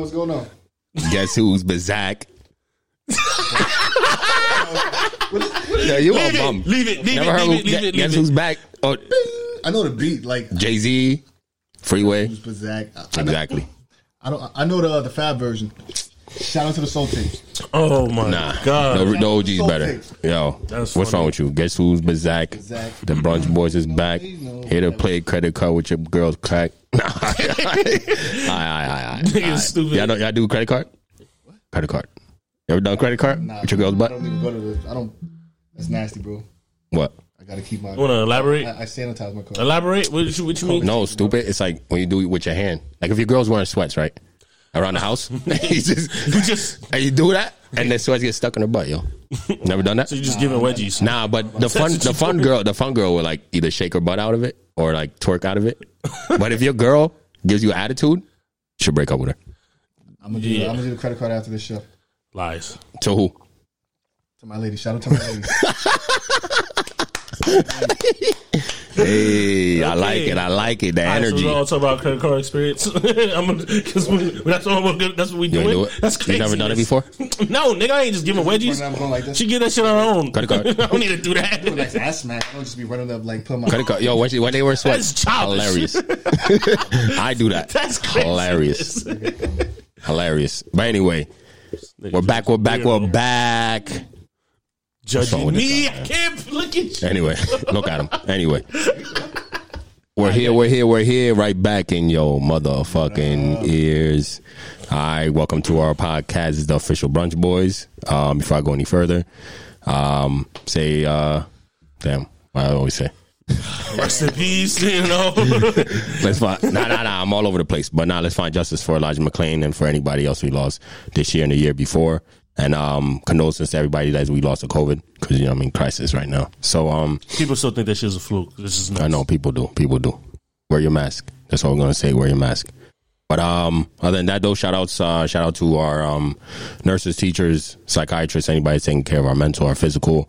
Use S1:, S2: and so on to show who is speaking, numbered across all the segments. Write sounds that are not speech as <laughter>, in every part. S1: What's going on?
S2: Guess who's Bazak? yeah, you a
S3: Leave
S2: bum.
S3: it, leave it, leave
S2: Never
S3: it,
S2: heard
S3: leave it,
S2: who-
S3: leave it,
S2: Guess
S3: leave
S2: who's
S3: it.
S2: back? Oh,
S1: I know the beat, like
S2: Jay Z, Freeway.
S1: Zach. I, I know-
S2: Exactly.
S1: I don't. I know the uh, the Fab version. Shout out to the Soul Tapes.
S3: Oh my
S2: Nah,
S1: Uh,
S3: god. <laughs>
S2: no, the OG's
S1: So
S2: better. Yo,
S3: That's
S2: what's
S3: funny.
S2: wrong with you? Guess who's Bazak?
S1: Bazak.
S2: The Brunch Boys is back.
S1: please, no.
S2: Here to play credit card with your girl's crack. <laughs> Aye, aye, aye, aye,
S3: Nigga
S2: aye.
S3: stupid.
S2: Y'all, know, y'all do credit card? Credit card. You ever done credit card
S1: Nah,
S2: with your girl's
S1: I
S2: butt?
S1: don't even go to the. I don't. That's nasty, bro.
S2: What?
S1: I gotta keep my.
S3: Want to elaborate?
S1: I, I sanitize my car.
S3: Elaborate. What you, what you mean?
S2: No, stupid. It's like when you do it with your hand. Like if your girl's wearing sweats, right? Around the house, <laughs> you
S3: <laughs> You
S2: just
S3: just
S2: and you do that, and the sweats get stuck in her butt, yo. Never done that.
S3: so you just giving wedgies.
S2: Nah, but the fun
S3: what you
S2: the fun girl the fun girl would like either shake her butt out of it or like twerk out of it. But if your girl gives you attitude, you should break up with her.
S1: I'm gonna do.
S3: Yeah.
S1: I'm gonna do the credit card after this show.
S3: Lies.
S2: To who?
S1: To my lady. Shout out to my <laughs> lady.
S2: Hey, I like
S3: Okay.
S2: it. I like it. The
S3: All right, so
S2: energy.
S3: we all talk about credit card experience. <laughs> I'm gonna, cause we, that's what we're gonna- that's what we
S2: You
S3: doing.
S2: ain't do it?
S3: That's
S2: You
S3: crazy.
S2: never done it before?
S3: <laughs> no, nigga, I ain't just giving wedgies.
S1: Running up going like this.
S3: She get that shit on her own.
S2: Credit card.
S3: <laughs> I don't need to do
S1: Like,
S3: that.
S1: That's smack. I don't just be running up like put my. <laughs>
S2: Credit card. Yo, when, she, when they were sweats,
S3: That's childish.
S2: hilarious.
S3: <laughs>
S2: I do that.
S3: That's crazy.
S2: hilarious. hilarious. But anyway, we're back. We're back. We're back. What's wrong
S3: Judging
S2: with
S3: me, I can't look at you.
S2: Anyway, <laughs> look at him. Anyway, we're here. We're here. We're here. Right back in your motherfucking ears. All right, welcome to our podcast, the official Brunch Boys. Um, before I go any further, um, say, uh, damn, what I always say.
S3: Rest in peace.
S2: <laughs>
S3: You know.
S2: Let's find nah nah nah. I'm all over the place, but now nah, let's find justice for Elijah McClain and for anybody else we lost this year and the year before. And um, condolences to everybody that we lost to COVID because you know I'm in crisis right now. So um,
S3: People still think that shit's a fluke. This is
S2: I
S3: not.
S2: know people do, people do. Wear your mask. That's all I'm gonna say. Wear your mask. But um, other than that, though, shout outs, uh, shout out to our um, nurses, teachers, psychiatrists, anybody taking care of our mental, our physical.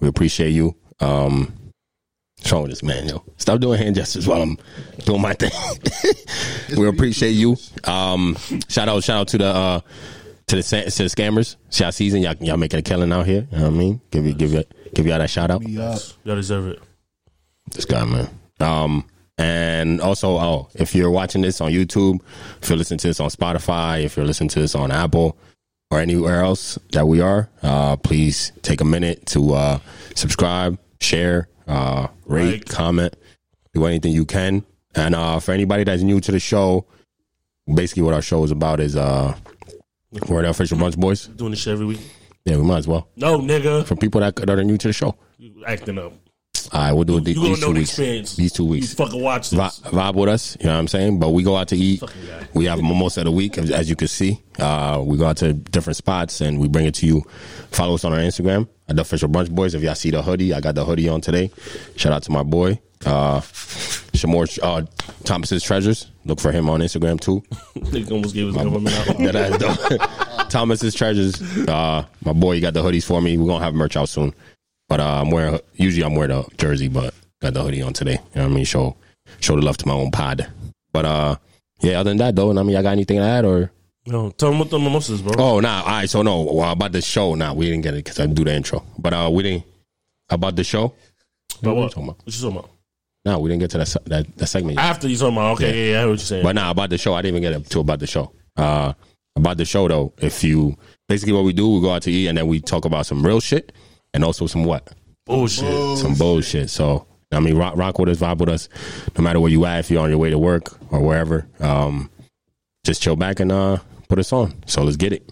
S2: We appreciate you. Um, what's wrong with this man, yo? Stop doing hand gestures while I'm doing my thing. <laughs> we appreciate you. Um, shout out, shout out to the uh, to the sa- to the scammers. It's y'all season, y'all, y'all making a killing out here. You know what I mean? Give you, give you, give y'all that shout out
S1: Yup.
S3: Y'all deserve it.
S2: this guy, man. Um, and also, oh, if you're watching this on YouTube, if you're listening to this on Spotify, if you're listening to this on Apple or anywhere else that we are, uh, please take a minute to uh, subscribe, share, uh, rate,
S3: Like.
S2: comment, do anything you can. And uh, for anybody that's new to the show, basically what our show is about is uh, we're the official Brunch Boys.
S3: Doing this shit every week.
S2: Yeah, we might as well.
S3: No, nigga,
S2: For people that, that are new to the show,
S3: you acting up.
S2: all right, we'll do it the-
S3: You gonna
S2: these
S3: know
S2: two
S3: the
S2: weeks.
S3: experience.
S2: These two
S3: You
S2: weeks.
S3: fucking watch this.
S2: vi- vibe with us. You know what I'm saying? But we go out to eat.
S3: guy.
S2: We have mimosa of the week, as, as you can see. Uh, we go out to different spots and we bring it to you. Follow us on our Instagram at the official brunch boys. If y'all see the hoodie, I got the hoodie on today. Shout out to my boy, uh, Shamor uh, Thomas's Treasures. Look for him on Instagram too.
S3: Nigga almost gave his
S2: <laughs>
S3: government out.
S2: That ass though. <laughs> Thomas's Treasures. Uh, my boy, you got the hoodies for me. We're gonna have merch out soon. But uh, I'm wearing. Usually, I'm wearing the jersey, but got the hoodie on today. You know what I mean? Show show the love to my own pod. But uh, yeah. Other than that, though, and I mean, I got anything to add or?
S3: No, tell them what the mimosas, bro.
S2: Oh, nah. All right. So no. Well, about the show. Nah, we didn't get it because I do the intro. But uh, we didn't about the show.
S3: About
S2: What you
S3: what?
S2: talking about?
S3: What you talking about?
S2: Nah, we didn't get to that se- that, that segment. Yet.
S3: After you talking about? Okay, yeah, yeah, I heard what you're saying.
S2: But now about the show, I didn't even get up to about the show. Uh, about the show though, if you basically what we do, we go out to eat and then we talk about some real shit and also some what
S3: Bullshit.
S2: some bullshit. So I mean, rock, rock with us, vibe with us, no matter where you at. If you're on your way to work or wherever, um, just chill back and uh, put us on. So let's get it.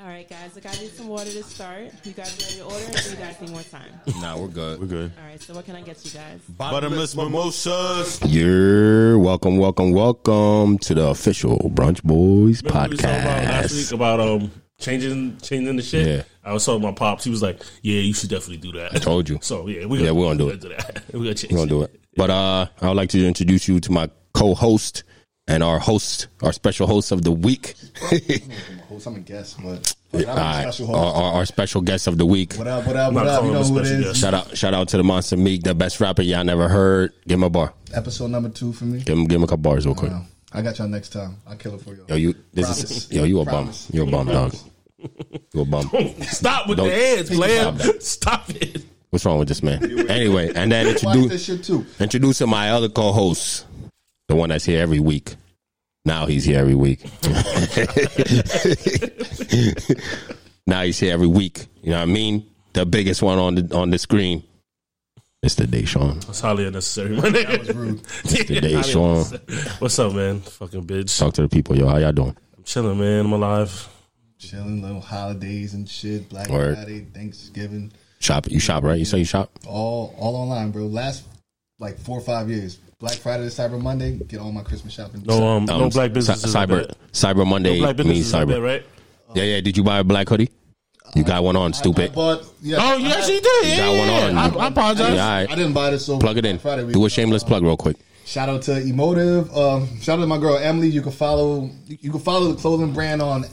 S4: All right, guys. Look, I need some water to start. You guys ready to order? Or do you guys need more time?
S2: Nah, we're good.
S5: We're good.
S4: All right. So, what can I get you guys?
S5: Bottomless mimosas.
S2: You're welcome, welcome, welcome to the official Brunch Boys
S3: Remember we was talking about last week
S2: podcast.
S3: about um changing changing the shit.
S2: Yeah.
S3: I was talking to my pops. He was like, "Yeah, you should definitely do that." I
S2: told you.
S3: <laughs> So yeah, we
S2: Yeah, we're gonna do
S3: we that. <laughs> We're gonna change.
S2: We're gonna do it. But uh, I would like to introduce you to my co-host and our host, our special host of the week,
S1: Host, I'm a guest, but
S2: All
S1: I'm a
S2: right,
S1: special
S2: our,
S1: host.
S2: our, our special guest of the week.
S1: What up? What up?
S3: uh, not
S1: What up? You
S3: calling
S1: know
S3: him a
S1: who it
S3: special
S1: is.
S3: guest.
S2: Shout out, shout out to the Monster Meek, the best rapper y'all never heard. Give him a bar.
S1: Episode number two for me.
S2: Give him, give him a couple bars real quick.
S1: I got y'all next time. I'll kill it for y'all.
S2: Yo, you this
S1: Promise.
S2: is yo, you a
S1: Promise.
S2: bum. You're a bum, dog. You a bum.
S3: <laughs> Stop with
S2: Don't-
S3: the ads, player.
S2: Stop that.
S3: <laughs> Stop it.
S2: What's wrong with this man? Anyway, and then
S1: Watch this
S2: introduce
S1: shit too.
S2: introducing my other co-host, the one that's here every week. Now he's here every week. <laughs> now he's here every week. You know what I mean? The biggest one on the on the screen. It's the Deshaun.
S3: It's highly unnecessary, my nigga.
S1: Rude.
S3: <laughs>
S2: Today,
S3: Highly
S2: Sean.
S3: unnecessary. What's up, man? Fucking bitch.
S2: Talk to the people, yo. How y'all doing?
S3: I'm chilling, man. I'm alive.
S1: Chilling, little holidays and shit. Black
S2: Word.
S1: Friday, Thanksgiving,
S2: Shop you shop, right? You say you shop?
S1: all all online, bro. Last like four or five years. Black Friday to Cyber Monday, get all my Christmas shopping.
S3: No, um, no
S2: Um,
S3: black
S2: Cy-
S3: businesses. out
S2: Cyber
S3: there.
S2: Cyber Monday
S3: no black
S2: means
S3: businesses. out
S2: cyber.
S3: there, right?
S2: Yeah, yeah. Did you buy a black hoodie? You got one on,
S1: I
S2: stupid.
S1: bought, yeah,
S3: Oh, you actually did.
S2: You
S3: Yeah,
S2: got one
S3: yeah,
S2: on.
S3: yeah. I, I apologize.
S2: Yeah, all
S1: I
S2: right.
S1: didn't buy this. So
S2: Plug it in.
S1: Black Friday
S2: Do a
S1: week.
S2: shameless plug real quick.
S1: Shout out to Emotive. Um, shout out to my girl Emily. You can follow you can follow the clothing brand on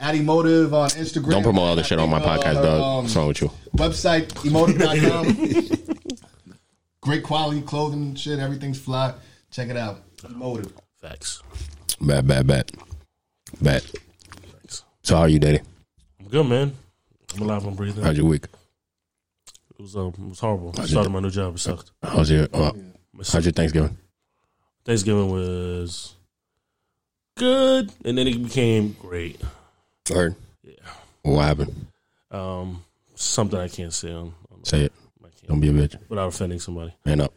S1: at Emotive on Instagram.
S2: Don't promote other shit on my
S1: Uh,
S2: podcast,
S1: her,
S2: dog.
S1: um,
S2: What's wrong with you?
S1: website emotive.com.
S2: <laughs>
S1: Great quality clothing, shit. Everything's fly. Check it out. Emotive.
S3: Facts.
S2: Bad, bad, bad, bad. So how are you, Daddy?
S3: I'm good, man. I'm alive. I'm breathing.
S2: How's your week?
S3: It was um, it was horrible. I started my new job. It sucked.
S2: How's your uh, How's your Thanksgiving?
S3: Thanksgiving was good, and then it became great.
S2: Heard. Yeah. What happened?
S3: Um, something I can't say on. on
S2: Say it.
S3: I can't,
S2: Don't be a bitch.
S3: without offending somebody.
S2: Man up.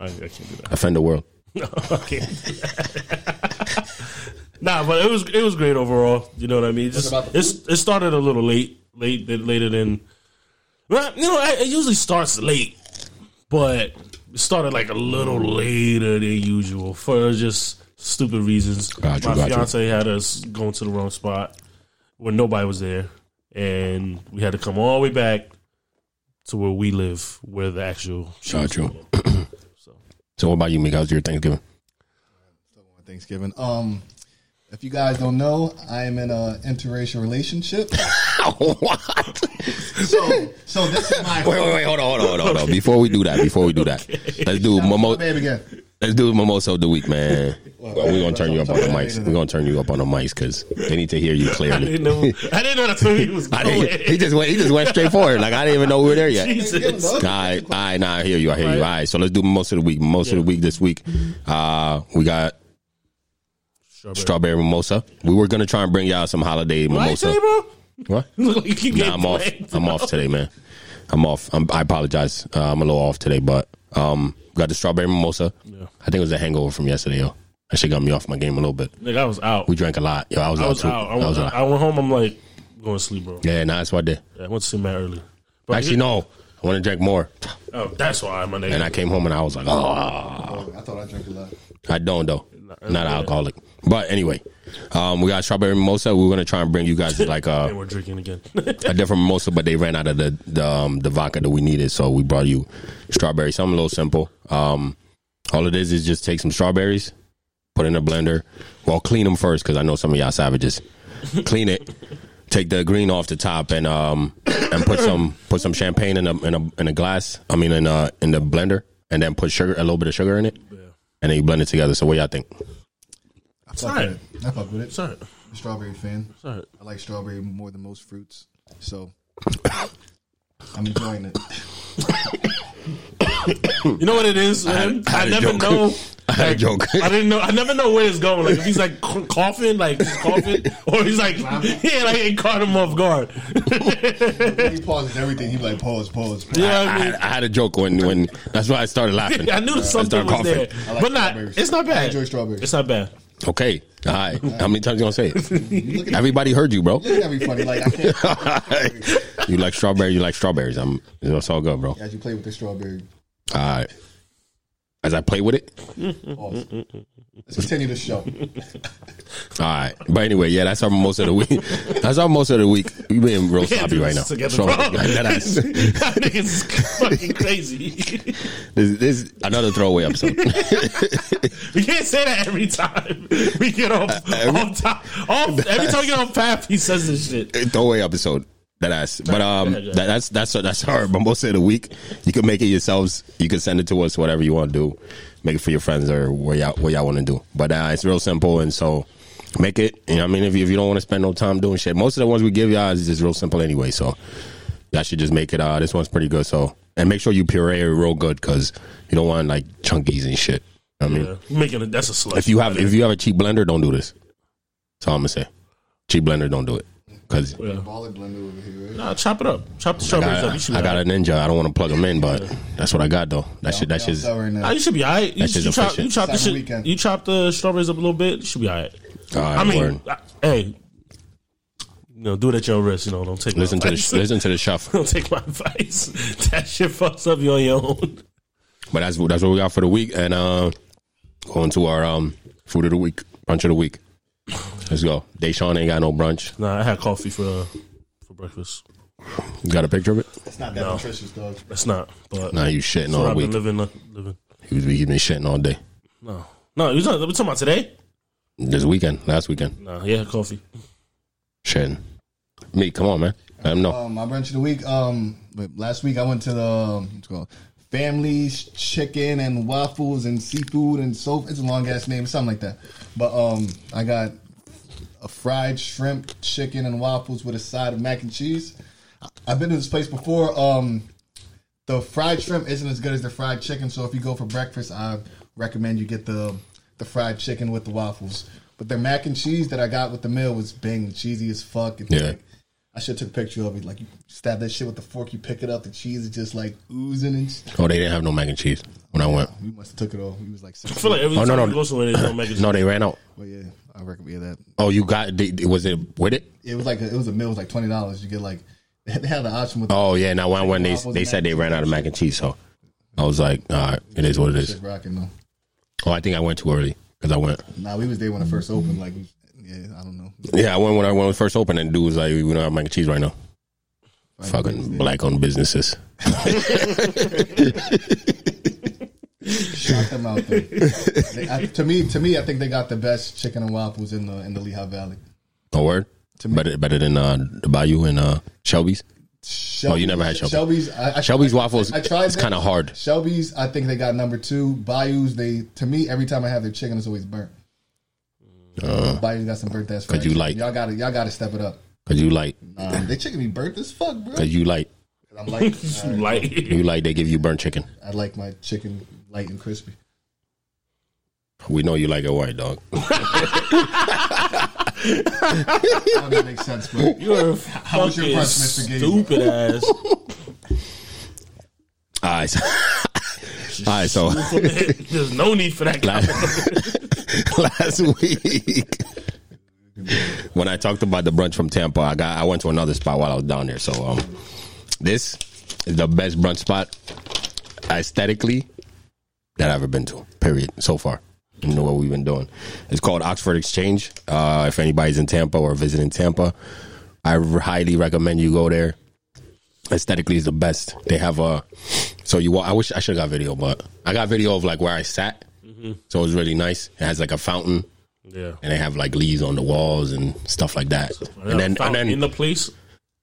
S3: I, I can't do that.
S2: Offend the world.
S3: No, I can't. do that. <laughs> nah, but it was it was great overall. You know what I mean? Just
S1: about the
S3: it's, it started a little late, late later than. Well, You know, I- it usually starts late, but it started like a little later than usual for just stupid reasons.
S2: Got you,
S3: My
S2: got you.
S3: fiance had us going to the wrong spot when nobody was there, and we had to come all the way back to where we live, where the actual
S2: Got you. so what about you, Meek? How's your Thanksgiving?
S1: Thanksgiving. Um, if you guys don't know, I am in a interracial relationship.
S2: <laughs> what? <laughs>
S1: So, so this is my.
S2: Wait, wait, wait. Hold on, hold on, hold on. Hold on. Before we do that, before we do <laughs> that, let's do
S1: My
S2: Momo.
S1: babe again.
S2: Let's do mimosa of the week, man. we're gonna turn you up on the mics.
S1: Sorry.
S2: We're gonna turn you up on the mics because they need to hear you
S3: <laughs> I
S2: clearly.
S3: didn't know. I didn't know that's where he was
S2: I
S3: going.
S2: didn't, he just went. He just went straight for it. Like I didn't even know we were there yet.
S3: Jesus.
S2: All right, all right. Now I hear you. I hear you. All right. So let's do mimosa of the week. Mimosa of the week this week. Uh, we got strawberry mimosa. We were gonna try and bring y'all some holiday
S3: Right,
S2: mimosa.
S3: today,
S1: <laughs>
S3: bro?
S2: What?
S3: Look, like you keep
S2: Nah,
S3: getting
S2: I'm off.
S3: blanked.
S2: I'm off today, man. I'm off. I'm, I apologize. Uh, I'm a little off today, but um, got the strawberry mimosa. I think it was a hangover from yesterday. Yo, that shit got me off my game a little bit.
S3: Nigga, I was out.
S2: We drank a lot. Yo, I was
S3: I
S2: out
S3: was
S2: too.
S3: out. I
S2: I
S3: went,
S2: was out.
S3: I went home. I'm like, I'm going to sleep, bro.
S2: yeah, nah, that's what I did.
S3: Yeah, I went to see Matt early. But
S2: Actually, no. I want to drink more.
S3: Oh, that's why, my nigga.
S2: And I came home and I was like, oh,
S1: Oh, I thought I drank a lot.
S2: I don't though. Not an alcoholic. But anyway, um, we got strawberry mimosa. We were gonna try and bring you guys like
S3: and
S2: a,
S3: we're
S2: <laughs>
S3: drinking again. <laughs>
S2: a different mimosa, but they ran out of the the, um, the vodka that we needed, so we brought you strawberry. Something a little simple. Um, all it is is just take some strawberries, put in a blender. Well, clean them first because I know some of y'all savages. clean it. Take the green off the top and um and put some put some champagne in a in a in a glass. I mean in a in the blender and then put sugar a little bit of sugar in it and then you blend it together. So what y'all think?
S1: I fuck
S3: alright.
S1: with it. I fuck with it.
S3: Sorry.
S1: I'm a strawberry fan.
S3: Sorry.
S1: I like strawberry more than most fruits, so I'm enjoying it.
S3: You know what it is, man?
S2: I
S3: I,
S2: had a
S3: never
S2: joke.
S3: know.
S2: <laughs> I had a
S3: like,
S2: joke.
S3: I didn't know. I never know where it's going. Like if he's like <laughs> c- coughing, like he's coughing, <laughs> or he's like, <laughs> yeah, like it caught him off guard.
S1: He pauses everything. He like pause, pause. pause.
S3: You know what I
S2: I,
S3: mean?
S2: had, I had a joke when when that's why I started <laughs> laughing.
S3: <laughs> I knew something was
S2: coughing.
S3: there,
S1: I like
S3: but not.
S1: strawberries.
S3: It's not bad.
S1: I enjoy strawberries.
S3: It's not bad.
S2: Okay, all right. How many times you gonna say it? Everybody heard you, bro.
S1: That'd be funny. Like I can't.
S2: you like strawberry. You like strawberries. I'm. It's all good, bro. All
S1: As you play with the strawberry,
S2: right. As I play with it,
S1: pause. Let's continue the show.
S2: all right. But anyway, yeah, that's our most of the week. <laughs> That's our most of the week. We being real
S3: Can't
S2: sloppy
S3: do
S2: right
S3: this
S2: now.
S3: Together,
S2: Strong- <laughs>
S3: bro.
S2: That
S3: <laughs>
S2: ass.
S3: Niggas is fucking crazy. <laughs>
S2: This, this is another throwaway episode.
S3: we can't say that every time <laughs> we get off,
S2: Uh,
S3: off top.
S2: <laughs>
S3: Off, every time we get on path, he says this shit.
S2: throwaway episode. That ass. But um,
S3: Yeah, yeah.
S2: that, that's that's that's our mimosa of the week. You can make it yourselves. You can send it to us. Whatever you want to do. make it for your friends or what y'all what y'all want to do. But uh, it's real simple, and so make it. You know, what I mean, if you, if you don't want to spend no time doing shit, most of the ones we give y'all is just real simple anyway. So y'all should just make it. Uh, this one's pretty good. So and make sure you puree it real good because you don't want like chunkies and shit. You know what I mean,
S3: Yeah. Making a, that's a slush.
S2: if you have if you have a cheap blender, don't do this. That's all I'm gonna say. Cheap blender, don't do it because
S1: Baller blender over here. Right?
S3: nah, chop it up. Chop the
S2: I
S3: strawberries up. You
S2: got,
S3: should
S2: I
S3: be
S2: got a ninja. I don't want to plug them in, but that's what I got though. That shit. That
S1: Yeah,
S2: shit's.
S1: I'm out right now.
S3: Ah, you should be alright. You,
S2: That shit's
S3: you chop,
S2: efficient.
S3: you chop the
S1: Second
S3: shit.
S1: weekend.
S3: You chop the strawberries up a little bit. You should be alright.
S2: All right,
S3: I mean,
S2: word.
S3: I, hey, you know, do it at your own risk. You know, don't take
S2: listen
S3: my
S2: to the
S3: advice.
S2: sh- listen to the chef.
S3: <laughs> don't take my advice. that shit fucks up you on your own.
S2: But that's that's what we got for the week, and uh, going to our um food of the week, brunch of the week. Let's go. Deshaun ain't got no brunch.
S3: Nah, I had coffee for uh, for breakfast.
S2: You got a picture of it?
S1: It's not that nutritious, dog.
S3: That's not, but
S2: Nah, you shitting
S3: that's what
S2: all
S3: I've
S2: week.
S3: been living. li- Living.
S2: He was- he been shitting all day.
S3: No, no, you talking, we talking about today?
S2: This weekend, last weekend,
S3: Nah, yeah, coffee.
S2: shitting. Me, come on, man. Let him know.
S1: Um, my brunch of the week. Um, but last week I went to the um, what's it called family Sh- chicken and waffles and seafood and soap. It's a long ass name, something like that. But um, I got a fried shrimp, chicken, and waffles with a side of mac and cheese. I- I've been to this place before. Um, the fried shrimp isn't as good as the fried chicken, so if you go for breakfast, I recommend you get the the fried chicken with the waffles. But their mac and cheese that I got with the meal was bang cheesy as fuck. It's
S2: Yeah.
S1: like I should have took a picture of it. Like you stab that shit with the fork, you pick it up, the cheese is just like oozing and sh-
S2: Oh, they didn't have no mac and cheese when I went.
S1: we must have took it all. We was like
S3: I <laughs>
S1: six.
S3: feel like every
S2: Oh,
S3: time
S2: no, no.
S3: you go somewhere, they don't
S2: <laughs>
S3: make it.
S2: No, they ran out.
S1: But yeah, I recommend yeah, that.
S2: Oh, you got? They, was it with it?
S1: It was like a, it was a meal, it was like twenty dollars. You get like <laughs> they had the option with
S2: Oh yeah, now when when they they said they ran out of mac and cheese, so I was like, all right, it is what it is.
S1: shit rocking though.
S2: Oh, I think I went too early because I went.
S1: Nah, we was there when it first opened, like we- yeah, I don't know.
S2: Yeah, I went when I when it was first opened, and dude was like, we don't have mac and cheese right now. Fucking black owned businesses.
S1: Shout them out though. They- I- to me, to me, I think they got the best chicken and waffles in the in the Lehigh Valley.
S2: No word. Better better than uh, the Bayou and uh, Shelby's.
S1: Shelby,
S2: Oh, you never had Shelby.
S1: Shelby's. I, I,
S2: Shelby's waffles.
S1: I tried
S2: It's
S1: that.
S2: kind of hard.
S1: Shelby's. I think they got number two. Bayou's. They to me every time I have their chicken, it's always burnt. Bayou got some burnt ass. fried
S2: Uh, you
S1: chicken.
S2: like-
S1: y'all got to y'all got to step it up.
S2: Cause you like,
S1: Um, they chicken be burnt as fuck, bro.
S2: cause you like,
S1: I'm like,
S3: <laughs>
S1: all
S3: You
S1: right,
S3: Like,
S2: <laughs> you like. They give you burnt chicken.
S1: I like my chicken light and crispy.
S2: We know you like it white dog.
S1: I
S2: <laughs>
S1: don't know if that makes sense,
S2: <laughs>
S1: but
S3: you're a
S1: was your
S3: fucking
S1: brunch, Mr. Gabe?
S3: stupid ass. <laughs>
S2: All right, so, <laughs> all right. So
S3: There's no need for that. guy.
S2: <laughs> last week when I talked about the brunch from Tampa, I got I went to another spot while I was down there. So um, this is the best brunch spot aesthetically that I've ever been to. Period. So far, you know what we've been doing. It's called Oxford Exchange. Uh, if anybody's in Tampa or visiting Tampa, I highly recommend you go there. Aesthetically, is the best. They have a so you. wa- I wish I should have got video, but I got video of like where I sat. So it was really nice. It has like a fountain,
S3: <laughs> Yeah.
S2: and they have like leaves on the walls and stuff like that. And then, and then
S3: in the place,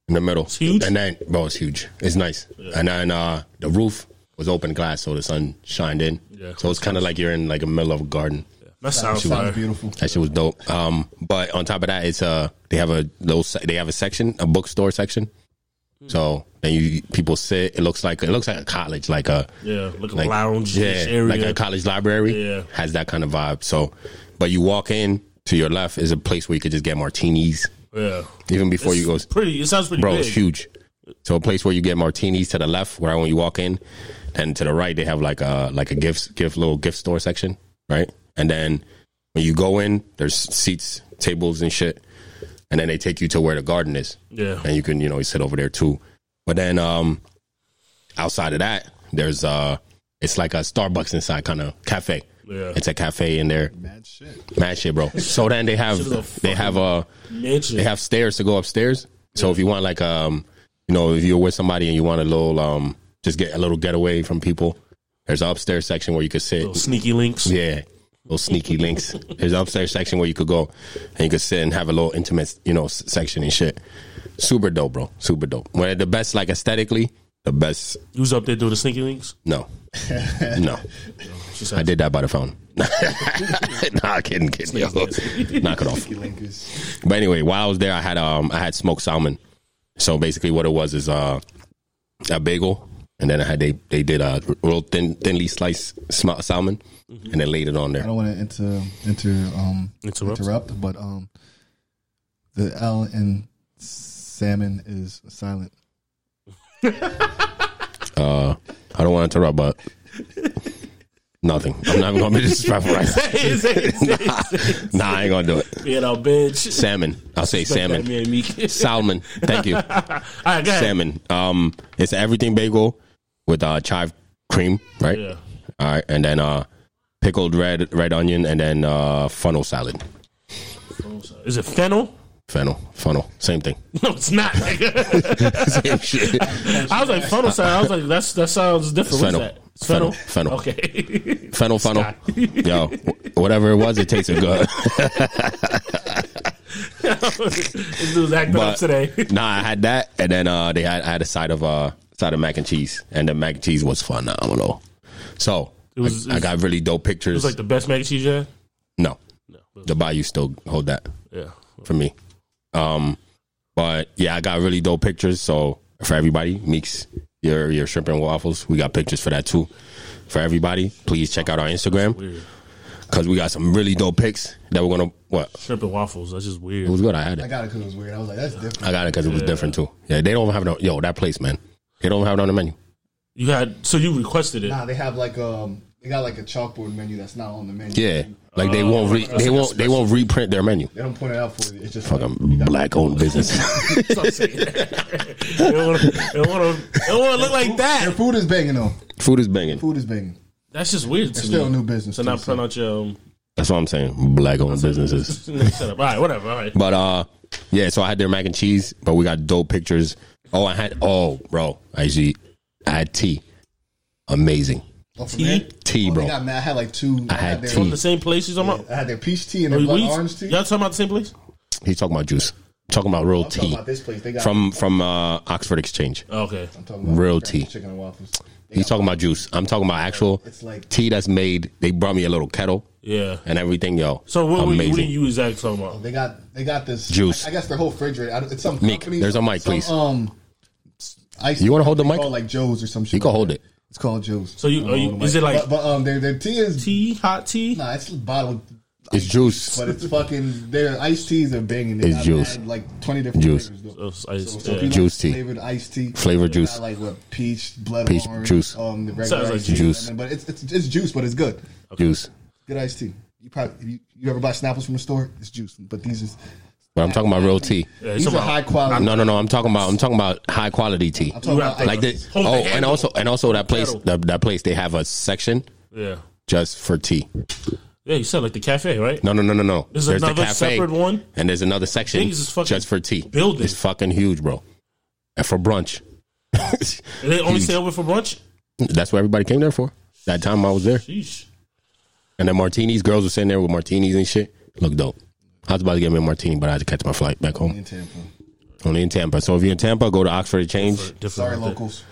S2: in the middle. It's
S3: huge?
S2: And then, bro, it's huge. It's nice. And then uh, the roof was open glass, so the sun shined in.
S3: Yeah.
S2: So it's kind of like you're in like a middle of a garden.
S3: that sounds
S1: sounds
S3: fire.
S1: beautiful.
S2: That shit was dope. Um, but on top of that, it's uh they have a little se- they have a section, a bookstore section.
S3: Hmm.
S2: So then you people sit. It looks like it looks like a college, like a
S3: Yeah, like a
S2: like-
S3: lounge
S2: yeah,
S3: area.
S2: like a college library.
S3: Yeah.
S2: has that kind of vibe. So, but you walk in to your left is a place where you could just get martinis
S3: yeah,
S2: even before you go.
S3: It's pretty. It sounds pretty
S2: Bro,
S3: big.
S2: it's huge. So a place where you get martinis to the left, where when you walk in, and to the right they have like a like a gift gift little gift store section, right? And then when you go in, there's seats, tables, and shit, and then they take you to where the garden is
S3: Yeah,
S2: and you can you know sit over there too. But then um outside of that, there's uh it's like a Starbucks inside kind of cafe.
S3: Yeah.
S2: It's a cafe in there.
S1: Mad shit.
S2: Mad shit, bro. So then they have
S3: Shit is a
S2: they have uh
S3: mansion.
S2: they have stairs to go upstairs. So if you want like um you know if you're with somebody and you want a little um just get a little getaway from people, there's an upstairs section where you could sit.
S3: Little sneaky links.
S2: Yeah. Little sneaky links. There's an upstairs section where you could go and you could sit and have a little intimate, you know, s- section and shit. Super dope, bro. Super dope. One of the best, like aesthetically, the best.
S3: You was up there doing the sneaky
S2: <laughs>
S3: links?
S2: No, no,
S3: She said,
S2: I did that by the phone. <laughs> nah, kidding, kidding. Yo. Knock it off.
S1: Linkers.
S2: But anyway, while I was there, I had um I had smoked salmon. So basically, what it was is uh a bagel, and then I had they they did a real thin thinly sliced sm- salmon,
S3: Mm-hmm.
S2: and they laid it on
S1: I
S2: there.
S1: don't want to inter, inter, um,
S3: Interrupt.
S1: interrupt, but um, the L in salmon is silent.
S2: Uh, I don't want to interrupt, but
S3: <laughs>
S2: nothing. I'm not even gonna be disrespectful right <laughs> now.
S3: Say it, say it, say it, say it.
S2: Nah, I ain't gonna do it.
S3: Yeah, no, bitch.
S2: Salmon. I'll say
S3: That
S2: salmon.
S3: man, Meek. <laughs>
S2: Salmon. Thank you.
S3: All right, go ahead.
S2: Salmon. Um, it's an everything bagel with uh chive cream, right?
S3: Yeah.
S2: All right, and then uh pickled red red onion, and then uh funnel salad.
S3: Is it fennel? <laughs>
S2: Funnel, funnel, same thing. <laughs>
S3: No, it's not. nigga.
S2: same shit.
S3: <laughs> I was like fennel side. I was like, that's that sounds different.
S2: Fennel.
S3: What's that? It's fennel.
S2: Fennel.
S3: Okay.
S2: Funnel, <laughs> funnel.
S3: <laughs>
S2: Yo, wh- whatever it was, it tasted good.
S3: this dude's acting
S2: But
S3: up today.
S2: nah, I had that, and then uh, they had I had a side of uh side of mac and cheese, and the mac and cheese was phenomenal. So
S3: was-
S2: I, I got really dope
S3: It was
S2: pictures.
S3: like the best mac and cheese you had?
S2: no,
S3: No.
S2: the bayou still hold that.
S3: Yeah.
S2: for me. Um, but yeah, I got really dope pictures. So for everybody, Meeks, your your shrimp and waffles, we got pictures for that too. For everybody, please check out our Instagram
S3: Weird.
S2: because we got some really dope pics that we're gonna. What
S3: Shrimp and waffles. That's just
S2: it
S3: weird.
S2: was good. I had
S1: I
S2: it.
S1: got it because it was weird. I was like, that's different.
S2: I got it because it was different too. Yeah, they don't have it. On, yo, that place, man. They don't have it on the menu.
S3: You had so you requested it.
S1: Nah, they have like um, they got like a chalkboard menu that's not on the menu.
S2: Yeah, like they won't re, they won't they won't reprint their menu.
S1: They don't point it out for you. It's just
S2: Fucking black owned business.
S3: <laughs> That's what I'm saying. <laughs> they want to look like
S1: Their
S3: that.
S1: food is banging though.
S2: Food is banging.
S1: Food is banging.
S3: That's just weird to
S1: It's
S3: me.
S1: still a new business.
S3: So
S1: too,
S3: not
S1: so.
S3: pronounce your um, <laughs>
S2: That's what I'm saying. Black owned businesses.
S3: Shut up. All right, whatever. All right.
S2: But uh, yeah. So I had their mac and cheese, but we got dope pictures. Oh, I had oh, bro. I see. I had tea. Amazing
S1: Oh, from there?
S2: tea,
S1: Oh, they
S2: bro.
S1: got mad. I had like two. I
S2: had
S1: their,
S2: tea. Oh,
S3: The same place you talking about?
S1: I had their peach tea and
S3: Are
S1: their
S3: you-
S1: blood
S3: we-
S1: orange tea.
S3: Y'all talking about the same place?
S2: He's talking about juice. talking about real
S1: I'm talking
S2: tea
S1: about this place. They got
S2: from from uh, Oxford Exchange.
S3: Oh, Okay.
S1: I'm talking about
S2: real
S1: Kraft
S2: tea.
S1: chicken and waffles. They
S2: He's
S1: got-
S2: talking about juice. I'm talking about actual
S1: It's like-
S2: tea that's made. They brought me a little kettle
S3: Yeah.
S2: and everything, yo.
S3: So what were you, what are
S2: amazing.
S3: you exactly talking about?
S1: They got they got this
S2: Juice.
S1: I, I guess their whole refrigerator. I, don't- it's some
S2: Meek,
S1: company.
S2: there's a mic,
S1: some,
S2: please.
S1: Um, ice.
S2: You wanna hold the mic?
S1: Called like Joe's or some shit.
S2: You can hold
S1: like
S2: it.
S1: that. It's called Joe's.
S3: So you, are you is it like
S1: but, but um, their their tea is
S3: tea, hot tea?
S1: nah, it's bottled.
S2: It's juice.
S1: But it's fucking their iced teas are banging. They
S2: It's
S1: got
S2: juice.
S1: mad, like twenty different
S2: Juice.
S1: flavors. Though.
S3: Oh, so I just-
S1: So if
S3: yeah.
S1: you
S2: Juice
S1: like
S2: tea.
S1: flavored iced tea,
S2: Flavored
S1: they got,
S2: juice.
S1: like what peach, blood
S2: Peach
S1: orange,
S2: juice.
S1: um, the regular
S3: Sounds like
S1: iced tea,
S2: juice.
S1: lemon, but it's, it's it's juice, but it's good,
S2: Juice.
S1: good iced tea. You probably you, you ever buy Snapples from the store? It's juice, but these is
S2: But I'm talking about real tea.
S3: Yeah,
S1: these
S3: it's
S1: are
S3: about-
S1: high quality.
S2: No, no, no. I'm talking about I'm talking about high quality tea.
S1: I'm talking
S3: You have
S1: about
S3: to-
S2: like this.
S3: Hold the
S2: Oh, and
S3: handle.
S2: also and also that place
S3: Kettle.
S2: that, that place they have a section
S3: Yeah.
S2: just for tea.
S3: Yeah, you said like the cafe, right?
S2: No, no, no, no, no.
S3: There's another separate one?
S2: and there's another section
S3: Things is fucking
S2: just for tea.
S3: building.
S2: It's fucking huge, bro. And for brunch, <laughs>
S3: And they only
S2: Huge.
S3: stay open for brunch?
S2: that's what everybody came there for. That time I was there,
S3: Sheesh.
S2: and then martinis. Girls were sitting there with martinis and shit. Look dope. I was about to get me a martini, but I had to catch my flight back home.
S1: in Tampa.
S2: Only in Tampa. So if you're in Tampa, go to Oxford Exchange.
S3: Different
S1: Sorry,
S3: out there.
S1: locals.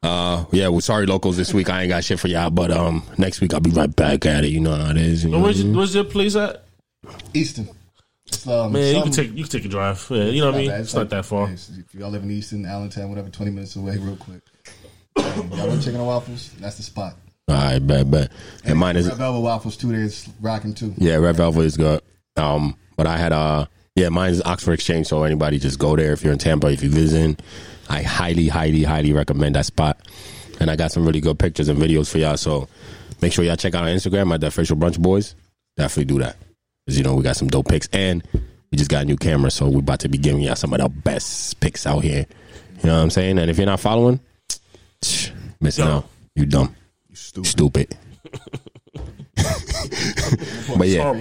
S2: Uh, yeah, well, sorry locals this week. I ain't got shit for y'all, but um, next week I'll be right back at it. You know how it is. you
S3: But
S2: know?
S3: where's, your, where's your place at?
S1: Easton. It's, um,
S3: Man, you
S1: some-
S3: can take you can take a drive. Yeah, you know what I mean?
S1: bad.
S3: It's not
S1: like-
S3: that far.
S1: yeah, it's- If y'all live in Easton, Allentown, whatever, 20 minutes away, real quick. Um, y'all want chicken and waffles? That's the spot.
S2: All right, bet, bet. And mine is
S1: Red Velvet waffles, too. There's rocking, too.
S2: yeah, Red Velvet is good. Um, but I had uh yeah, mine is Oxford Exchange. So anybody just go there if you're in Tampa, if you visit. I highly, highly, highly recommend that spot. And I got some really good pictures and videos for y'all. So make sure y'all check out our Instagram at the Official Brunch Boys. Definitely do that because you know we got some dope pics and we just got a new camera, so we're about to be giving y'all some of the best pics out here. You know what I'm saying? And if you're not following, missing out. You dumb.
S1: Stupid.
S2: Stupid. <laughs> but yeah,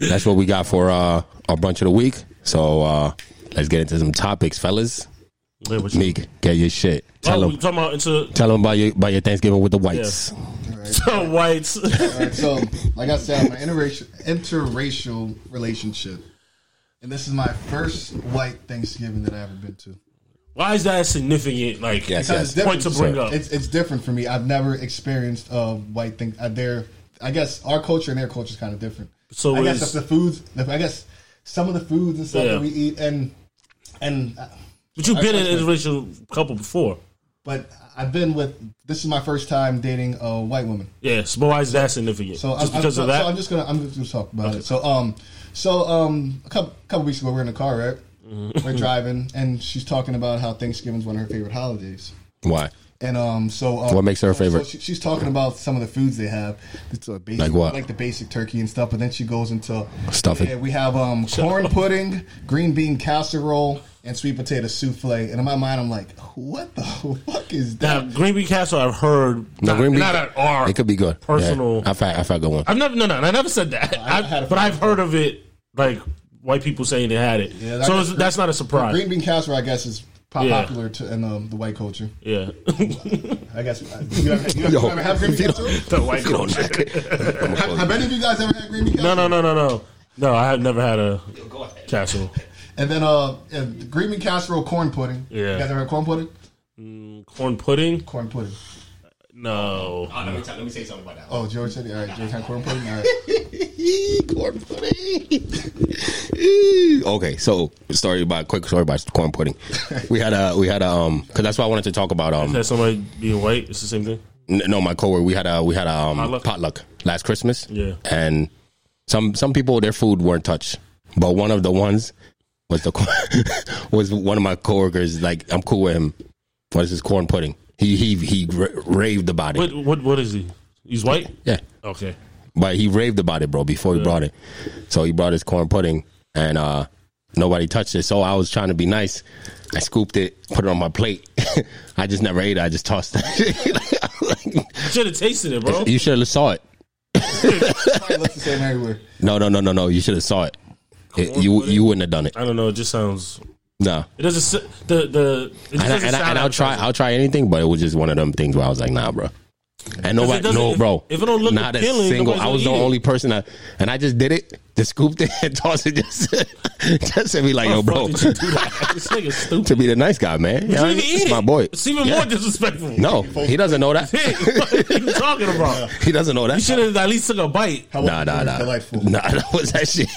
S2: that's what we got for uh, our brunch of the week. So uh, let's get into some topics, fellas.
S3: <laughs> Wait, what you-
S2: Meek, get your shit. Tell
S3: Oh,
S2: them,
S3: we talking about into
S2: tell them about your about your Thanksgiving with the whites.
S3: the <laughs> whites.
S1: All right, so, like I said, my interracial, interracial relationship. And this is my first white Thanksgiving that I've ever been to.
S3: Why is that significant? Like,
S2: Yes,
S1: Because it's
S2: yes.
S1: different.
S3: Point to bring
S1: So,
S3: up.
S1: It's, it's different for me. I've never experienced uh, white thing. Uh, their, I guess our culture and their culture is kind of different.
S3: So
S1: I guess
S3: is-
S1: if the foods. if- I guess some of the foods and stuff
S3: Yeah.
S1: that we eat and and uh,
S3: but you've been in an
S1: That's
S3: interracial couple before.
S1: but I've been with. This is my first time dating a white woman.
S3: Yes, but why is that significant?
S1: So
S3: Just
S1: I'm,
S3: because
S1: I'm,
S3: of
S1: So I'm
S3: that?
S1: just gonna I'm just gonna talk about it. So um so um a couple, couple weeks ago we're in the car right.
S3: Mm-hmm.
S1: We're driving and she's talking about how Thanksgiving's one of her favorite holidays.
S2: Why?
S1: And um, so um,
S2: What makes her
S1: so-
S2: favorite?
S1: So she, she's talking about some of the foods they have. It's a basic,
S2: Like what?
S1: Like the basic turkey and stuff. But then she goes into
S2: Stuffing.
S1: Yeah, we have um, corn pudding, green bean casserole, and sweet potato souffle. And in my mind, I'm like, what the fuck is
S3: now,
S1: that?
S3: green bean casserole, I've heard.
S2: No,
S3: not,
S2: green bean-
S3: not at all.
S2: It could be good.
S3: Personal.
S2: Yeah. I found I found a good one.
S3: I've never, no, no, I never said that.
S1: I've had
S3: I,
S1: it
S3: but I've
S1: before.
S3: heard of it, like, white people saying they had it.
S1: Yeah, that-
S3: so it's, that's not a surprise.
S1: Green bean casserole, I guess, is po-
S3: Yeah.
S1: popular to, in um, the white culture.
S2: <laughs>
S3: yeah.
S1: I guess you ever, you
S2: Yo.
S1: ever have green
S2: <laughs>
S1: bean casserole?
S3: the <laughs> white
S2: You don't knock it. I'ma
S1: Have,
S2: close
S1: have
S2: it.
S1: any of you guys ever had green bean casserole?
S3: No, no, no, no, no. No, I have never had a casserole.
S1: And then uh, and green bean casserole, corn pudding.
S3: Yeah.
S1: you guys ever had corn pudding?
S3: Corn pudding?
S1: Corn pudding.
S3: No.
S6: Oh, let, me tell let me say something about that.
S1: Oh, George said, it. all right, George had corn pudding. All right.
S2: corn pudding. Eee. okay, so story about quick story about corn
S3: <laughs>
S2: pudding. We had a we had a um because that's why I wanted to talk about um
S3: That somebody being white, it's the same thing.
S2: n- no my coworker we had a we had a um,
S3: Potluck?
S2: potluck. last Christmas
S3: Yeah.
S2: and some some people their food weren't touched but one of the ones was the cor- <laughs> was one of my coworkers like I'm cool with him was his corn pudding he he he ra- raved about it
S3: What what what is he? He's white?
S2: yeah
S3: Okay.
S2: But he raved about it, bro, before he brought it. So he brought his corn pudding and uh nobody touched it. So I was trying to be nice. I scooped it, put it on my plate. <laughs> I just never ate it. I just tossed it. <laughs>
S3: Should have tasted it, bro.
S2: you should have saw it.
S1: Probably <laughs> looks the same everywhere.
S2: No, no, no, no, no. You should have saw it. It- you you wouldn't have done it.
S3: I don't know. It just sounds.
S2: No.
S3: It doesn't. s- The the. It
S2: And,
S3: just
S2: I,
S3: doesn't
S2: and, I,
S3: sound
S2: and I'll try I'll try anything, but it was just one of them things where I was like, nah, bro. And
S3: it
S2: nobody,
S3: doesn't-
S2: no,
S3: if-
S2: bro.
S3: if it don't look
S2: not a
S3: appealing,
S2: single.
S3: nobody's
S2: I was the
S3: gonna eat it.
S2: only person that, and I just did it, just scooped it <laughs> and tossed it, just, <laughs> just to be like, yo,
S3: How the
S2: bro.
S3: fuck did you do that? this nigga's stupid.
S2: <laughs> to be the nice guy, man. You know,
S3: You didn't
S2: it's
S3: eat
S2: my
S3: it.
S2: boy.
S3: It's even
S2: Yeah.
S3: more disrespectful. <laughs>
S2: No, he doesn't know that.
S3: what are you talking about?
S2: <laughs> He doesn't know
S3: You
S2: that.
S3: should have at least took a bite.
S1: How
S2: Nah,
S1: about
S2: nah,
S1: yours?
S2: nah.
S1: Delightful.
S2: Nah, <laughs> that was that shit.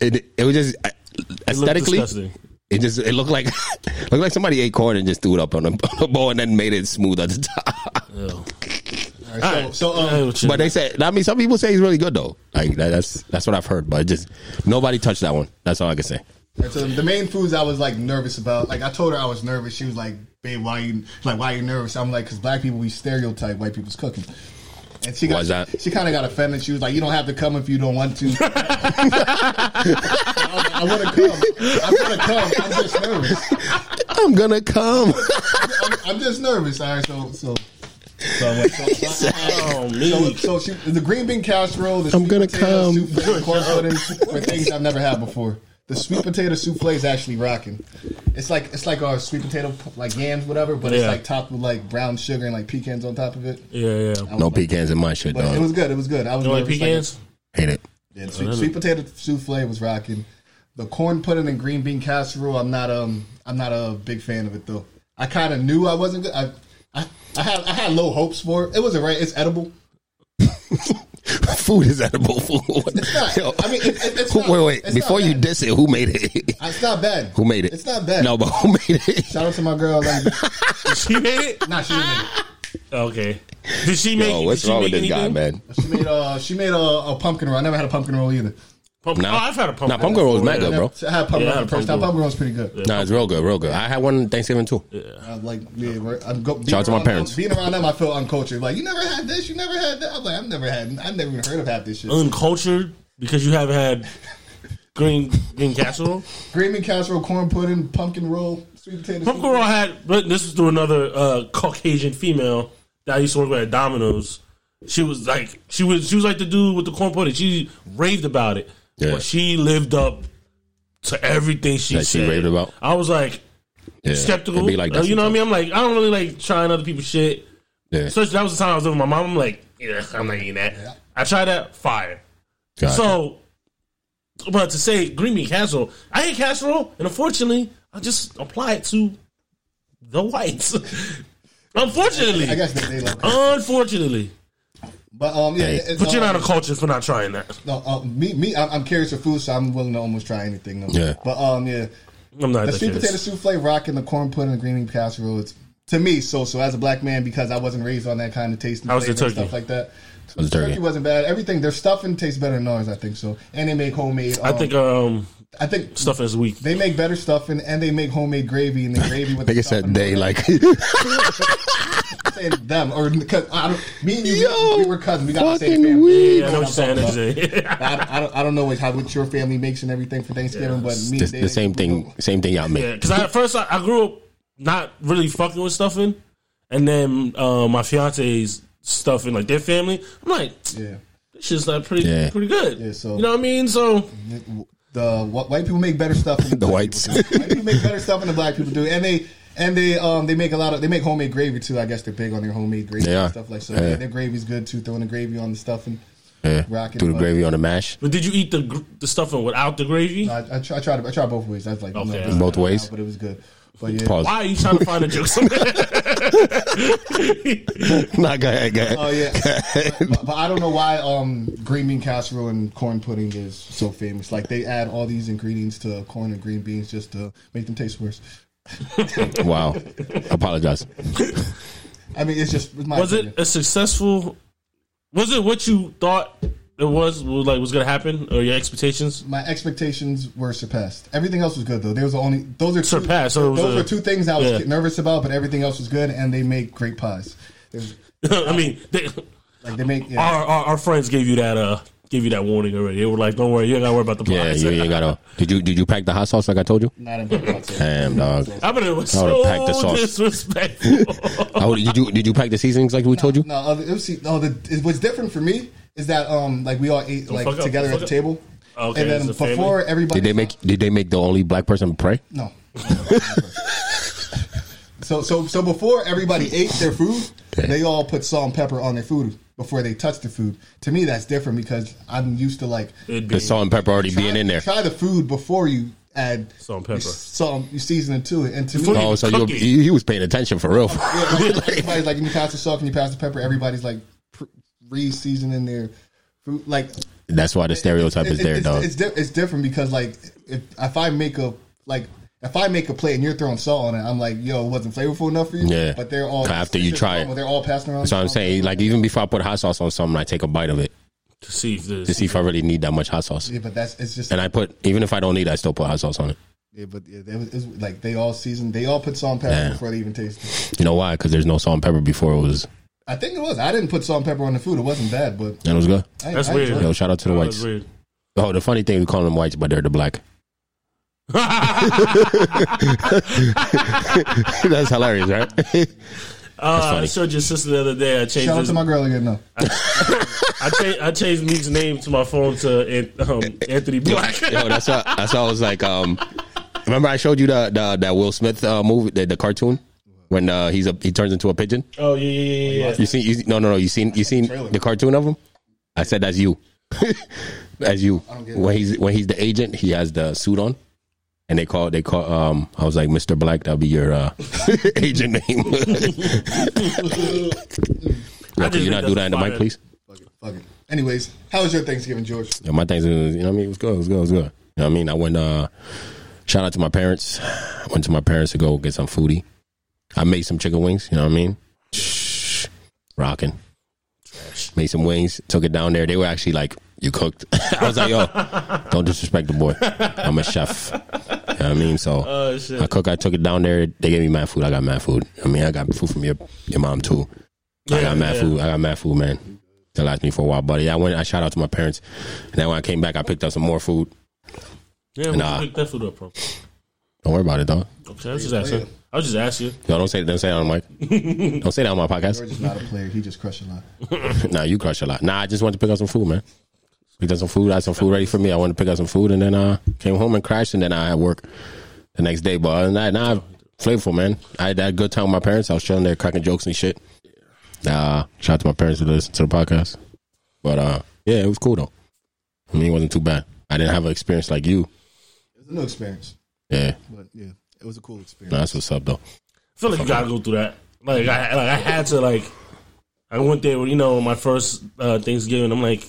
S2: It, it was just I-
S3: It looked
S2: aesthetically.
S3: disgusting.
S2: It just it looked like <laughs> looked like somebody ate corn and just threw it up on a, <laughs> on a bowl and then made it smooth <laughs> at the top.
S1: All right, so, so
S3: Yeah,
S1: um,
S3: what you-
S2: But they said, I mean, some people say he's really good though. Like that, that's that's what I've heard. But it just nobody touched that one. That's all I can say.
S1: all right, so the main foods I was like nervous about. Like I told her I was nervous. She was like, "Babe, why you like why you nervous?" I'm like, "Cause black people we stereotype white people's cooking." And she got
S2: Why's that?
S1: she kind of got offended. She was like, "You don't have to come if you don't want to." <laughs> I, want to come. I want to come. I'm just nervous.
S2: I'm gonna come. <laughs>
S1: I'm, I'm just nervous. All right, so so. So, I went-
S2: <laughs>
S1: so, so, So,
S3: Oh, me.
S1: so she, the green bean casserole. The
S2: I'm
S1: sweet
S2: gonna
S1: potato
S2: come.
S1: Souffle, corn pudding were things I've never had before. The sweet potato souffle is actually rocking. It's like it's like our sweet potato like yams, whatever, but it's
S3: Yeah.
S1: like topped with like brown sugar and like pecans on top of it.
S3: Yeah, yeah.
S2: No pecans in my shit,
S1: But it
S2: dog.
S1: was good. It was good. I was
S3: You like
S1: nervous,
S3: pecans?
S2: Hate it. <laughs>
S1: yeah, the sweet, sweet potato souffle was rocking. The corn pudding and green bean casserole. I'm not um I'm not a big fan of it though. I kind of knew I wasn't good. I, I I had I had low hopes for it. It was alright. It's edible.
S2: food is edible <laughs> food.
S1: not.
S2: Yo,
S1: I mean, it- it- it's
S2: who-
S1: not.
S2: wait, wait.
S1: It's
S2: Before
S1: not
S2: you
S1: bad.
S2: diss it, who made it? <laughs>
S1: It's not bad.
S2: who made it?
S1: It's not bad.
S2: No, but who made it?
S1: Shout out to my girl. Like,
S3: She made it.
S1: nah, she didn't make it.
S3: Okay. Did she <laughs> make?
S2: Yo, what's
S3: did she
S2: wrong
S3: make
S2: with this guy,
S3: anything?
S2: man?
S1: She made uh she made a, a pumpkin roll. I never had a pumpkin roll either.
S3: Pump-
S2: Nah.
S3: oh, I've had a pumpkin.
S2: Nah, pumpkin roll is
S3: before,
S2: mad
S3: yeah.
S2: good, bro.
S1: So I had pumpkin
S3: Yeah, I
S1: roll
S3: had
S1: the first time.
S3: pumpkin
S1: Pumpkin roll was pretty good.
S2: Nah, it's real good, real good. I had one Thanksgiving too.
S1: I was like, yeah, we're, I'm go, being
S2: Shout out to my
S1: around Them,
S2: parents.
S1: being around them, I feel uncultured. Like, you never had this, you never had that. I'm like, I've never had, I've never even heard of half this shit.
S3: Uncultured because you haven't had green green casserole.
S1: Green bean casserole, corn pudding, pumpkin roll, sweet potato.
S3: Pumpkin roll had, but this was through another uh, Caucasian female that I used to work with at Domino's. She was like, she was, she was like the dude with the corn pudding. She raved about it,
S2: Yeah.
S3: but she lived up to everything she
S2: That she
S3: said.
S2: raved about?
S3: I was like
S2: Yeah.
S3: skeptical.
S2: It'd be like
S3: Uh,
S2: that
S3: you know what I mean? I'm like, I don't really like trying other people's shit.
S2: Yeah.
S3: Especially that was the time I was living with my mom. I'm like, yeah, I'm not eating that. I tried that fire.
S2: Gotcha.
S3: So, but to say green bean casserole, I ate casserole, and unfortunately, I just apply it to the whites. <laughs> Unfortunately,
S1: I guess they, they love.
S3: unfortunately,
S1: But um, yeah,
S2: Hey.
S1: it's,
S3: but you're
S1: um,
S3: not a culture for not trying that.
S1: No, uh, me, me, I'm, I'm curious of food, so I'm willing to almost try anything. Though.
S2: Yeah.
S1: But um, yeah,
S3: I'm
S1: the
S3: not that
S1: sweet potato
S3: curious.
S1: souffle, rock, and the corn pudding, and green bean casserole. It's to me so so as a black man because I wasn't raised on that kind of taste. And
S3: How's the
S1: flavor and
S3: turkey?
S1: Stuff like that.
S2: How's the
S1: turkey?
S2: turkey?
S1: wasn't bad. Everything their stuffing tastes better than ours, I think so. And they make homemade.
S3: I
S1: um,
S3: think um
S1: I think
S3: stuff is weak.
S1: they make better stuffing and they make homemade gravy and the gravy
S3: <laughs>
S1: with. the
S2: Nigga said
S1: stuffing.
S2: they like <laughs>
S1: I'm saying them or because I don't. Me and you,
S2: Yo,
S1: we were cousins. We got the same
S2: fucking
S1: family.
S2: weak.
S3: Yeah, I know what you're saying. Jay.
S1: I, I, don't, I don't know what, how what your family makes and everything for Thanksgiving, but me
S2: the,
S1: they-
S2: the same thing. Same thing y'all make.
S3: <laughs> Yeah, because at first I, I grew up not really fucking with stuffing, and then uh, my fiance's stuffing like their family. I'm like,
S1: Yeah.
S3: this shit's not pretty
S2: Yeah.
S3: pretty good.
S1: Yeah, so-
S3: you know what I mean? So
S1: the wh- white people make better stuff. Than the, black
S2: whites.
S1: people <laughs> do. white people make better stuff than the black people do, and they and they um they make a lot of they make homemade gravy too. I guess they're big on their homemade gravy
S2: They are.
S1: and stuff like so.
S2: Yeah.
S1: Their gravy's good too. Throwing the gravy on the stuff and
S2: Yeah.
S1: Rocket
S2: Through the
S1: bun.
S2: gravy on the mash.
S3: but did you eat the gr- the stuffing without the gravy?
S1: I, I, try, I tried I tried both ways. I was like no,
S3: Okay.
S1: this is
S2: Both
S1: not
S2: ways?
S1: out, but it was good. But yeah,
S2: Pause. <laughs>
S3: Why are you trying to find a joke? <laughs>
S2: Not good. good.
S1: oh
S2: <laughs>
S1: yeah. but, but I don't know why um green bean casserole and corn pudding is so famous. Like they add all these ingredients to corn and green beans just to make them taste worse.
S2: Wow. Apologize.
S1: I mean, it's just it's my
S3: was
S1: opinion.
S3: it a successful? Was it what you thought it was? was Like was gonna happen or your expectations?
S1: my expectations were surpassed. Everything else was good though. There was the only those are two,
S3: Surpassed, so it was
S1: those
S3: a- <laughs>
S1: were two things I was
S3: yeah.
S1: nervous about, but everything else was good, and they make great pies. There's-
S3: I mean, they,
S1: Like they make yeah,
S3: our, our our friends gave you that uh gave you that warning already. They were like, don't worry, you ain't gotta worry about the
S2: Yeah,
S3: pies.
S2: you ain't gotta. Did you did you pack the hot sauce like I told you?
S1: not in black pies.
S2: Damn dog.
S3: <laughs> I bet it was
S2: I would've
S3: so
S2: packed the sauce.
S3: disrespectful. <laughs>
S2: Oh, did you did you pack the seasonings like we told you?
S1: No, other, it was, see, no. The, it, what's different for me is that um, like we all ate
S3: fuck
S1: like
S3: up,
S1: together
S3: don't
S1: at the
S3: fuck
S1: table,
S3: Okay,
S1: and then
S3: as a family?
S1: before everybody
S2: Did they make did they make the only black person pray?
S1: no. <laughs> so so so before everybody ate their food, they all put salt and pepper on their food before they touched the food. To me, that's different because I'm used to like
S3: It'd be
S2: The salt and pepper already being
S1: try-
S2: in there.
S1: Try the food before you add
S3: Salt and pepper.
S1: You, salt, you season it to it. And to
S3: Before
S1: me,
S3: you-
S2: Oh, so you,
S3: Cookie.
S2: you he was paying attention for real.
S3: <laughs>
S1: everybody's like, can you pass the salt? Can you pass the pepper? Everybody's like pr- re-seasoning their food. Like
S2: That's why the stereotype is
S1: it-
S2: there,
S1: it's,
S2: dog.
S1: It's, di- it's different because like if, if I make a like. If I make a plate and you're throwing salt on it, I'm like, "Yo, it wasn't flavorful enough for you."
S2: Yeah.
S1: but they're all
S2: After you
S1: it's
S2: try it.
S1: normal. they're all passing around.
S2: That's what I'm saying. Like even before I put hot sauce on something, I take a bite of it
S3: to see if
S2: to
S3: this.
S2: see if I really need that much hot sauce.
S1: Yeah, but that's it's just
S2: And I put even if I don't need, it, I still put hot sauce on it.
S1: yeah, but yeah, it was, it was like they all seasoned. They all put salt and pepper
S2: Yeah.
S1: before they even taste it.
S2: You know why? Because there's no salt and pepper before it was,
S1: I think it was. I didn't put salt and pepper on the food. It wasn't bad, but
S2: and it was good.
S1: I,
S3: That's
S1: I
S3: weird.
S1: enjoyed it.
S2: Yo, shout out to the
S3: That
S2: whites.
S3: was weird.
S2: Oh, the funny thing we call them whites, but they're the black. <laughs>
S3: <laughs> Uh,
S2: That's hilarious, right?
S3: Uh, I
S2: funny.
S3: showed your sister the other day. I changed.
S1: Shout out
S3: his-
S1: to my girl again, though.
S3: I, cha- I changed Meek's name to my phone to An- um, Anthony
S2: <laughs>
S3: Black.
S2: Yo, that's why, that's why I was like, um, remember I showed you the, the that Will Smith uh, movie, the, the cartoon when uh, he's a he turns into a pigeon.
S3: oh yeah, yeah, yeah, yeah.
S2: You seen? You, no, no, no. You seen? You seen the cartoon of him? I said that's you. <laughs> that's you. When he's when he's the agent, he has the suit on, and they call they call. Um, I was like, Mister Black, that'll be your uh, <laughs> agent name. <laughs> Yo, can you not do that in the mic, please?
S1: Fuck it. Fuck it. Anyways, how was your Thanksgiving, George?
S2: Yeah, my things, was, you know what I mean? It was good. It was good. It was good. You know what I mean? I went, uh, shout out to my parents. Went to my parents to go get some foodie. I made some chicken wings. You know what I mean? Shh. Rocking. Made some wings. Took it down there. They were actually like, you cooked. <laughs> I was like, yo, don't disrespect the boy. I'm a chef. You know what I mean? So
S3: Oh shit.
S2: I cook. I took it down there. They gave me mad food. I got mad food. I mean, I got food from your, your mom too. I
S3: Yeah,
S2: got mad
S3: yeah.
S2: food. I got mad food, man. That lasted me for a while, buddy. I went. I shout out to my parents, and then when I came back, I picked up some more food.
S3: Yeah,
S2: Nah.
S3: nah. pick that food up from.
S2: Don't worry about it, though.
S3: Okay, I was just asking. I was just asking.
S2: Yo, don't say don't say that on mic.
S3: <laughs>
S2: don't say that on my podcast.
S1: George is not a player. He just crushed a lot.
S2: nah, you crush a lot. Nah, I just wanted to pick up some food, man. Picked up some food. I had some food ready for me. I wanted to pick up some food, and then uh came home and crashed, and then I had work the next day. But other than that, nah, flavorful, man. I had that good time with my parents. I was chilling there, cracking jokes and shit. Uh, shout out to my parents who listen to the podcast. But uh, yeah, it was cool though. I mean, it wasn't too bad. I didn't have an experience like you.
S1: It was a new experience,
S2: Yeah,
S1: but yeah, it was a cool experience.
S2: nah, that's what's up though.
S3: feel like you gotta go through that. Like I, like I had to like, I went there with you know my first uh, Thanksgiving. I'm like,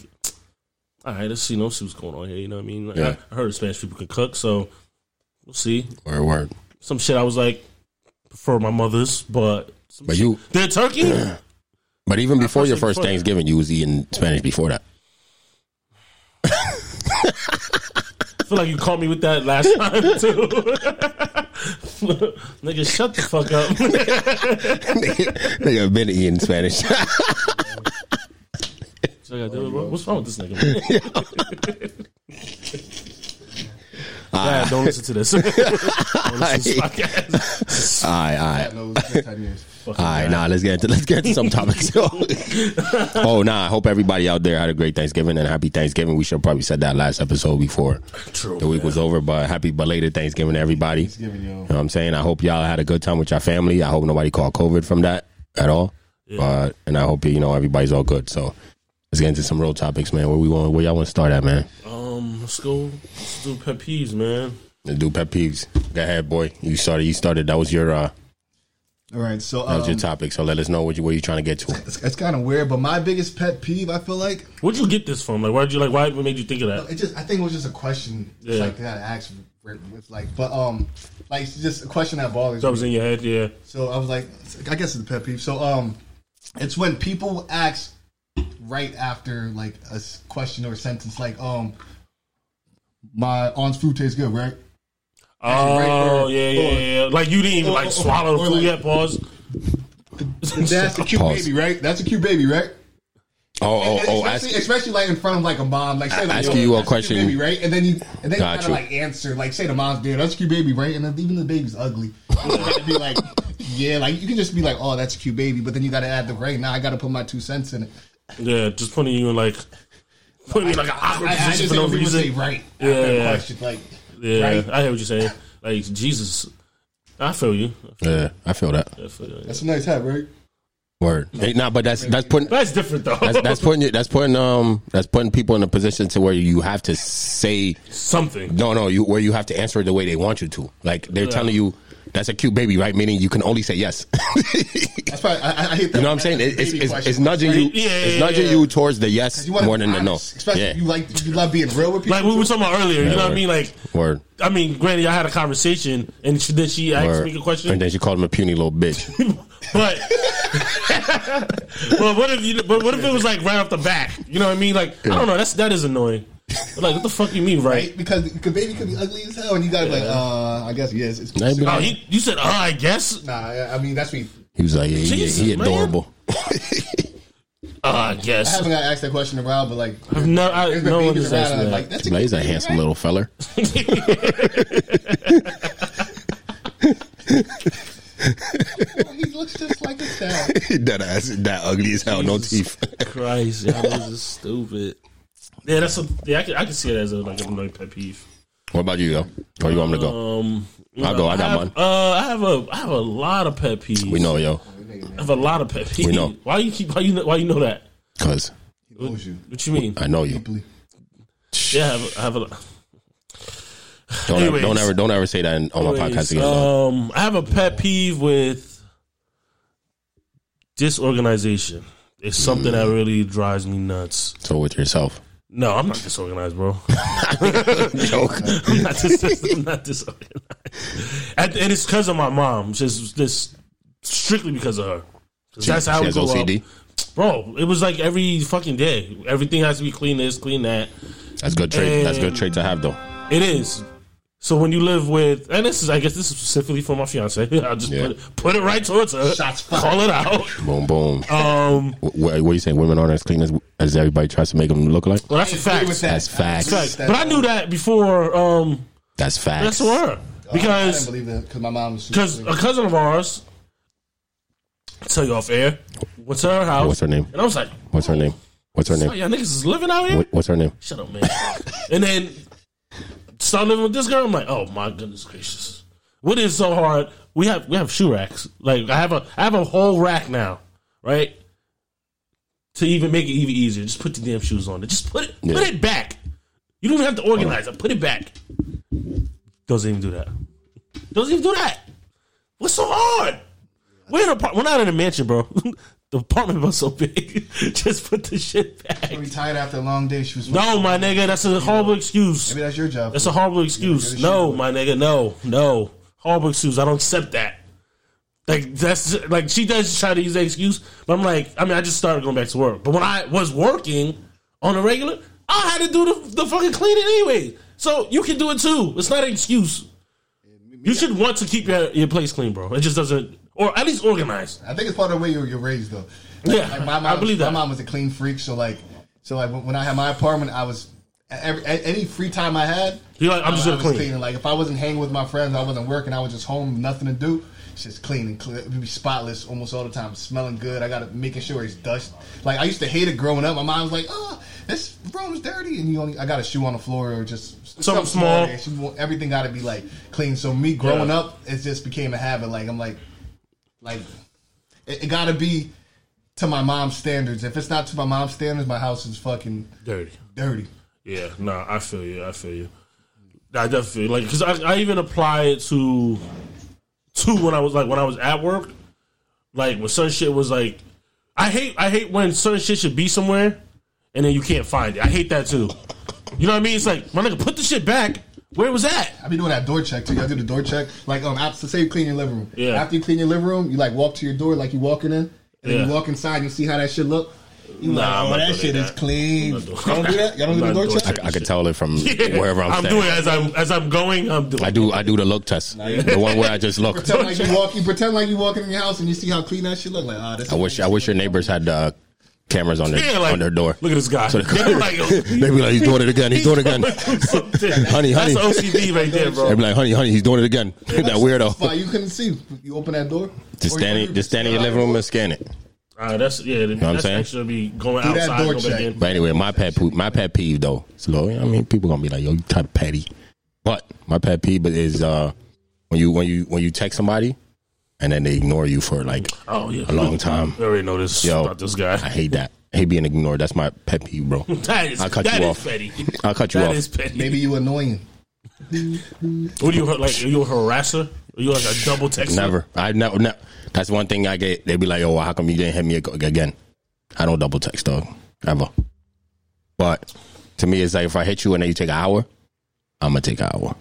S3: all right, let's see, you know, see what's going on here. You know what I mean? Like,
S2: Yeah.
S3: I, I heard Spanish people can cook, so we'll see.
S2: Word, word.
S3: Some shit I was like, prefer my mother's, but some
S2: But
S3: shit-
S2: you-
S3: their turkey.
S2: <clears throat> But even before your first
S3: first thing-
S2: Thanksgiving, you was eating Spanish before that.
S3: I feel like you caught me with that
S1: <laughs>
S3: last time too. <laughs> Nigga, shut the
S1: <laughs>
S3: fuck up.
S2: Nigga, have been eating Spanish.
S3: So I gotta do it, bro. What's wrong with this nigga? <laughs> Dad, don't listen to this. <laughs> Don't listen to this podcast.
S2: aye, aye.
S1: No, it's been 10 years.
S2: All right, nah, let's get into let's get into some topics. <laughs> oh, nah, I hope everybody out there had a great Thanksgiving and happy Thanksgiving. We should have probably said that last episode before
S3: True,
S2: the week
S3: man.
S2: was over, but happy belated Thanksgiving to everybody.
S1: Thanksgiving, yo.
S2: You know what I'm saying? I hope y'all had a good time with your family. I hope nobody caught COVID from that at all. But and I hope you know everybody's all good. So let's get into some real topics, man. Where we want where y'all want to start at, man?
S3: Um, let's go. Let's do pet peeves, man.
S2: Let's do pet peeves. Go ahead, boy. You started. You started. That was your uh,
S1: All right, so
S2: that
S1: um,
S2: was your topic. So let us know what you where you trying to get to.
S1: it's, it's kind of weird, but my biggest pet peeve, I feel like,
S3: Where'd you get this from? Like, why'd you like? Why? What made you think of that?
S1: it just I think it was just a question
S3: Yeah.
S1: like that I asked. It's like, but um, like it's just a question that bothers
S3: That
S1: me.
S3: was in your head, yeah.
S1: So I was like, I guess it's a pet peeve. So um, it's when people ask right after like a s- question or sentence, like um, my aunt's food tastes good,
S2: <laughs>
S1: right?
S3: Oh,
S1: right there.
S3: yeah, yeah, yeah. Like you didn't even
S1: Or-
S3: like
S1: or-
S3: swallow the
S1: or
S3: food
S1: like-
S3: yet. Pause.
S1: That's a cute
S2: Pause.
S1: baby, right? That's a cute baby, right?
S2: Oh, oh,
S1: And
S2: oh!
S1: especially, <laughs>
S2: Ask,
S1: especially like in front of like a mom, like say like,
S2: ask
S1: yo,
S2: you a
S1: that's
S2: question.
S1: cute baby, right? And then you and then you
S2: Got
S1: gotta
S2: you.
S1: like answer, like say the mom's there, that's a cute baby, right? And then even the baby's ugly. You gotta be like, <laughs> yeah, like you can just be like, oh, that's a cute baby, but then you gotta add the right. Now I gotta put my two cents in it.
S3: Yeah, just putting you in like putting you in like an awkward
S1: I, I
S3: position
S1: just
S3: for no
S1: think people
S3: reason.
S1: say right
S3: Yeah,
S1: after a
S3: yeah.
S1: question, like
S3: Yeah,
S1: right.
S3: I hear what you're saying. Like Jesus, I feel you.
S2: yeah, I feel that
S3: I feel you.
S1: that's a nice hat, right?
S2: word. Hey, nah, but that's that's putting
S3: That's different though. <laughs>
S2: that's, that's putting you- that's putting um that's putting people in a position to where you have to say
S3: Something.
S2: no, no, you where you have to answer it the way they want you to. Like they're telling you that's a cute baby, right? Meaning you can only say yes. <laughs>
S1: That's probably I, I- I hate that.
S2: You know what I'm saying? It- It's, it's, it's nudging you.
S3: Yeah, yeah,
S2: It's nudging
S3: yeah.
S2: you towards the yes
S1: You wanna
S2: more
S1: be
S2: than the no.
S1: honest, Especially
S2: yeah.
S1: if you like you love being real with people.
S3: Like we were talking about earlier. you know what I
S2: word.
S3: mean? Like,
S2: Word.
S3: I mean, granted, I had a conversation, and she, then she asked
S2: Word.
S3: me a
S2: And
S3: question. Oh,
S2: then she called him a puny little bitch.
S3: <laughs> But, but what if you? But what if it was like right off the back? You know what I mean? Like, I don't know. That's that is annoying. Like, what the fuck you mean, right?
S1: right? Because the baby could be ugly as hell, and you gotta be like, uh, I guess yes. It's
S2: That'd be
S3: Oh, you, you said, oh, I guess.
S1: Nah, I- I mean that's me.
S2: He was like, yeah, he,
S3: Jesus,
S2: he
S3: man.
S2: adorable.
S3: Oh, I
S1: I
S3: guess.
S1: haven't got asked that question in a while, but like,
S3: I've never, I,
S1: there's been
S3: <laughs> no one
S1: babies
S3: has
S1: around,
S3: asked
S1: and
S3: me
S1: I'm
S3: that.
S1: like, that's a
S2: Like,
S1: cute
S2: he's a
S1: baby,
S2: handsome
S1: right?
S2: little feller.
S1: He looks just like a
S3: <laughs>
S1: child.
S2: that ass, that ugly as hell, Oh, no teeth. <laughs>
S3: Christ, y'all niggas is stupid. Yeah, that's a. Yeah, I can, I can see it as a like an annoying pet peeve.
S2: what about you, yo? Or you want me to go?
S3: Um,
S2: I'll go, I got
S3: have,
S2: mine.
S3: Uh, I have a I have a lot of pet peeves.
S2: We know, yo,
S3: I have a lot of pet peeves.
S2: We know.
S3: Why you keep why you know, why you know that?
S2: because
S1: He knows you.
S3: What you mean?
S2: I know you.
S1: Deeply.
S3: Yeah, I have, a- I have a.
S2: Don't ever,
S3: Anyways.
S2: don't ever, don't ever say that in, on my podcast again. yo.
S3: Um, I have a pet peeve with disorganization. It's something
S2: Mm.
S3: that really drives me nuts.
S2: so with yourself,
S3: No, I'm not disorganized, bro.
S2: joke.
S3: I'm <laughs> not, dis- I'm not disorganized. And, and it's because of my mom. Just this strictly because of her. 'Cause that's how
S2: she
S3: we
S2: has
S3: go
S2: OCD.
S3: up. bro. It was like every fucking day. Everything has to be clean. This, clean that.
S2: That's good trait. That's good trait to have, though.
S3: It is. So when you live with, and this is, I guess, this is specifically for my fiance. <laughs> I'll just
S2: Yeah.
S3: put, it, put it right towards her.
S1: Shots fired.
S3: Call it out.
S2: Boom, boom.
S3: Um,
S2: Wh- wh- what, do you say? Women aren't as clean as, as everybody tries to make them look like.
S3: well, that's a
S1: Agree
S3: fact.
S1: with that.
S2: That's facts.
S1: I agree
S3: Fact.
S1: with that.
S3: But I knew that before. Um,
S2: That's facts.
S3: that's for her
S1: I
S3: because
S1: didn't believe that because my mom was. super
S3: because
S1: clean.
S3: a cousin of ours, I'll tell you off air, went to her house.
S2: Oh, What's her name?
S3: And I was like,
S2: What's her name? What's her
S3: "Oh,
S2: name?
S3: y'all niggas is living out here."
S2: What, what's her name?
S3: Shut up, man. and then start living with this girl. I'm like, oh my goodness gracious, what is so hard? We have we have shoe racks. Like I have a I have a whole rack now, right? To even make it even easier, just put the damn shoes on. Just put it put
S2: Yeah.
S3: it back. You don't even have to organize it. Put it back. Doesn't even do that. Doesn't even do that. What's so hard? We're in a par- we're not in a mansion, bro. <laughs> the apartment was so big. <laughs> Just put the shit back.
S1: Probably tired after a long day. She was.
S3: No, my nigga, that's a horrible excuse.
S1: Maybe that's your job.
S3: That's a horrible excuse.
S1: shit
S3: No,
S1: with it.
S3: my nigga, no, no, horrible excuse. I don't accept that. Like that's like she does try to use that excuse, but I'm like, I mean, I just started going back to work. But when I was working on a regular, I had to do the, the fucking cleaning anyway. So you can do it too. It's not an excuse. You should want to keep your, your place clean, bro. It just doesn't, or at least organized.
S1: I think it's part of the way you're, you're raised, though.
S3: Yeah,
S1: Like, my mom,
S3: I believe that.
S1: My mom was a clean freak, so like, so like when I had my apartment, I was every, a- any free time I had,
S3: You're like, I'm
S1: I-
S3: just
S1: I
S3: gonna
S1: was
S3: clean.
S1: cleaning. Like if I wasn't hanging with my friends, I wasn't working, I was just home, nothing to do. It's just clean and clear. It'd be spotless almost all the time, smelling good. I gotta making sure it's dust. Like I used to hate it growing up. My mom was like, "Oh, this room's dirty," and you only I got a shoe on the floor or just something,
S3: small.
S1: and she want- everything got to be like clean. So me growing
S3: Yeah.
S1: up, it just became a habit. Like I'm like, like it, it got to be to my mom's standards. If it's not to my mom's standards, my house is fucking
S3: Dirty.
S1: dirty.
S3: Yeah, nah, I feel you. I feel you. I definitely like because I, I even apply it to to when I was like when I was at work, like when certain shit was like I hate I hate when certain shit should be somewhere and then you can't find it. I hate that too. You know what I mean? It's like my nigga, put the shit back where it was at.
S1: I be doing that door check too. Y'all do the door check. Like um, after, say you clean your living room.
S3: Yeah.
S1: After you clean your living room, you like walk to your door, like you walking in, and then
S3: Yeah.
S1: you walk inside. You see how that shit look. You
S3: Nah,
S1: like,
S3: I'm not
S1: oh, that
S3: doing
S1: shit is
S3: that.
S1: clean.
S3: I'm
S1: Y'all
S3: not doing
S1: don't do that. Y'all don't do
S3: I'm
S1: the
S3: not
S1: door
S3: doing
S1: check.
S2: I, I could tell it
S3: <laughs>
S2: from <laughs> wherever I'm,
S3: I'm
S2: standing.
S3: doing it as I'm as I'm going. I'm doing.
S2: I do. I do the look test. the one where I just look.
S1: Pretend like you walk. You pretend like you walking in your house and you see how clean that shit look. Like ah, this.
S2: I wish. I wish your neighbors had uh, cameras on their
S3: Yeah, like
S2: on their door.
S3: Look at this guy.
S2: So
S3: they
S2: <laughs>
S3: be like, yo,
S2: They be like, he's doing it again. He's doing it again.
S3: <laughs> something.
S2: <laughs> Honey, honey.
S3: That's OCD right there, bro.
S2: They be like, honey, honey, he's doing it again. <laughs> that
S1: Why
S2: weirdo.
S1: you couldn't see? You open that door. Or
S2: Just
S1: you-
S2: standing, just standing in your living room and scan it.
S3: Uh, that's yeah. You
S2: what I'm
S3: that's
S2: saying?
S3: actually be going
S1: Do that
S3: outside.
S1: door
S3: Go back
S1: check.
S3: in.
S2: But anyway, my pet poop, my pet peeve though. So I mean, people gonna be like, "Yo, you type petty," but my pet peeve is uh, when you when you when you text somebody and then they ignore you for like
S3: Oh yeah,
S2: a long time.
S3: I already know this
S2: Yo,
S3: about this
S2: I
S3: guy. <laughs>
S2: hate that. I hate being ignored. That's my pet peeve, bro.
S3: That is
S2: I'll cut
S3: that
S2: you
S3: is
S2: off.
S3: petty.
S2: I'll cut you
S3: <laughs> That
S2: off.
S3: is petty.
S1: Maybe you annoying.
S3: What do you like? Are you a harasser? Are you like a double texter?
S2: Never. I never. Ne- that's one thing I get. They be like, "Yo, how come you didn't hit me ag- again?" I don't double text dog ever. But to me, it's like if I hit you and then you take an hour, I'm gonna take an hour.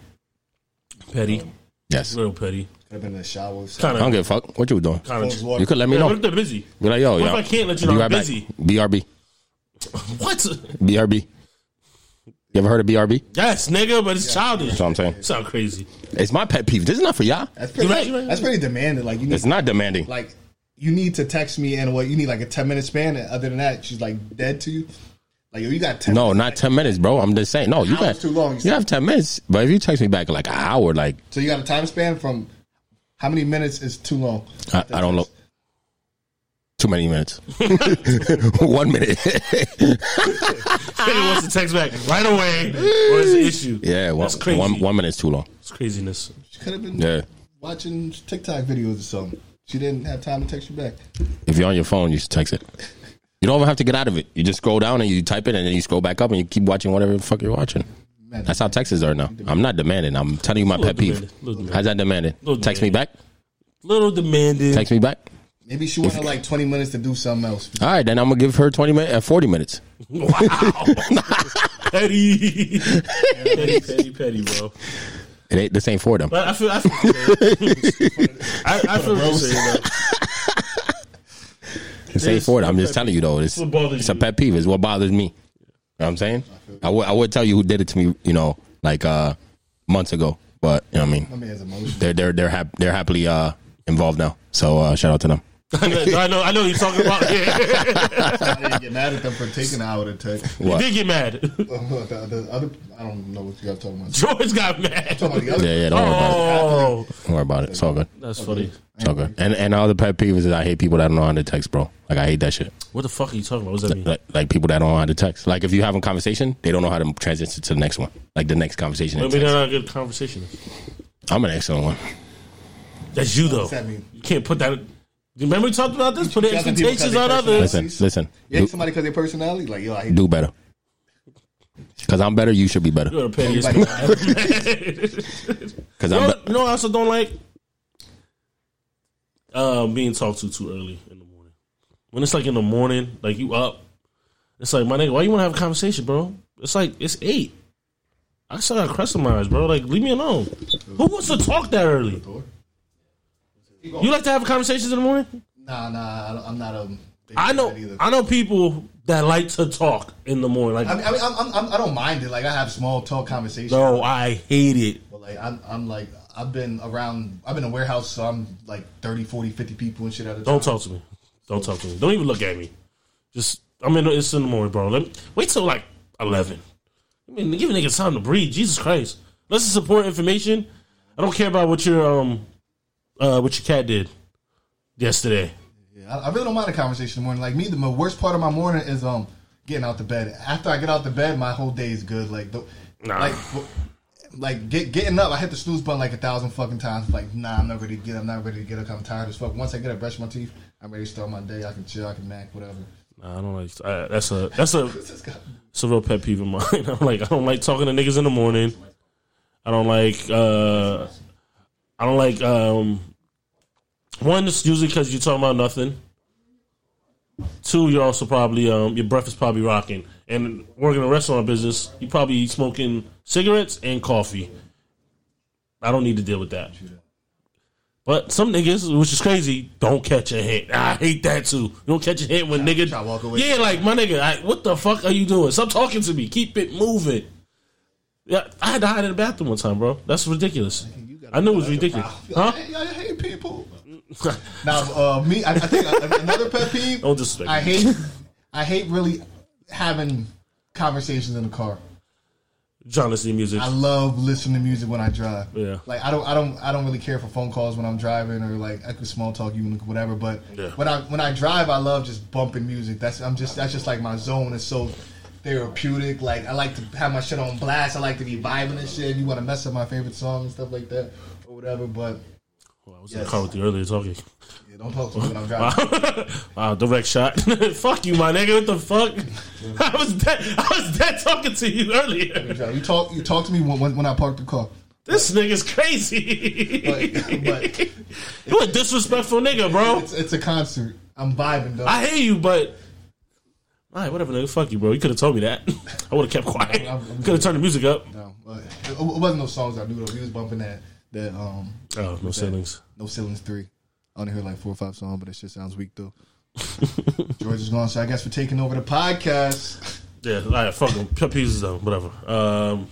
S3: Petty,
S2: Yes.
S3: real petty.
S1: Could have been in the shower.
S2: I
S3: Kind
S2: don't
S3: of,
S2: give a fuck. What you doing?
S3: kind of.
S2: You could let me
S3: Yeah,
S2: know.
S3: what if they're busy?
S2: Be like, yo,
S3: What
S2: yo.
S3: if I can't let you know
S2: Be
S3: I'm
S2: right back.
S3: busy?
S2: BRB.
S3: What?
S2: BRB. You ever heard of BRB?
S3: Yes, nigga, but it's childish.
S2: That's what I'm saying.
S3: Sound crazy?
S2: It's my pet peeve. This is not for y'all.
S1: That's pretty.
S3: You're right, you're right.
S1: That's pretty demanding. Like you need
S2: It's not demanding.
S1: like you need to text me and what you need like a 10 minute span and other than that she's like dead to you like yo, you got 10
S2: No, not 10 minutes, bro. I'm just saying. No, you
S1: Hour's
S2: got
S1: too long, you
S2: You have 10 minutes. But if you text me back like an hour, like,
S1: so you got a time span from how many minutes is too long
S2: I, I don't know. Too many minutes. <laughs> One minute. <laughs>
S3: Petty wants to text back right away. Or it's an issue.
S2: yeah, one,
S3: that's crazy.
S2: one, one minute's too long.
S3: It's craziness.
S1: she could have been
S2: Yeah.
S1: watching tiktok videos or something she didn't have time to text you back
S2: If you're on your phone, you should text it. You don't even have to get out of it. You just scroll down and you type it and then you scroll back up and you keep watching whatever the fuck you're watching.
S1: Man,
S2: That's how Texas are now. I'm not demanding. I'm telling you my pet peeve.
S3: demanding. Little demanding.
S2: How's that demanding?
S3: Little
S2: Text me back.
S3: Little demanding.
S2: Text me back.
S1: maybe she wanted like 20 minutes to do something else
S2: All right, then I'm gonna give her 20 minutes and 40 minutes.
S3: Wow.
S2: <laughs>
S3: petty. petty, petty, petty, bro.
S2: It ain't this ain't for them.
S3: But I feel, I feel, I, I feel what you're saying. though.
S2: This ain't for them. I'm just telling you though. It's,
S3: What bothers
S2: it's a
S3: you?
S2: pet peeve. It's what bothers me. You know what I'm saying? I would I would tell you who did it to me. You know, like uh months ago. But you know what I
S1: i
S2: mean?
S1: mean as emotion
S2: They're they're they're hap- they're happily uh involved now. So uh shout out to them.
S3: <laughs> I know, I know, I know what you're talking about. Yeah.
S1: i didn't get mad at them for taking an hour to text <laughs>
S2: <laughs> What?
S3: Did get mad.
S1: the, the other i don't know what you guys talking about
S3: George got mad.
S1: talking about the other
S2: Yeah, yeah. Don't worry about it.
S3: Oh,
S2: Don't worry about it. It's all good.
S3: that's funny.
S2: It's all good. And and the other pet peeve is I hate people that don't know how to text, bro. Like I hate that shit.
S3: What the fuck are you talking about? What does that mean?
S2: like, like people that don't know how to text. Like if you have a conversation, they don't know how to transition to the next one. Like the next conversation. in
S3: Maybe they're
S2: text.
S3: not a good conversation.
S2: I'm an excellent one.
S3: That's you though.
S1: does that mean?
S3: You can't put that. Remember we talked about this? Put
S1: Yeah, the people
S3: expectations
S1: cut
S3: on
S1: their
S3: others.
S2: Listen, listen.
S1: yeah
S2: Do,
S1: somebody because their personality like yo i hate
S2: do better. Cause I'm better. You should be better.
S3: You're the pettiest
S1: Everybody-
S3: guy.
S2: Cause
S3: <laughs> You
S2: I'm.
S3: know,
S2: Be-
S3: you know what I also don't like? uh, being talked to too early in the morning. When it's like in the morning, like you up, it's like my nigga, why you want to have a conversation, bro? It's like it's eight. I still got crust in my eyes, bro. Like leave me alone. Who wants to talk that early? You like to have conversations in the morning?
S1: Nah, nah, I don't- I'm not a. big
S3: I
S1: fan
S3: know,
S1: either.
S3: I know people that like to talk in the morning. Like,
S1: I mean, I mean, I'm, I'm, I'm, I don't mind it. Like I have small talk conversations.
S3: bro, I hate it.
S1: But like I'm, I'm like I've been around. I've been in a warehouse, so I'm like 30, 40, 50 people and shit at a
S3: Don't
S1: time.
S3: talk to me. Don't talk to me. Don't even look at me. Just I mean, it's in the morning, bro. Let me, wait till like eleven. I mean, give a nigga time to breathe. Jesus Christ. Let's support information. I don't care about what your um uh what your cat did yesterday.
S1: Yeah, I, I really don't mind a conversation in the morning. Like me, the mo- worst part of my morning is um getting out the bed. After I get out the bed, my whole day is good. Like the
S3: Nah.
S1: like. w- Like get, getting up, I hit the snooze button like a thousand fucking times. Like, nah, I'm not ready to get up. I'm not ready to get up. I'm tired as fuck. Once I get up, brush my teeth, I'm ready to start my day. I can chill, I can mac, whatever.
S3: Nah, I don't like uh, that's a that's a
S1: This guy-
S3: it's a real pet peeve of mine. <laughs> I'm like I don't like talking to niggas in the morning. I don't like uh I don't like um one it's usually cuz you're talking about nothing. Two, you're also probably um your breath is probably rocking. And working in a restaurant business, you probably smoking cigarettes and coffee. I don't need to deal with that. But some niggas, which is crazy, don't catch a hit. I hate that too. You don't catch a hit when nigga.
S1: try to walk away.
S3: Yeah, like my nigga, I, what the fuck are you doing? Stop talking to me. Keep it moving. Yeah, I had to hide in the bathroom one time, bro. That's ridiculous. I knew it was ridiculous,
S1: I
S3: huh?
S1: hate, I hate
S3: <laughs>
S1: people. Now, uh, me, I, I think another pet peeve.
S3: Don't disrespect
S1: I
S3: me.
S1: hate, I hate really having conversations in the car.
S3: John, listen to music.
S1: I love listening to music when I drive.
S3: Yeah.
S1: like I don't, I don't, I don't really care for phone calls when I'm driving or like I could small talk you and whatever. But
S3: Yeah.
S1: when I when I drive, I love just bumping music. That's I'm just that's just like my zone is so therapeutic. Like I like to have my shit on blast. I like to be vibing and shit. You want to mess up my favorite song and stuff like that or whatever. But
S3: Well, I was in the car with you earlier talking.
S1: yeah, don't talk to me when I'm driving.
S3: Wow, direct shot. <laughs> fuck you, my nigga. What the fuck? <laughs> I was dead. I was dead talking to you earlier.
S1: You talk, you talk to me when, when, when I park the car.
S3: This nigga's crazy. <laughs>
S1: But, but
S3: you a disrespectful nigga, bro.
S1: it's, it's a concert. I'm vibing though. I,
S3: I hear you, but all right, whatever, nigga. Fuck you, bro. You could have told me that. <laughs> I would have kept quiet.
S1: I'm- I'm
S3: Could have turned the music up.
S1: no, but it, it wasn't no songs I knew though. We was bumping that that um
S3: Oh, no ceilings.
S1: No Ceilings three. I only heard like four or five songs, but that shit sounds weak
S3: <laughs>
S1: though. George is gone, so I guess for taking over the podcast.
S3: Yeah, all right, fuck them. Put pieces though, whatever. Um,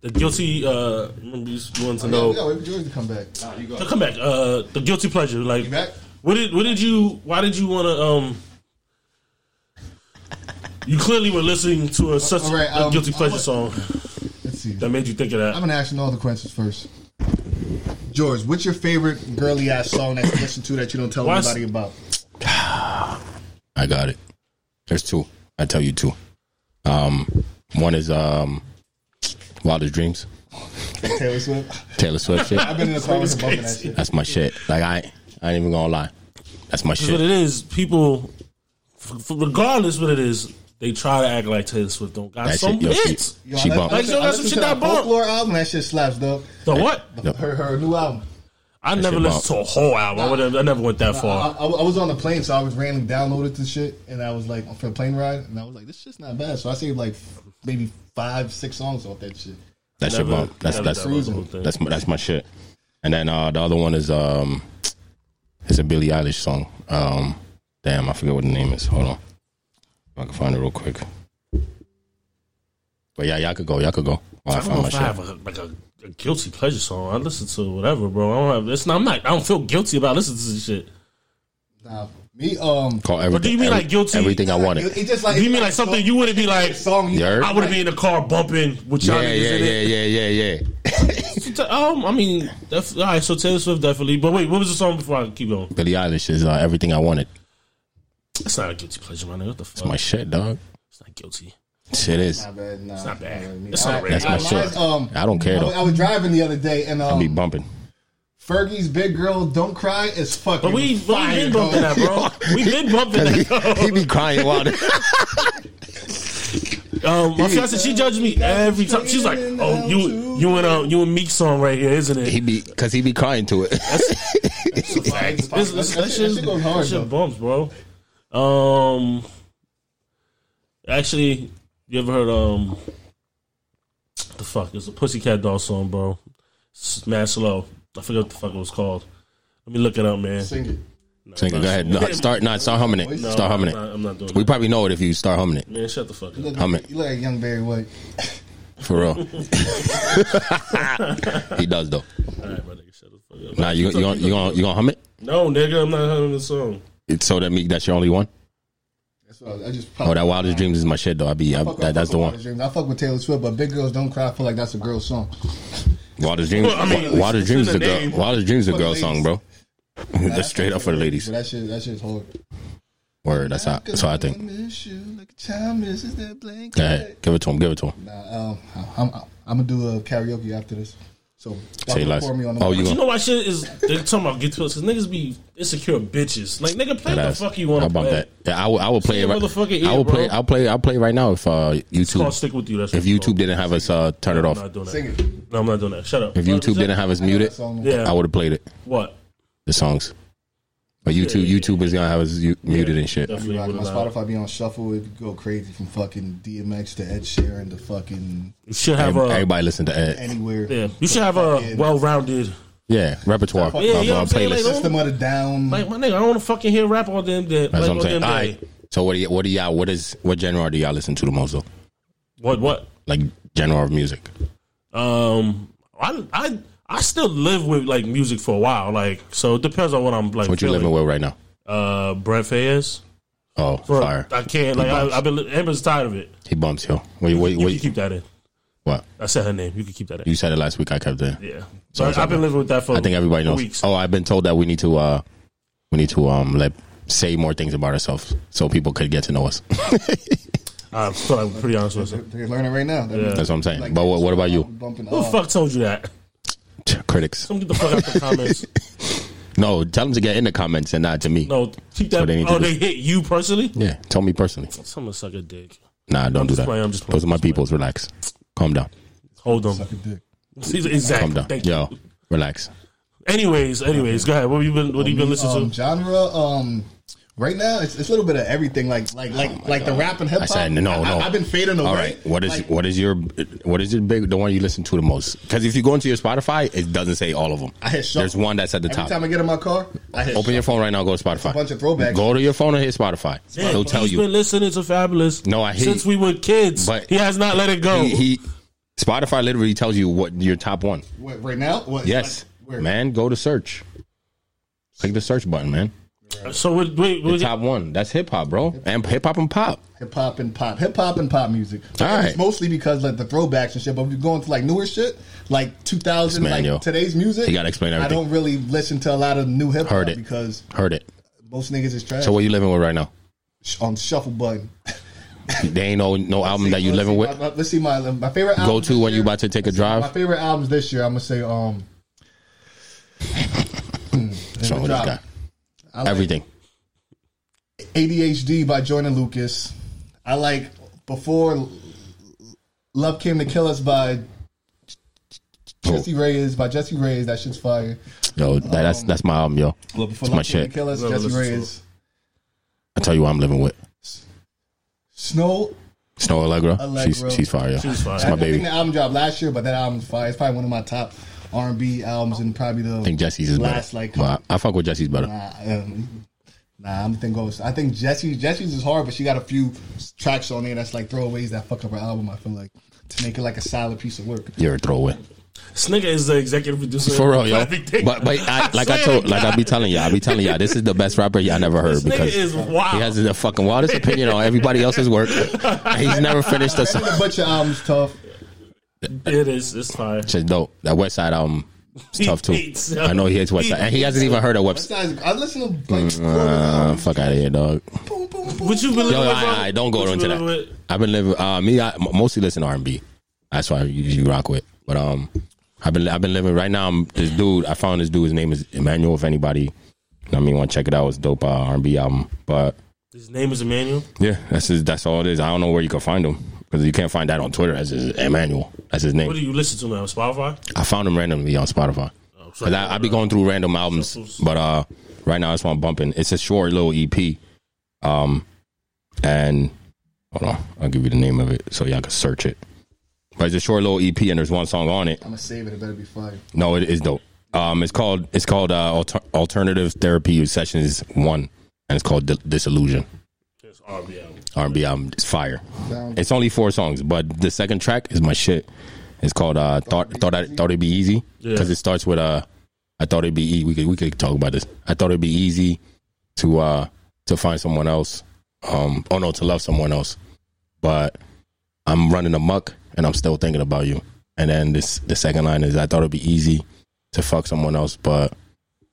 S3: the guilty. Uh, remember you wanted to
S1: No,
S3: know.
S1: Oh, yeah, wait for George to come back.
S3: So come back. Uh, the guilty pleasure. Like,
S1: You back?
S3: what did what did you? Why did you want to? Um, you clearly were listening to a such
S1: all right,
S3: a
S1: um,
S3: guilty
S1: I
S3: pleasure
S1: want-
S3: song
S1: Let's see.
S3: that made you think of
S1: I'm
S3: that.
S1: gonna ask you all the questions first. George, what's your favorite girly ass song that you listen to that you don't tell
S3: Why is-
S1: anybody about?
S2: I got it. There's two. I tell you two. Um, one is um, Wildest Dreams,
S1: Taylor Swift.
S2: Taylor Swift shit.
S3: <laughs>
S1: I've been in the car and bumping that shit.
S2: That's my shit. Like I, I ain't even gonna lie. That's my
S3: That's what
S2: shit.
S3: it is. People, f- f- regardless what it is, they try to act like Taylor Swift don't got
S2: That
S3: some
S2: shit. Yo, she,
S3: hits.
S1: Yo,
S2: she
S1: I li-
S2: bumped.
S1: I
S3: Like, yo,
S1: listen- I
S3: that's
S1: listen
S3: what
S1: to
S3: she
S1: that
S3: got bumped.
S1: folklore album. That shit slaps, though.
S3: The what?
S1: Her her new album.
S3: I never
S2: shit
S3: listened to a whole album. I, would've- I never went that
S1: I,
S2: Uh,
S3: far.
S1: I- I was on the plane, so I was randomly downloaded the shit, and I was like for a plane ride, and I was like, this shit's not bad. So I saved like maybe five, six songs off that shit.
S2: That shit
S3: Never-
S2: bump. That's
S3: never
S2: that's
S3: done
S1: cruising.
S3: the whole thing.
S2: that's my, that's my shit. And then uh, the other one is um, it's a Billie Eilish song. Um, damn, I forget what the name is. Hold on, if I can find it real quick. But yeah, y'all could go. Y'all could go. While I,
S3: I don't
S2: found
S3: know
S2: my
S3: if I
S2: shit.
S3: have a, like a, a guilty pleasure song. I listen to whatever, bro. I don't have. It's not. I'm not. I don't feel guilty about listening to this shit.
S1: Nah, me um,
S2: Call everything.
S3: do you mean,
S2: every-
S3: like, guilty?
S2: Everything I wanted.
S1: it, it just like
S3: you mean like something you wouldn't be like?
S1: song. You,
S2: Yeah.
S3: I would have been in the car bumping with y'all
S2: Yeah,
S3: niggas
S2: yeah,
S3: in
S2: yeah,
S3: it.
S2: yeah, yeah, yeah.
S3: Um, I mean, def- all right. So Taylor Swift definitely. But wait, what was the song before I keep going?
S2: Billie Eilish is uh, everything I wanted.
S3: That's not a guilty pleasure, my nigga. What the fuck?
S2: It's my shit, dog.
S3: it's not guilty.
S2: Shit is.
S1: Not bad, nah.
S3: not bad.
S1: Nah, me-
S3: It's not
S1: I-
S3: bad. That's
S1: I-
S2: my shit.
S1: mine's, Um,
S2: I don't care
S1: I,
S2: though.
S1: was- I was driving the other day, and
S2: I'll be
S1: um,
S2: bumping.
S1: Fergie's "Big Girl Don't Cry" is fucking.
S3: But we we
S1: fire,
S3: been bumping
S1: dog.
S2: <laughs>
S3: that, bro. We been bumping
S2: he,
S3: that.
S2: he be crying while.
S3: Um, my fiance, she judges me every time. She's like, "Oh, you, you and um, you and Meek song right here, isn't
S2: <laughs>
S3: it?"
S2: He be because he be crying <laughs> to it.
S3: This- this- this-
S1: That
S3: That
S1: shit- that shit goes hard,
S3: shit
S1: though.
S3: bumps, bro. Um, actually, you ever heard um, the fuck? It's a Pussycat Doll song, bro. It's mad slow. I forget what the fuck it was called. Let me look it up, man.
S1: Sing it.
S2: Sing it, go ahead. No, start not start humming it.
S3: No,
S2: Start humming
S3: I'm not,
S2: it.
S3: I'm not doing
S2: We
S3: that.
S2: probably know it if you start humming it.
S3: Man, shut the fuck
S1: You
S3: up.
S1: look,
S2: Hum it.
S1: you look like young Barry White.
S2: For <laughs> real. he does though.
S3: All right, my nigga, shut the fuck up.
S2: Nah, you you gonna you gonna you gonna hum it?
S3: No, nigga, I'm not having the song.
S2: It's so that me that's your only one?
S1: That's what I, I just.
S2: Oh, that wildest dreams is my shit though. I be I,
S1: Fuck-
S2: that, that's
S1: fuck
S2: the
S1: with
S2: one.
S1: Wildest Dreams. I fuck with Taylor Swift, but Big Girls Don't Cry. I feel like that's a girl song.
S2: Wildest dreams.
S3: Well, I mean, at least
S2: Wildest
S3: it's
S2: dreams is
S3: in
S2: a
S3: the
S2: girl.
S3: name.
S2: Wildest dreams is a
S1: For the
S2: girl song, bro. <laughs> that's straight up for the ladies.
S1: But that shit, that shit's hard.
S2: Word. That's how that's how I think.
S1: Miss you like a child misses their blanket.
S2: Go ahead. Give it to him. Give it to him.
S1: Nah, um, I'm, I'm, I'm gonna do a karaoke after this. So y'all
S2: Say
S1: can
S2: less.
S1: pour me on the
S2: Oh, you
S3: You
S2: gonna
S3: know why shit is they're talking about get to us? Cause niggas be insecure bitches. Like nigga, play what the
S2: That's-
S3: fuck you
S2: How
S3: want to
S2: about
S3: play.
S2: that? Yeah, I would, I would play it.
S3: motherfucking
S2: Right,
S3: ear,
S2: I would play.
S3: bro.
S2: I'll play. I'll play right now if uh,
S3: I'll
S2: YouTube.
S3: stick with you. That's
S2: If
S3: what it's
S2: YouTube didn't have us uh, turn it
S3: called.
S2: off.
S3: I'm not doing that.
S1: Sing it.
S3: No, I'm not doing that. Shut up.
S2: If
S3: What is
S2: YouTube
S3: that?
S2: didn't have us muted,
S1: That song.
S3: Yeah.
S2: I would have played it.
S3: What?
S2: The songs. But YouTube,
S3: yeah,
S2: YouTube is gonna have us u- muted and shit.
S3: Definitely
S1: Like,
S3: would
S1: my
S3: allow it.
S1: Spotify be on shuffle, it'd go crazy from fucking DMX to Ed Sheeran to fucking
S3: You should have a
S2: Everybody listen to Ed.
S1: anywhere.
S3: uh, yeah. You should have a
S1: Fucking-
S3: well-rounded.
S2: Yeah, repertoire.
S1: Yeah,
S2: of,
S1: you
S3: know what
S2: uh,
S3: I'm saying? Like,
S2: playlist.
S3: don't-
S1: System of the Down.
S3: Like my nigga, I don't want to fucking hear rap all damn day.
S2: That's
S3: like,
S2: what I'm
S3: all
S2: saying.
S3: damn
S2: All
S3: day.
S2: right. So what do you, what do y'all what is what genre do y'all listen to the most though?
S3: What? What?
S2: Like genre of music.
S3: Um, I I I still live with like music for a while. Like so, it depends on what I'm like.
S2: What you
S3: feeling.
S2: living with right now?
S3: Uh, Brett Fayez.
S2: Oh,
S3: Bro,
S2: fire.
S3: I can't. Like I, I've been. Amber's tired of it.
S2: He bumps yo. Wait, wait,
S3: You can
S2: wait.
S3: keep that in.
S2: What?
S3: I said her name. You can keep that in.
S2: You said it last week. I kept it.
S3: Yeah. So I, I've been living with that for.
S2: I think everybody knows.
S3: Weeks.
S2: Oh, I've been told that we need to uh we need to um let say more things about ourselves so people could get to know us. <laughs>
S3: I feel like I'm pretty honest with
S1: They're,
S3: you.
S1: they're learning right now. They're-
S2: That's what I'm saying.
S1: like,
S2: but what, what about you?
S1: Bumping
S3: Who the
S1: off.
S3: fuck told you that?
S2: Critics.
S3: Don't get the fuck out <laughs> the comments.
S2: No, tell them to get in the comments and not to me.
S3: No, keep that.
S2: what they need to
S3: oh,
S2: do.
S3: they hit you personally.
S2: Yeah, tell me personally.
S3: Someone suck a dick.
S2: Nah, don't do
S3: just
S2: that.
S3: playing, I'm just playing,
S2: Those are my
S3: just playing.
S2: peoples. Relax. Calm down.
S3: Hold on.
S1: Suck a dick.
S3: Exactly.
S2: Calm down.
S3: Thank you.
S2: Yo, relax.
S3: Anyways, anyways, go ahead. What have you been? What have you been listening
S1: um,
S3: to?
S1: genre. Um, right now it's, it's a little bit of everything. Like like like like the rap and hip
S2: Oh I
S1: hop.
S2: said no, no.
S1: I, have been fading away.
S2: All right. What is
S1: Like,
S2: what is your what is your big the one you listen to the most? Because if you go into your Spotify, it doesn't say all of them.
S1: I hit shuffle.
S2: There's one that's at the
S1: Every
S2: top.
S1: time I get in my car, I hit
S2: Open your phone right now. Go to Spotify.
S1: bunch of throwbacks.
S2: Go to your phone and hit Spotify.
S3: Yeah,
S2: They'll tell
S3: he's
S2: you.
S3: been listening to Fabulous.
S2: No, I hate-
S3: since we were kids,
S2: But-
S3: but he has not let it go.
S2: He, he Spotify literally tells you what your top one.
S1: What, right now. What,
S2: Yes,
S1: like, where-
S2: man. Go to search. Click the search button, man.
S3: so wait, wait,
S2: The
S3: wait
S2: top one. That's hip hop, bro. And hip hop and pop.
S1: Hip hop and pop, hip hop and pop music.
S2: All right.
S1: It's mostly because like the throwbacks and shit. But if you're going to like newer shit, like 2000,
S2: This man,
S1: like
S2: yo.
S1: today's music,
S2: You gotta explain everything.
S1: I don't really listen to a lot of new hip hop
S2: Heard it.
S1: because
S2: Heard it.
S1: most niggas is trash
S2: So what you living with right now?
S1: Sh- on shuffle button.
S2: They ain't no no album that you
S1: <laughs> Let's
S2: living
S1: see
S2: with.
S1: my- Let's see my my favorite.
S2: Go
S1: albums
S2: to
S1: this
S2: when you
S1: year.
S2: about to take a
S1: My
S2: drive.
S1: favorite albums this year, I'm gonna say um
S2: What's wrong with this guy?
S1: I like
S2: Everything.
S1: ADHD by Jordan Lucas. I like before Love Came to Kill Us by Jesse Reyes by Jesse Reyes. That shit's fire.
S2: Yo, that, that's that's my album, yo.
S1: Well, before
S2: It's
S1: Love
S2: my
S1: Came
S2: shit.
S1: to Kill Us,
S3: Love it,
S1: Jesse
S3: listen to
S1: Reyes.
S2: I tell you what I'm living with.
S1: Snow.
S2: Snow Allegra.
S1: Allegra.
S2: She's she's fire, yo.
S3: She's fire.
S2: That's
S1: I,
S2: my
S1: I think
S2: baby.
S1: the
S2: I
S1: album dropped last year, but that album's fire. It's probably one of my top R and B albums, and probably the
S2: think Jesse's is
S1: last
S2: better.
S1: like.
S2: But I, I fuck with Jesse's better.
S1: Nah, um, nah, I'm thinking. I think Jesse Jesse's is hard, but she got a few tracks on there that's like throwaways that fuck up her album. I feel like to make it like a solid piece of work.
S2: You're a throwaway.
S3: this nigga is the executive producer.
S2: For real, yo.
S3: of Everything.
S2: But but I, like I
S3: swear
S2: told
S3: to
S2: like I
S3: God,
S2: be telling y'all, I be telling y'all, this is the best rapper y'all never heard
S3: this nigga
S2: because
S3: is
S2: he
S3: wild.
S2: has the fucking wildest opinion on everybody else's work. And he's never finished a song.
S1: The Butcher album's tough.
S3: it is. It's fire.
S2: Shit's dope. That West Side album is
S3: He
S2: tough too.
S3: hates him.
S2: I know he hates West Side. And he hasn't even heard of West
S1: Besides, I listen to like
S2: Uh, fuck out of here, dog.
S1: boom, boom, boom.
S3: Would you believe?
S2: Yo, I, I- don't go into that. I've been living. Uh, me, I m- mostly listen to R and B. That's why you, you rock with. But um, I've been I've been living right now. I'm, this dude, I found this dude. His name is Emmanuel. If anybody, you know what I mean, want to check it out. It's dope uh, R and B album. But
S3: His name is Emmanuel.
S2: yeah, that's his, that's all it is. I don't know where you can find him. because you can't find that on Twitter as his Emmanuel. That's his
S3: What do
S2: name.
S3: you listen to now? Spotify?
S2: I found him randomly on Spotify.
S3: so-
S2: Cause I, I be going through random albums, but uh, right now that's what I'm bumping. It's a short little EP, um, and hold on, I'll give you the name of it so y'all can search it. But it's a short little EP, and there's one song on it.
S1: I'm gonna save it. It better be fire.
S2: No, it is dope. Um, it's called it's called uh, alter- alternative therapy sessions one, and it's called D- disillusion.
S3: It's RBL.
S2: R&B album is fire.
S1: Sound.
S2: It's only four songs, but the second track is my shit. It's called uh, thought thought I, thought it'd be easy
S3: Yeah.
S2: because it starts with uh, I thought it'd be e- we could we could talk about this. I thought it'd be easy to uh to find someone else. Um, oh no, to love someone else, but I'm running amok and I'm still thinking about you. And then this the second line is I thought it'd be easy to fuck someone else, but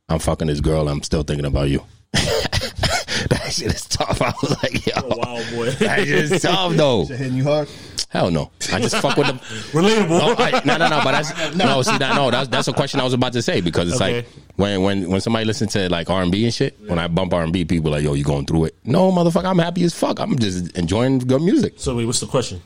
S2: I'm fucking this girl. I'm still thinking about you. <laughs> that shit is tough. <laughs> I was like, yo,
S3: Wild
S2: <laughs>
S3: boy.
S2: that shit is tough though.
S1: Is it hitting you hard?
S2: Hell no. I just fuck with them.
S3: Relatable.
S2: No, I, no, no, no. But that's no. see, that, no, that's that's a question I was about to say because it's
S3: Okay.
S2: like when when when somebody listens to like R and B and shit. When I bump R and B, people like, yo, you going through it? No, motherfucker, I'm happy as fuck. I'm just enjoying good music.
S3: So wait, what's the question?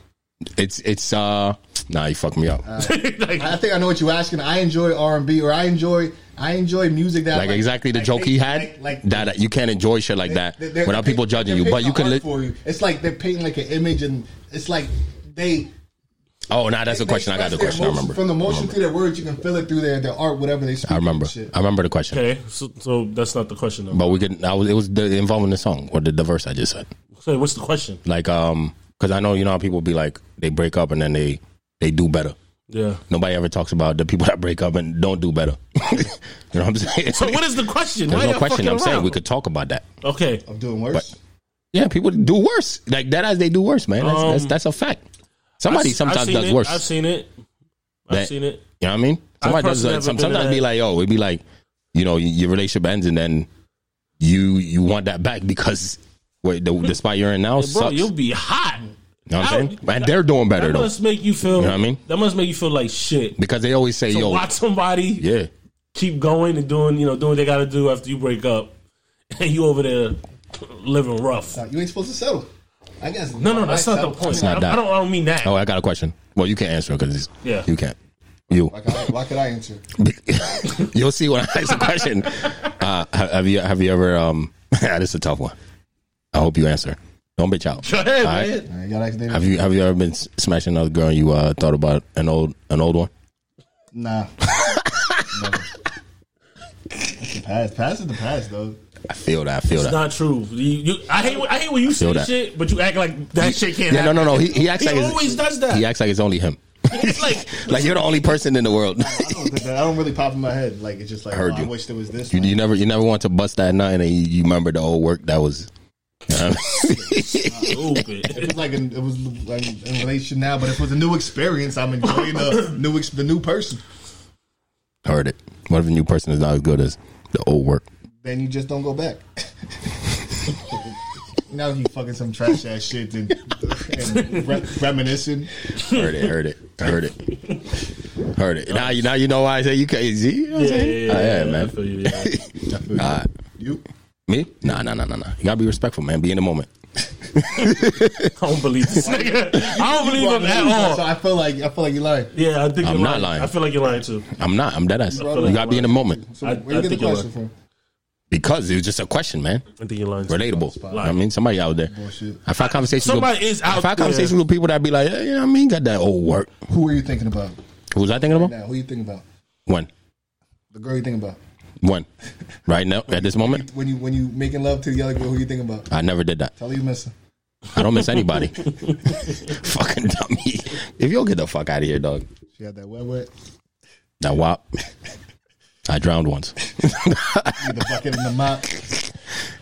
S2: It's it's uh, nah, you fucked me
S1: Uh,
S2: up.
S3: like,
S1: I think I know what you're asking. I enjoy R and B, or I enjoy I enjoy music that
S2: like exactly the
S1: like
S2: joke he
S1: they-
S2: had.
S1: like- like-
S2: that uh, you can't enjoy shit like that
S1: They- they're-
S2: without
S1: they're-
S2: people judging
S1: they're
S2: you. But you
S1: painting
S2: can.
S1: art for
S2: Li-
S1: you. It's like they're painting like an image, and it's like they.
S2: oh, nah, that's the
S1: they
S2: question. I got the
S1: express
S2: question.
S1: their
S2: I
S1: emotion-
S2: remember.
S1: From the
S2: I
S1: motion
S2: remember.
S1: through their words, you can feel it through their, their art, whatever they speak.
S2: I remember.
S1: and shit.
S2: I remember the question.
S3: okay, so, so that's not the question. Though.
S2: But we could. I was. It was the, involving the song or the, the verse I just said.
S3: So what's the question?
S2: like um because i know you know how people be like they break up and then they they do better
S3: Yeah.
S2: nobody ever talks about the people <laughs> that break up and don't do better <laughs> you know what i'm saying
S3: So what is the question?
S2: there's
S3: Why
S2: no
S3: y'all
S2: question
S3: fucking
S2: i'm saying
S3: around?
S2: we could talk about that
S3: Okay.
S1: I'm doing worse.
S2: But- yeah people do worse like that as they do worse man that's, that's,
S3: Um,
S2: that's a fact somebody
S3: I've- I've
S2: sometimes
S3: seen
S2: does
S3: it.
S2: worse
S3: I've seen it. I've
S2: That-
S3: seen it.
S2: you know what i mean somebody does
S3: personally
S2: that.
S3: haven't
S2: some,
S3: been in
S2: sometimes
S3: that.
S2: be like yo it'd be like you know y- your relationship ends and then you you want that back because wait, the, the spot you're in now
S3: Bro,
S2: sucks
S3: you'll
S2: you
S3: be hot.
S2: know what i'm saying
S3: That-
S2: and they're doing better
S3: That
S2: though
S3: must make you feel.
S2: know what I mean?
S3: That must make you feel like shit.
S2: because they always say
S3: To
S2: yo
S3: watch somebody
S2: yeah
S3: keep going and doing, you know, doing what they got to do after you break up, <laughs> and you over there living rough.
S1: Nah, you ain't supposed to settle. I guess.
S3: No, no, that's
S1: I
S3: not the
S1: settle.
S3: point.
S2: not
S3: I,
S2: that.
S3: I don't. I don't mean that.
S2: Oh, I got a question. Well, you can't answer because
S3: Yeah.
S2: you can't.
S3: <laughs>
S2: You,
S1: Like, I- why could I answer?
S2: you'll see when I ask the question. Uh, ha- have you have you ever? Um, <laughs> this is a tough one. I hope you answer. Don't bitch out.
S3: <laughs> Go ahead,
S2: All right.
S3: man.
S1: All right, you gotta ask David.
S2: Have you have you ever been s- smashing another girl? And you uh, thought about an old an old one?
S1: Nah. Never. That's the past. Past is the past, though.
S2: I feel that. I feel
S3: It's
S2: that.
S3: not true. You, you, I hate. when- I hate when you say
S2: that.
S3: shit, but you act like that shit can't.
S2: Yeah, no,
S3: happen.
S2: no, no. He, he acts
S3: He
S2: like it's-
S3: always does that.
S2: He acts like it's only him. <laughs>
S3: It's like
S2: Like you're the only person in the world.
S1: I don't, think that, I don't really pop in my head. Like it's just like
S2: heard
S1: oh, I
S2: you.
S1: wish there was this.
S2: <laughs> you,
S1: one.
S2: you never you never want to bust that nut and then you, you remember the old work that was. you know what I mean?
S1: It
S3: "Oh, stupid.
S1: was like an, it was like in a relation now, but it was a new experience. I'm enjoying the new ex, the new person.
S2: Heard it. What if the new person is not as good as the old work?
S1: Then you just don't go back. <laughs> now you fucking some trash ass shit and, and re- reminiscing.
S2: Heard it. Heard it. Heard it. Heard it. Now you now you know why I say you can't see. You know what I'm
S3: <laughs> Yeah, yeah,
S2: saying?
S3: yeah,
S2: Oh, yeah,
S3: yeah, I
S2: man.
S3: feel you,
S2: <laughs>
S3: yeah.
S2: All right.
S1: You
S2: Me? Nah, nah, nah, nah, nah. You gotta be respectful, man. Be in the moment.
S3: I don't believe this nigga. <laughs> I don't believe him at
S1: So
S3: all.
S1: I feel like I feel like you lying.
S3: Yeah, I think
S2: I'm
S3: you're
S2: not
S3: lying.
S2: lying.
S3: I feel like you're lying too.
S2: I'm not. I'm dead ass. You gotta be in the moment
S1: So
S3: I-
S1: where
S3: I
S1: you get
S3: think
S1: the
S3: you're
S1: question from?
S2: because it was just a question, man.
S3: I think you're lying. Too.
S2: Relatable. You know what I mean, somebody out there.
S1: Bullshit.
S2: I've had conversations.
S3: Somebody
S2: with,
S3: is out
S2: I've had
S3: there.
S2: conversations with people that be like, yeah, you know what I mean, got that old work.
S1: Who were you thinking about?
S2: Who was I thinking about?
S1: Now, who you thinking about?
S2: When?
S1: The girl you thinking about?
S2: When? Right now, at this moment,
S1: When you when you making love to the other girl, who you thinking about?
S2: I never did that.
S1: Tell her you miss her.
S2: I don't miss
S3: <laughs>
S2: anybody. <laughs> Fucking dummy. If you'll get the fuck out of here, dog.
S1: She had that wet wet.
S2: That wop. <laughs> I drowned once.
S1: With the bucket and the mop.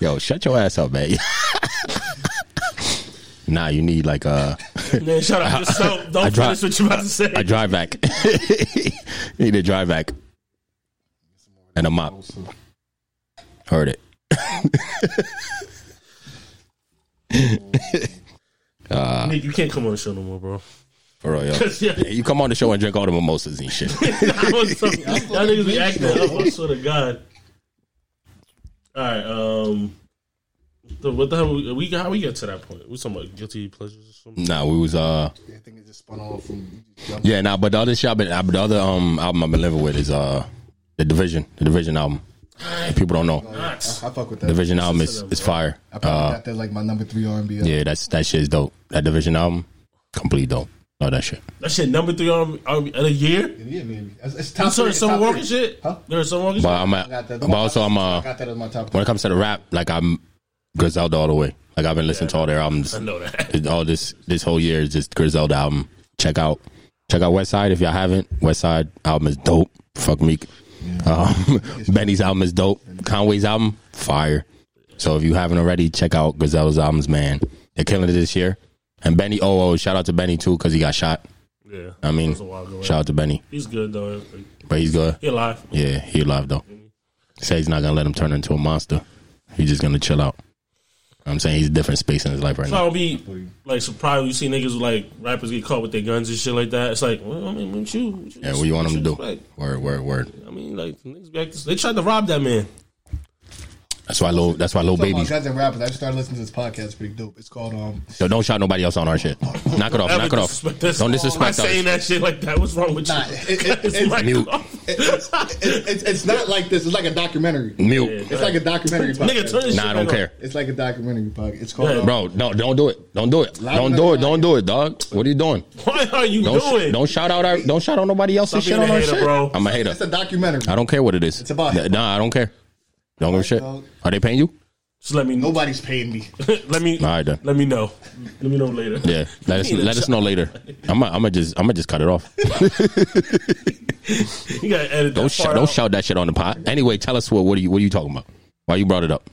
S2: Yo, shut your ass up, man. <laughs> nah, you need like a,
S3: <laughs> Man, shut up. Just don't don't
S2: I
S3: finish
S2: dri-
S3: what you're about to say.
S2: a drive back. <laughs> you need a drive back. And a mop. Heard it.
S3: Nick, you can't come on the show no more, bro. <laughs>
S2: For real, yo. <laughs>
S3: Yeah.
S2: You come on the show and drink all the mimosas and shit. <laughs>
S3: I was so- Y'all niggas be acting up. I swear to God. All right. Um, the, what the hell? We, we how we get to that point? We talking about guilty pleasures or something?
S2: Nah, we was uh
S1: I think it just spun off from. Jumping.
S2: yeah, nah, but the other shit I've been uh, the other um album I've been living with is uh the Division, the Division album. If people don't know.
S3: Nuts.
S1: I fuck with that.
S2: Division album is, is fire.
S1: I probably
S2: Uh
S1: got that like my number three R and B.
S2: yeah, that's that shit is dope. That Division album, complete dope. Love that shit.
S3: That shit number three on on of the year.
S1: yeah, maybe. It's, it's
S3: You
S1: top.
S3: saw
S1: three,
S3: some
S1: top
S3: walking
S1: three.
S3: shit.
S1: Huh?
S3: There's some walking
S2: But
S3: shit.
S2: I'm
S1: I
S2: at,
S1: got that.
S2: but also I'm
S1: I
S2: uh
S1: got that as my top.
S2: when it comes to the rap, like I'm Griselda all the way. Like I've been listening to all their albums.
S3: I know that.
S2: It- all this this whole year is just Griselda album. Check out check out Westside if y'all haven't. Westside album is dope. Fuck Meek. Um, <laughs> Benny's album is dope. Conway's album fire. So if you haven't already, check out Griselda's albums. Man, they're killing it this year. And Benny, oh, oh shout out to Benny too because he got shot.
S3: <laughs> Yeah,
S2: I mean,
S3: That was a while ago.
S2: shout out to Benny,
S3: he's good though. Like,
S2: but he's good.
S3: He alive.
S2: Yeah, he alive though. Say he's not gonna let him turn into a monster. He's just gonna chill out. I'm saying he's a different space in his life right
S3: So
S2: now.
S3: I'll be like surprised when you see niggas like rappers get caught with their guns and shit like that. It's like, well, I mean, what you? What you
S2: Yeah, what do you want him to do?
S3: expect?
S2: Word, word, word.
S3: I mean, like niggas back. They tried to rob that man.
S2: That's why little. That's why little
S3: uh,
S2: babies.
S1: Guys and rappers. I just started listening to this podcast. It's pretty dope. It's called um. <laughs>
S2: Yo, don't shout nobody else on our shit. Knock it off.
S3: Ever
S2: Knock it off.
S3: disrespect us.
S2: Don't
S3: Why
S2: disrespect us.
S3: saying that shit like that? What's wrong with you? <laughs>
S1: Nah, it- it- it's-
S3: Knock it
S2: Mute.
S3: off.
S1: It's, it's, it's not like this. It's like a documentary.
S2: Mute.
S1: It's like a documentary
S3: <laughs> Nigga,
S1: podcast.
S3: turn this
S2: Nah, I
S3: shit
S2: don't
S3: back
S2: care,
S1: It's like a documentary podcast. It's called. um,
S2: bro. Don't don't do it. Don't do it. Don't do it. Don't do it, dog. What are you doing?
S3: on. Why are you
S2: Don't
S3: doing?
S2: sh- don't shout out our. Don't shout out nobody else's shit
S3: Stop being
S2: on
S3: a
S2: our
S3: hater,
S2: shit.
S3: bro.
S2: I'm a hater.
S1: It's a documentary.
S2: I don't care what it is. It's
S1: about hip-hop.
S2: Nah, I don't care. Don't give a shit.
S1: dog.
S2: Are they paying you?
S3: Just let me know.
S1: Nobody's paying me.
S3: <laughs> let me.
S2: All right, then.
S3: Let me know. Let me know later.
S2: Yeah, let us
S3: need a
S2: let us know later. I'm gonna I'm gonna just I'm gonna just cut it off.
S3: <laughs> You gotta edit
S2: Don't
S3: that
S2: shout
S3: part
S2: don't
S3: out.
S2: shout that shit on the pot. Anyway, tell us what what are you what are you talking about? Why you brought it up?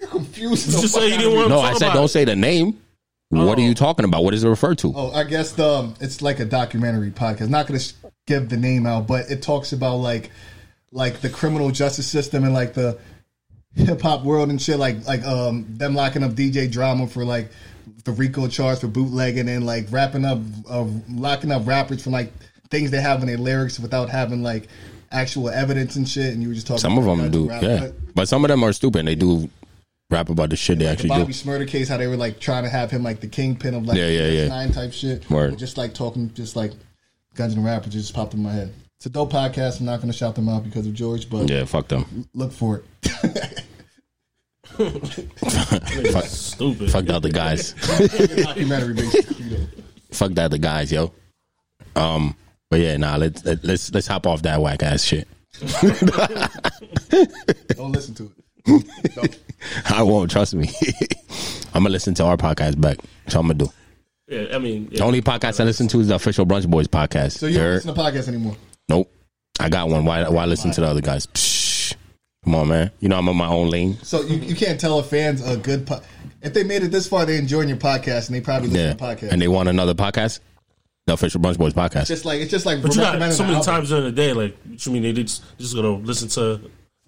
S1: You're confused.
S3: Just say you didn't want-
S2: No,
S3: talk
S2: I said
S3: about
S2: don't
S3: it. Oh.
S2: say the name. What are you talking about? What is it referred to?
S1: Oh, I guess the um, it's like a documentary podcast. Not going to give the name out, but it talks about like like the criminal justice system and like the hip hop world and shit. Like like um them locking up DJ Drama for like the RICO charge for bootlegging and like wrapping up uh, locking up rappers for like things they have in their lyrics without having like actual evidence and shit. And you were just talking.
S2: Some of
S1: about
S2: them
S1: guys
S2: do,
S1: who rap,
S2: yeah.
S1: but-
S2: But some of them are stupid. and They do rap about the shit they
S1: like the
S2: actually
S1: Bobby
S2: do.
S1: Smurder case, how they were like trying to have him like the kingpin of like
S2: Yeah, yeah, yeah.
S1: nine type shit.
S2: Word.
S1: Or Just like talking, just like guns and rappers just popped in my head. It's a dope podcast. I'm not going to shout them out because of George, but
S2: Yeah, fuck them.
S1: look for it.
S2: <laughs> fuck,
S3: Stupid.
S2: fuck the other guys.
S1: Documentary basically. you know.
S2: fuck the other guys, yo. Um, but yeah, nah. Let's let, let's let's hop off that whack ass shit. <laughs>
S1: Don't listen to it. Don't.
S2: I won't trust me. <laughs> I'm gonna listen to our podcast back. That's what I'm gonna do.
S3: Yeah, I mean, yeah.
S2: The only podcast I listen to is the official Brunch Boys podcast.
S1: So you don't
S2: They're-
S1: listen to podcasts anymore.
S2: nope. I got one. Why why listen to the other guys? Psh, come on, man. You know I'm on my own lane.
S1: So you, you can't tell if fans a good po- if they made it this far, they enjoying your podcast and they probably listen
S2: Yeah.
S1: to podcasts.
S2: And they want another podcast? The official Brunch Boys podcast.
S1: just like it's just like
S3: but you got
S1: recommending
S3: so
S1: an
S3: many
S1: album.
S3: times during the day. Like, what you mean they just, just gonna listen to?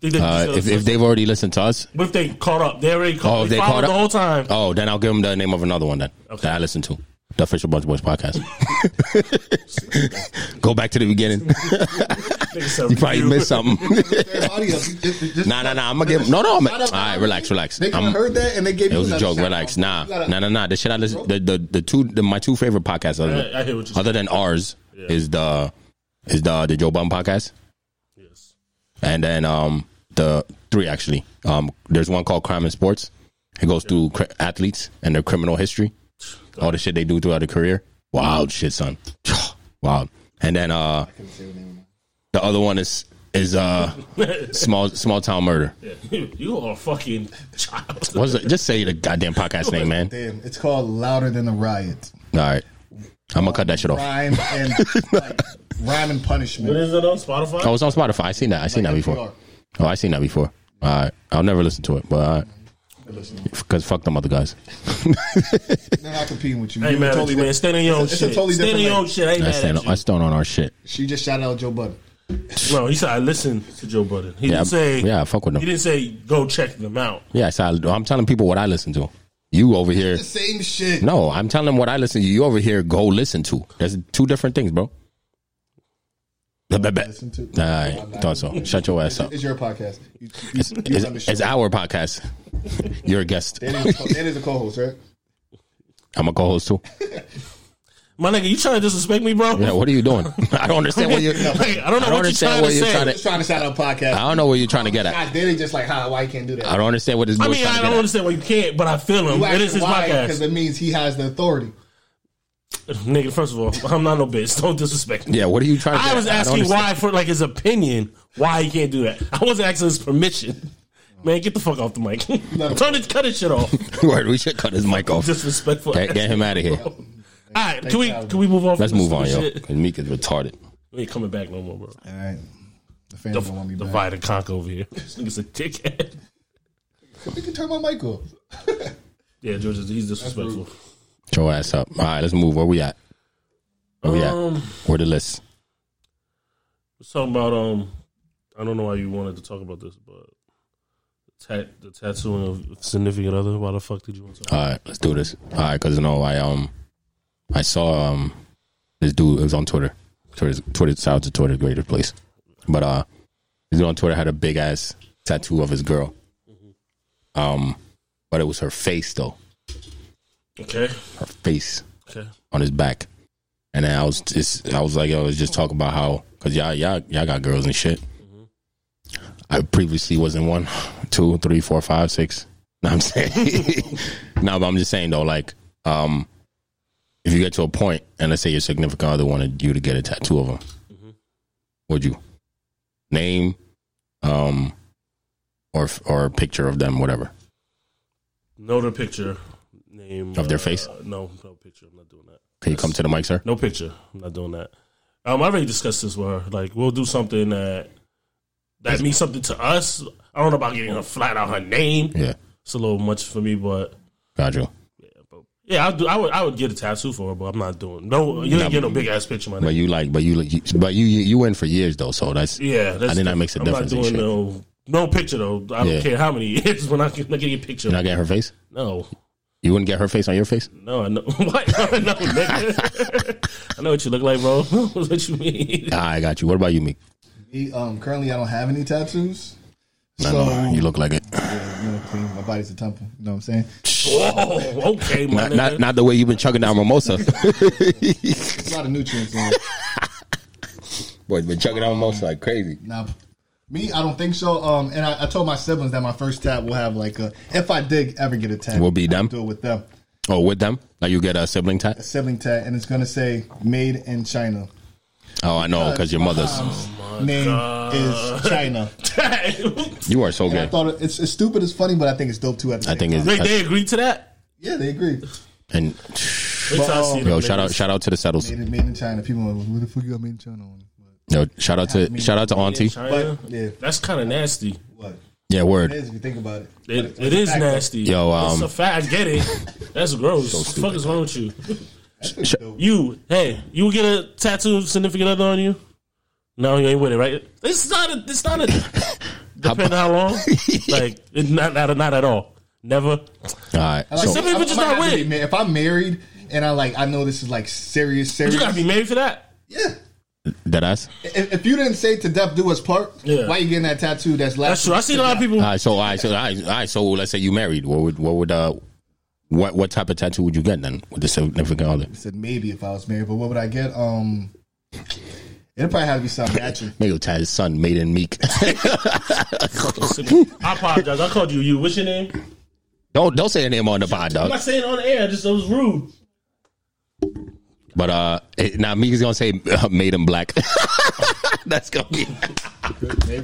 S3: They, they
S2: Uh, if, if they've already listened to us,
S3: if they caught up, they already caught.
S2: Oh,
S3: they,
S2: they caught
S3: followed
S2: up?
S3: the
S2: <laughs>
S3: whole time.
S2: oh, then I'll give them the name of another one then that I listen to. The official Brunch
S1: <laughs>
S2: Boys podcast. Go back to the
S1: <laughs>
S2: beginning. You probably missed something.
S1: Their audio, you just- you just-
S2: nah, nah, nah. I'm gonna give. No, no. I'm, all
S1: Shout out to
S2: right,
S1: them.
S2: relax, relax.
S1: They could
S2: I'm-
S1: have heard that and they gave
S2: It
S1: you
S2: was a
S1: another
S2: joke.
S1: shout
S2: Relax.
S1: out.
S2: Nah,
S1: You gotta-
S2: nah, nah, nah. The shit I listen, the the, the two, the, my two favorite podcasts, other,
S3: I- I hear what you're
S2: other than ours, is the is the the Joe Bum podcast,
S3: Yes. <laughs>
S2: and then um the three actually. Um, there's one called Crime and Sports. It goes through cr- athletes and their criminal history, all the shit they do throughout their career. Wild
S1: <sighs>
S2: shit, son. Wild. And then uh, the other one is is
S1: <laughs>
S2: uh small small town murder.
S3: you are a fucking <laughs> child.
S2: What's it? Just say the goddamn
S1: <laughs>
S2: podcast name, man.
S1: Damn, it's called Louder Than a Riot.
S2: All right. I'm gonna cut that shit off.
S1: Rhyme
S2: <laughs>
S1: and like, rhyme and
S3: What
S1: punishment.
S3: is it on Spotify?
S2: Oh, it's on Spotify. I seen that. I seen that before. Oh, I seen that before. All right. I'll never listen to it, but all right. Because fuck them other guys.
S1: They're not competing with you.
S3: I ain't
S1: You're
S3: mad at you, man.
S1: different.
S3: Stand on your own
S1: It's a- it's a
S3: shit.
S1: totally
S3: Stand on
S1: different
S3: your own
S1: lane.
S3: shit. I ain't
S2: I
S3: mad
S2: stand,
S3: at
S2: on, I stand on our shit.
S1: She just shouted out Joe Budden.
S3: you. No, he said I listened to Joe Budden. He
S2: Yeah,
S3: didn't say.
S2: yeah, I fuck with
S3: He
S2: them.
S3: didn't say go check them out.
S2: Yeah, so I, I'm telling people what I listen to. You over here.
S1: The same shit.
S2: No, I'm telling them what I listen to. You over here, go listen to. There's two different things, bro. All
S1: Listen to-
S2: right. Thought so. Shut your ass up.
S1: It's your podcast. You, you,
S2: It's,
S1: you run the
S2: it's,
S1: show.
S2: it's our podcast. You're a guest.
S1: Danny is a co- Danny's a co-host, right?
S2: I'm a co-host too.
S3: My nigga, you trying to disrespect me, bro?
S2: Yeah, what are you doing? <laughs> I don't understand
S3: <laughs>
S2: what you're.
S3: Like, I
S2: I don't
S3: don't know what you're
S2: understand
S3: trying
S2: what
S3: to
S2: you're
S3: say.
S2: trying to-
S1: Just trying to shout out podcast.
S2: I don't know what you're trying to get at.
S1: God, Danny just like, how? Why you can't do that?
S2: I don't understand what this.
S3: I
S2: boy's
S3: mean,
S2: trying to
S3: I
S2: get
S3: don't
S2: at.
S3: understand why you can't, but I feel him.
S1: You
S3: It is
S1: ask
S3: his
S1: why
S3: podcast.
S1: because it means he has the authority.
S3: Nigga, first of all, I'm not no bitch. Don't disrespect me.
S2: Yeah, what are you trying to?
S3: I
S2: get
S3: was
S2: at? don't
S3: asking
S2: understand. <laughs>
S3: why for like his opinion, why he can't do that. I wasn't asking his permission. Man, get the fuck off the mic. <laughs> Turn it, cut his shit off.
S2: Word, we should cut his mic
S3: <laughs>
S2: off.
S3: Disrespectful.
S2: Get, get him out of here.
S3: All right, can we can we move on?
S2: Let's
S3: from this
S2: move on, yo.
S3: stupid shit?
S2: Because Meek is retarded.
S3: We ain't coming back no more, bro.
S1: All right. The fans don't want me back.
S3: Divide and conquer over here. <laughs> This nigga's a dickhead.
S1: You can turn my mic off.
S3: Yeah, George, is- he's disrespectful.
S2: Get Your ass up. All right, let's move. Where we at? Where we at?
S3: Um,
S2: Where the list?
S3: let's talk about um. I don't know why you wanted to talk about this, but tat, the tattooing of significant other. Why the fuck did you want to? Talk?
S2: All right, let's do this. All right, because no, I um, I saw um, this dude. It was on Twitter. Twitter's Twitter. Shout out to Twitter, greatest place. But uh, this dude on Twitter had a big ass tattoo of his girl.
S3: Mm-hmm.
S2: Um, but it was her face though. Uh,
S3: Okay,
S2: Her face
S3: okay.
S2: on his back. And then I was just, I was like, I was just talking about how, cause y'all, y'all, y'all got girls and shit. I previously wasn't one, two, three, four, five, six. <laughs> No, I'm saying, <laughs> no, but I'm just saying though, like, um, if you get to a point and let's say your significant other wanted you to get a tattoo of them, would you name, um, or or a picture of them, whatever?
S3: No, the picture name uh,
S2: Of their face?
S3: No, no picture. I'm not doing that.
S2: Can you come to the mic, sir?
S3: No picture. I'm not doing that. Um, I already discussed this with her. Like, we'll do something that that means something to us. I don't know about getting her flat out her name.
S2: Yeah,
S3: It's a little much for me, but
S2: got you.
S3: yeah, I do. I would. I would get a tattoo for her, but I'm not doing. No, you ain't get no big ass picture, my
S2: But
S3: nigga.
S2: you like, but you, but you, you, you went for years though, so that's
S3: Yeah, that's
S2: I think that makes a
S3: I'm
S2: difference and
S3: Not doing
S2: shit.
S3: no no picture though. I
S2: Yeah.
S3: don't care how many <laughs> years when I can not get a picture.
S2: You're not getting her face.
S3: no,
S2: You wouldn't get her face on your face.
S3: no, I know <laughs> what? no, nigga. I know what you look like, bro. <laughs> what you mean?
S2: Ah, I got you. What about you, Meek?
S1: He, um, currently, I don't have any tattoos.
S2: I
S1: So,
S2: know, you look like it.
S1: yeah, you know, clean. my body's a temple. You know what I'm saying?
S3: Whoa, Oh, okay, my
S2: Not,
S3: nigga.
S2: not, not the way you've been chugging down mimosa.
S1: There's a lot of nutrients in it.
S2: <laughs> Boy, been chugging down mimosa like crazy.
S1: Nah, me, I don't think so. Um, and I, I told my siblings that my first tat will have like a. If I did ever get a tat,
S2: Will be them?
S1: I'll do it with them.
S2: Oh, with them? Like you get a sibling
S1: A
S2: tat?
S1: sibling tat, and it's gonna say "Made in China."
S2: Oh, I know, because your mother's.
S3: Oh
S1: Name is China.
S2: You are so
S1: And I
S2: good.
S1: thought it, it's, it's stupid, it's funny, but I think it's dope too. At the
S2: I
S1: same
S2: think
S1: time.
S2: it's.
S3: <laughs> Wait, they agreed to that?
S1: yeah, they agree.
S2: and
S3: Wait till I see them
S2: yo,
S3: niggas.
S2: shout out, shout out to the settles.
S1: Made in, made in China. People, are like, where the fuck you got made in China on?
S2: Yo, shout out to, shout out to Auntie.
S3: China?
S1: But, yeah.
S3: That's kind of nasty.
S1: What?
S2: Yeah,
S1: It
S2: word.
S1: is if you think about it.
S3: It, it is nasty.
S2: Yo,
S3: it's
S2: um,
S3: a fact. I
S2: <laughs>
S3: get it. That's gross. What the fuck is wrong with you?
S2: Sh-
S3: You, hey, you would get a tattoo of significant other on you? No, you ain't with it, right? It's not a. It's not a. depending
S2: <laughs>
S3: how long, like it, not not not at all. Never.
S2: All right. So,
S3: Some people just
S1: I might have
S3: not
S1: to
S3: with
S1: be
S3: it.
S1: ma- If I'm married and I like, I know this is like serious, serious.
S3: You gotta be married for that.
S1: yeah.
S2: that ass?
S1: If, if you didn't say to death do us part,
S3: Yeah.
S1: why you getting that tattoo? That's
S3: That's
S1: last.
S3: true. I seen a lot of people.
S2: All right, so, all right, so, all right, all right, so let's say you married. What would, what would, uh, what, what type of tattoo would you get then with the significant other?
S1: I said maybe if I was married, but what would I get? Um, it'd probably have to be something natural.
S2: Mayo tat his son, made in meek. <laughs>
S3: I apologize. I called you. You. What's your name?
S2: don't don't say the name on the pod,
S3: I'm
S2: dog.
S3: not saying it on the air. I just it was rude.
S2: But uh, it, now meek is gonna say uh, made him black. <laughs> that's gonna be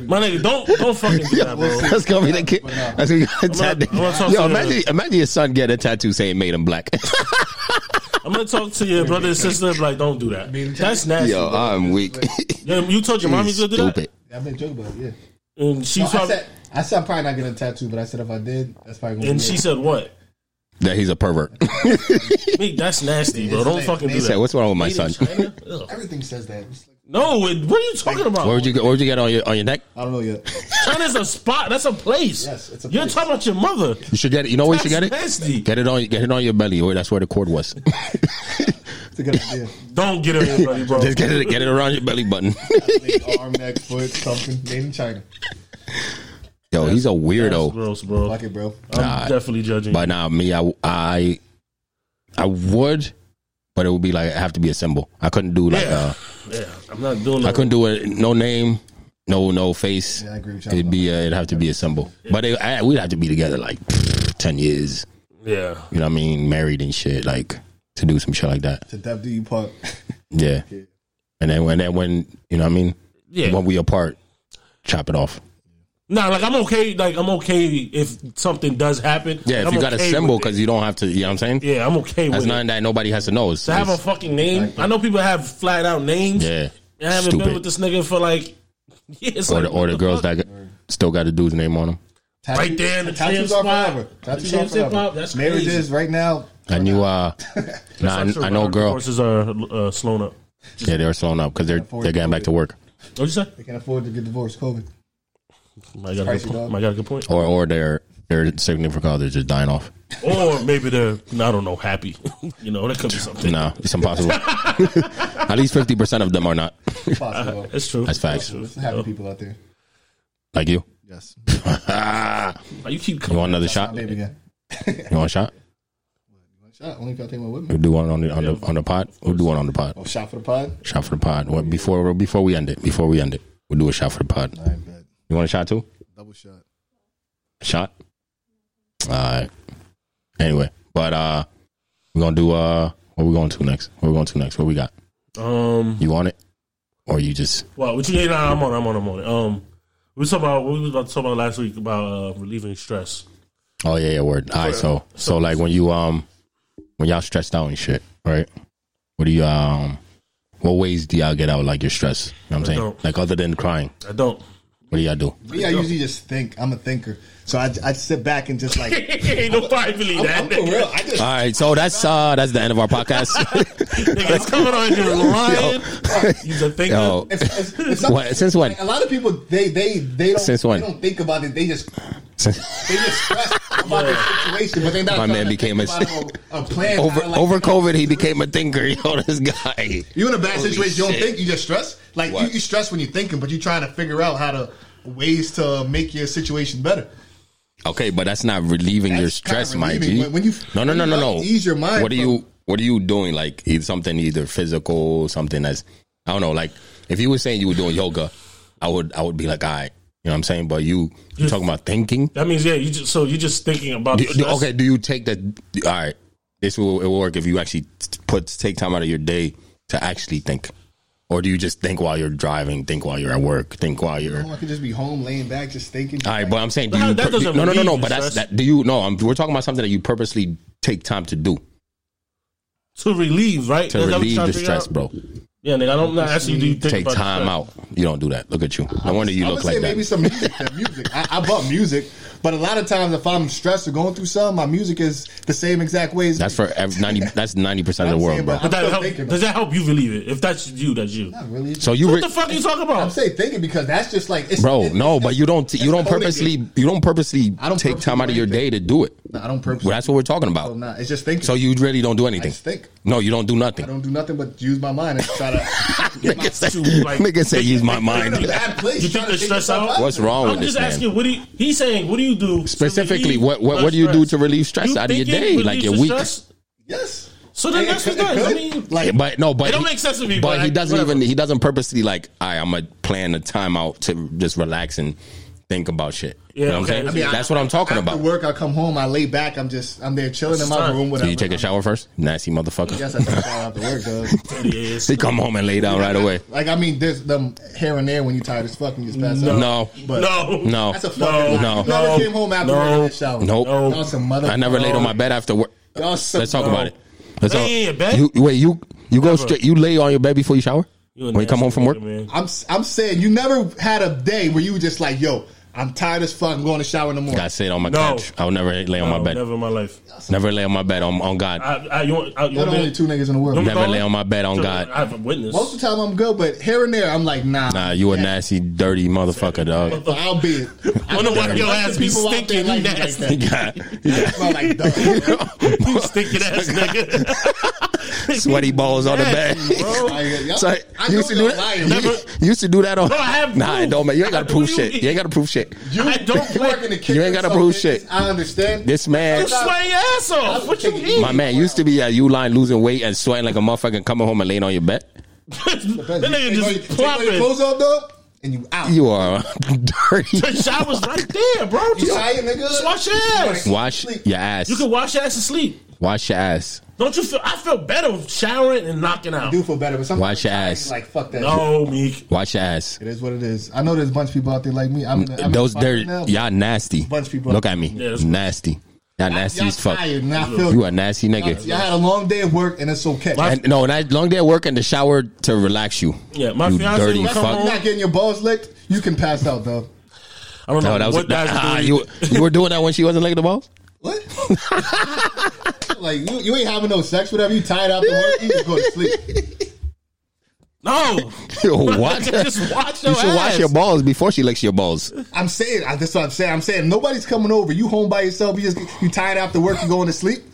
S3: My nigga, don't don't fucking
S2: <laughs>
S3: do that, bro.
S2: that's gonna be the kid. That's gonna be the tat-
S3: I'm gonna talk
S2: Yo,
S3: to the-
S2: imagine imagine your son get a tattoo saying made him black. <laughs>
S3: I'm gonna talk to your brother and sister. Like, don't do that. That's nasty.
S2: Yo, I'm weak. <laughs>
S3: Yeah, you told your mom you gonna do that,
S2: Stupid.
S1: I made a joke about it. Yeah.
S3: and she
S1: No, I
S3: probably
S1: said I said I'm probably not getting a tattoo, but I said if I did, that's probably. Gonna
S3: and
S1: be
S3: she
S1: it.
S3: said what?
S2: That he's a pervert. <laughs>
S3: Me, that's nasty, bro. Don't fucking do
S2: He said,
S3: that.
S2: "What's wrong with my son?
S3: China? Ugh.
S1: everything says that. It's like,
S3: No, it- what are you talking about?
S2: What would you get? What would you get on your on your neck?
S1: I don't know yet.
S3: China's a spot. That's a place.
S1: Yes, it's a
S3: You're
S1: place.
S3: talking about your mother.
S2: You should get it. You know where you should get
S3: That's
S2: it?
S3: nasty.
S2: Get it on get it on your belly. Where that's where the cord
S3: <laughs>
S2: was.
S1: It's a good idea.
S3: Don't get it, buddy, bro.
S2: Just get
S3: <laughs>
S2: it get it around your belly button.
S1: Like, arm, neck, foot, something made in China.
S2: Yo, he's a
S3: That's
S2: weirdo.
S3: gross, bro.
S1: Fuck it, bro.
S3: I'm
S2: Nah.
S3: definitely judging.
S2: But
S3: But
S2: nah, me, I, I, I would, but it would be like it have to be a symbol. I couldn't do like
S3: Yeah.
S2: uh
S3: yeah, I'm not doing.
S2: I
S3: that.
S2: couldn't do it. No name, no no face.
S1: Yeah, I agree with y'all.
S2: It'd be a, it'd have to be a symbol. But it, I, we'd have to be together like ten years.
S3: Yeah,
S2: You know what I mean? Married and shit. Like to do some shit like that.
S1: To death do you part.
S2: Yeah. And then when then when you know what I mean
S3: yeah.
S2: when we apart, chop it off.
S3: Nah, like I'm okay. Like I'm okay if something does happen.
S2: Yeah, if
S3: I'm
S2: you got
S3: okay
S2: a symbol
S3: with it.
S2: because you don't have to. You know what I'm saying?
S3: yeah, I'm okay
S2: That's
S3: with it.
S2: nothing that nobody has to know. It's,
S3: To have a
S2: it's-
S3: fucking name, I know people have flat out names.
S2: yeah,
S3: I haven't
S2: stupid.
S3: been with this nigga for like <laughs> years.
S2: or
S3: like,
S2: the, or the
S3: what
S2: girls
S3: fuck?
S2: that got, still got the dude's name on them.
S3: Right there in the
S1: tattoos
S3: chin
S1: are
S3: spot.
S1: forever. Tattoos
S3: The
S1: are
S3: chin spot,
S1: forever.
S3: that's
S1: Marriages
S3: crazy.
S1: right now.
S2: I knew. Uh, nah, I, I know a girl.
S3: Horses are uh, slowing up.
S2: Yeah, they're slowing up because they're they're getting back to work,
S3: What'd you say?
S1: They can afford to get divorced. COVID.
S3: I got, a
S1: Pricey,
S3: good, po-
S1: dog.
S3: I got a good point.
S2: or or their their significant other just dying off.
S3: <laughs> Or maybe they're, I don't know, happy. <laughs> you know, that could be something.
S2: No, it's
S3: <laughs>
S2: impossible. At least fifty percent of them are not
S1: It's possible.
S3: That's true.
S2: That's facts.
S3: true.
S1: There's happy people out there.
S2: like <laughs> you.
S1: Yes.
S2: you
S3: Why You keep coming.
S2: want another
S1: My
S2: shot?
S1: baby
S2: You
S1: again.
S2: want a shot?
S1: Shot. Only if y'all take my with
S2: We
S1: me.
S2: do one on the on the on the pod. We'll do one on the pod.
S1: Oh, shot for the pod.
S2: Shot for the pod. What before before we end it? Before we end it, we'll do a shot for the pod.
S1: I bet.
S2: You want a shot too?
S1: Double shot.
S2: shot. Uh, anyway, but uh, we're gonna do uh, what we going to next? What we going to next? What we got?
S3: Um,
S2: You want it, or you just
S3: well, what you need? Nah, I'm on. I'm on. I'm on. Um, we were talking about what we was about to talk about last week about uh, relieving stress.
S2: oh yeah, yeah, word. All right, so so like when you um, when y'all stressed out and shit, right? What do you um, what ways do y'all get out like your stress? You know what I'm saying,
S3: don't.
S2: like other than crying,
S3: I don't. <laughs>
S2: what do y'all do?
S1: Me, I usually just think. I'm a thinker, so I, I sit back and just like.
S2: <laughs>
S1: I'm,
S3: Ain't nobody believe that.
S1: I'm for real. I just.
S2: All right, so that's uh, that's the end of our <laughs> podcast.
S3: <laughs> Nigga, it's coming on
S2: <laughs>
S1: <laughs>
S3: here lying. He's a thinker.
S2: Yo,
S1: It's, it's, it's not-
S2: <laughs> What- since when?
S1: Like, a lot of people they they they don't
S2: Since when?
S1: they don't think about it. They just they just stress about
S2: <laughs>
S1: the situation, but they not.
S2: My
S1: trying
S2: man
S1: to
S2: became
S1: think
S2: a-
S1: about a, a plan
S2: <laughs> over
S1: how to, like,
S2: over COVID, he became a thinker. <laughs> Yo, this guy.
S1: You in a bad
S2: Holy
S1: situation. You
S2: shit.
S1: don't think. You just stress. Like you,
S2: What?
S1: you stress when you're thinking, but you're trying to figure out how to ways to make your situation better.
S2: Okay, but that's not relieving your
S1: That's
S2: stress,
S1: kinda
S2: my G.
S1: relieving. When- when you-
S2: no, no,
S1: when
S2: no,
S1: you,
S2: no,
S1: like,
S2: no.
S1: ease your mind
S2: What are
S1: from-
S2: you? What are you doing? Like either something either physical, something that's I don't know. Like if you were saying you were doing yoga, I would I would be like, all right, you know what I'm saying. But you you talking about thinking?
S3: That means yeah. You just so you're just thinking about
S2: Do-
S3: the
S2: do-
S3: stress.
S2: okay, do you take that? All right, this will it will work if you actually t- put take time out of your day to actually think, or do you just think while you're driving, think while you're at work, think while you're
S1: Oh, I could just be home, laying back, just thinking.
S2: all right, but I'm saying, do
S3: That-
S2: you
S3: that
S2: pur-
S3: doesn't
S2: no, no, no, no.
S3: relieve
S2: But that's
S3: stress.
S2: that. Do you? No, I'm, we're talking about something that you purposely take time to do
S3: to relieve, right?
S2: to
S3: Is that what
S2: relieve
S3: you're
S2: the
S3: trying to figure
S2: stress,
S3: out?
S2: bro.
S3: Yeah, nigga. I don't not actually do you think
S2: Take
S3: about the
S2: time
S3: stress.
S2: out. You don't do that. Look at you. No wonder you
S1: I
S2: look
S1: would
S2: like
S1: say
S2: that.
S1: maybe some music. that music. I, I bought music, but a lot of times if I'm stressed or going through something, my music is the same exact way. as-
S2: That's for ev-
S3: <laughs>
S2: ninety. That's ninety percent of the
S1: I'm
S2: world,
S1: saying,
S2: bro.
S1: but
S3: But that
S1: I'm
S3: help,
S1: thinking.
S3: does that help you relieve it? If that's you, that's you.
S1: Not really.
S2: So you,
S3: What
S2: re-
S3: the fuck are you talking
S1: I'm
S3: about?
S1: saying thinking because that's just like it's,
S2: bro.
S3: <laughs>
S1: it's-
S2: No,
S1: it's-
S2: but you don't. You
S1: it's
S2: don't
S1: coded
S2: purposely.
S1: in.
S2: You don't purposely
S1: I don't
S2: take time out of your day
S1: purposely
S2: to do it.
S1: No, I don't purposely.
S2: Well, that's what we're talking
S1: So
S2: about.
S1: nah, it's just thinking.
S2: So you really don't do anything.
S1: just think.
S2: No, you don't do nothing.
S1: I don't do nothing but use my mind and try
S2: <laughs>
S1: to get my
S2: Nigga said,
S3: You, like-
S2: <laughs> nigga said, use
S1: <laughs>
S2: my mind.
S1: bad place.
S3: You think
S1: trying to
S3: the
S1: think
S3: stress
S1: yourself
S3: out?
S2: What's wrong with
S3: I'm
S2: this
S3: just
S2: man?
S3: asking. What do you, he's saying? What do you do to
S2: Specifically,
S3: relieve
S2: what what,
S3: the
S2: what do you do
S3: stress?
S2: to relieve stress out of your
S3: thinking
S2: day? Like
S3: relieves
S2: your
S3: the
S2: week.
S3: stress?
S1: Yes.
S3: So then
S1: It-
S3: that's
S1: it-
S3: what
S1: it
S3: does. I
S1: could.
S3: mean,
S2: Like, but no, but
S3: It don't
S2: he-
S3: make sense to me,
S2: But
S3: but
S2: he
S3: I-
S2: doesn't
S3: whatever.
S2: even he doesn't purposely like. All right, I'm gonna plan a time out to just relax and think about shit. you know
S3: Yeah,
S2: what I'm
S3: okay.
S2: saying?
S3: I
S1: mean,
S2: That's what I'm talking
S1: After
S2: about.
S1: work, I come home, I lay back, I'm just, I'm there chilling in
S3: It's
S1: my
S3: time.
S1: room.
S2: Do
S1: Whatever.
S2: you take a shower first, nasty motherfucker?
S1: Yes, I take a
S2: <laughs>
S1: shower after work, dog.
S3: it is.
S2: They come home and lay down right away.
S1: Like I mean, there's them here and there when you tired as fuck and you just pass out.
S2: No,
S1: but
S3: no,
S2: no,
S1: that's a fucking
S2: No.
S1: lie. You never
S3: No.
S1: came home after
S3: No.
S1: work and didn't shower.
S2: Nope.
S1: Y'all some mother.
S2: I never laid on my bed after work.
S1: Y'all some,
S2: Let's talk about it. Let's
S3: Lay in your
S2: talk.
S3: bed?
S2: You, wait, you you go straight. You lay on your bed before you shower
S3: a
S2: when you come
S3: nasty
S2: home from work.
S3: nigga, man.
S1: I'm, I'm saying you never had a day where you were just like, yo, I'm tired as fuck. I'm going to shower in the morning.
S2: I sit on my
S3: No.
S2: couch. I'll never lay on my
S3: No,
S2: bed.
S3: Never in my life.
S2: Never lay on my bed on, on
S3: I,
S2: God.
S3: I, you want, I, you
S1: You're
S3: want
S1: the only
S3: me to-
S1: two niggas in the world.
S3: Don't-
S2: Never lay on my
S3: Oh,
S2: bed on God.
S3: I have a witness.
S1: Most of the time I'm good, but here and there I'm like, nah.
S2: Nah, you a
S1: Yeah.
S2: nasty, dirty motherfucker, dog. <laughs>
S1: But I'll
S3: <laughs>
S1: be it.
S3: Wonder why your ass be
S1: People out there
S3: stinking
S1: like you
S2: <laughs>
S3: nasty.
S1: like that.
S2: God.
S3: <laughs>
S1: Smell like dust. <laughs>
S3: stinking ass nigga.
S2: sweaty balls on the bed. <laughs>
S1: I, y'all-
S2: So
S1: I
S2: you
S1: know
S2: used to do
S1: you're
S2: that.
S1: lying.
S2: You,
S1: You,
S2: you used to do that on.
S3: No, I have
S2: nah,
S3: proof.
S2: it don't man. You ain't got to prove
S3: What do you
S2: shit. You ain't got to prove shit.
S3: I don't
S1: you work in
S3: play.
S1: the kitchen.
S2: You ain't gotta
S1: so
S2: prove
S1: it-
S2: shit.
S1: I understand.
S2: This man,
S3: You sweating your ass off. What you mean? <laughs>
S2: my man, used to be at U line losing weight and sweating like a motherfucker, coming home and laying on your bed.
S3: that nigga
S1: You
S3: just
S1: take all your
S3: plopping.
S1: clothes off, dog, and you out.
S2: You are <laughs> dirty.
S3: <laughs> The shower's right there, bro.
S1: You
S3: Just,
S1: tired, nigga?
S3: just wash your ass.
S2: Wash your ass.
S3: You can wash your ass and sleep.
S2: Wash your ass.
S3: Don't you feel? I feel better showering and knocking out.
S1: do feel better, but sometimes
S2: Wash your
S1: you're
S2: ass.
S1: Like fuck that. shit.
S3: No, Meek.
S2: Wash your ass.
S1: It is what it is. I know there's a bunch of people out there like me. I'm, in a- I'm
S2: Those
S1: in a
S2: dirty.
S1: fucking now, but
S2: Y'all nasty.
S1: Bunch of people.
S2: Look at me.
S3: Yeah, that's-
S2: nasty. Y'all nasty
S1: y'all
S2: as fuck.
S1: tired, and I feel
S2: You a nasty nigga.
S1: y'all had a long day of work, and it's okay.
S2: And no, and I long day at work in the shower to relax you.
S3: Yeah, my
S2: You
S3: fiance
S2: dirty
S3: will come
S2: fuck.
S1: You're
S3: home.
S1: not getting your balls licked. You can pass out, though.
S3: I don't know
S2: No, that was
S3: what that's
S1: <laughs>
S2: ah,
S3: doing.
S2: you. You were doing that when she wasn't licking the
S3: <laughs>
S2: balls.
S1: What? <laughs> like you, you ain't having no sex, whatever. You tired after work, you just go to sleep.
S3: No,
S2: what?
S3: <laughs> just wash your
S2: You should
S3: ass.
S2: wash your balls before she licks your balls.
S1: I'm saying I- that's what I'm saying. I'm saying nobody's coming over. You home by yourself. You just you tired after work. You going to sleep.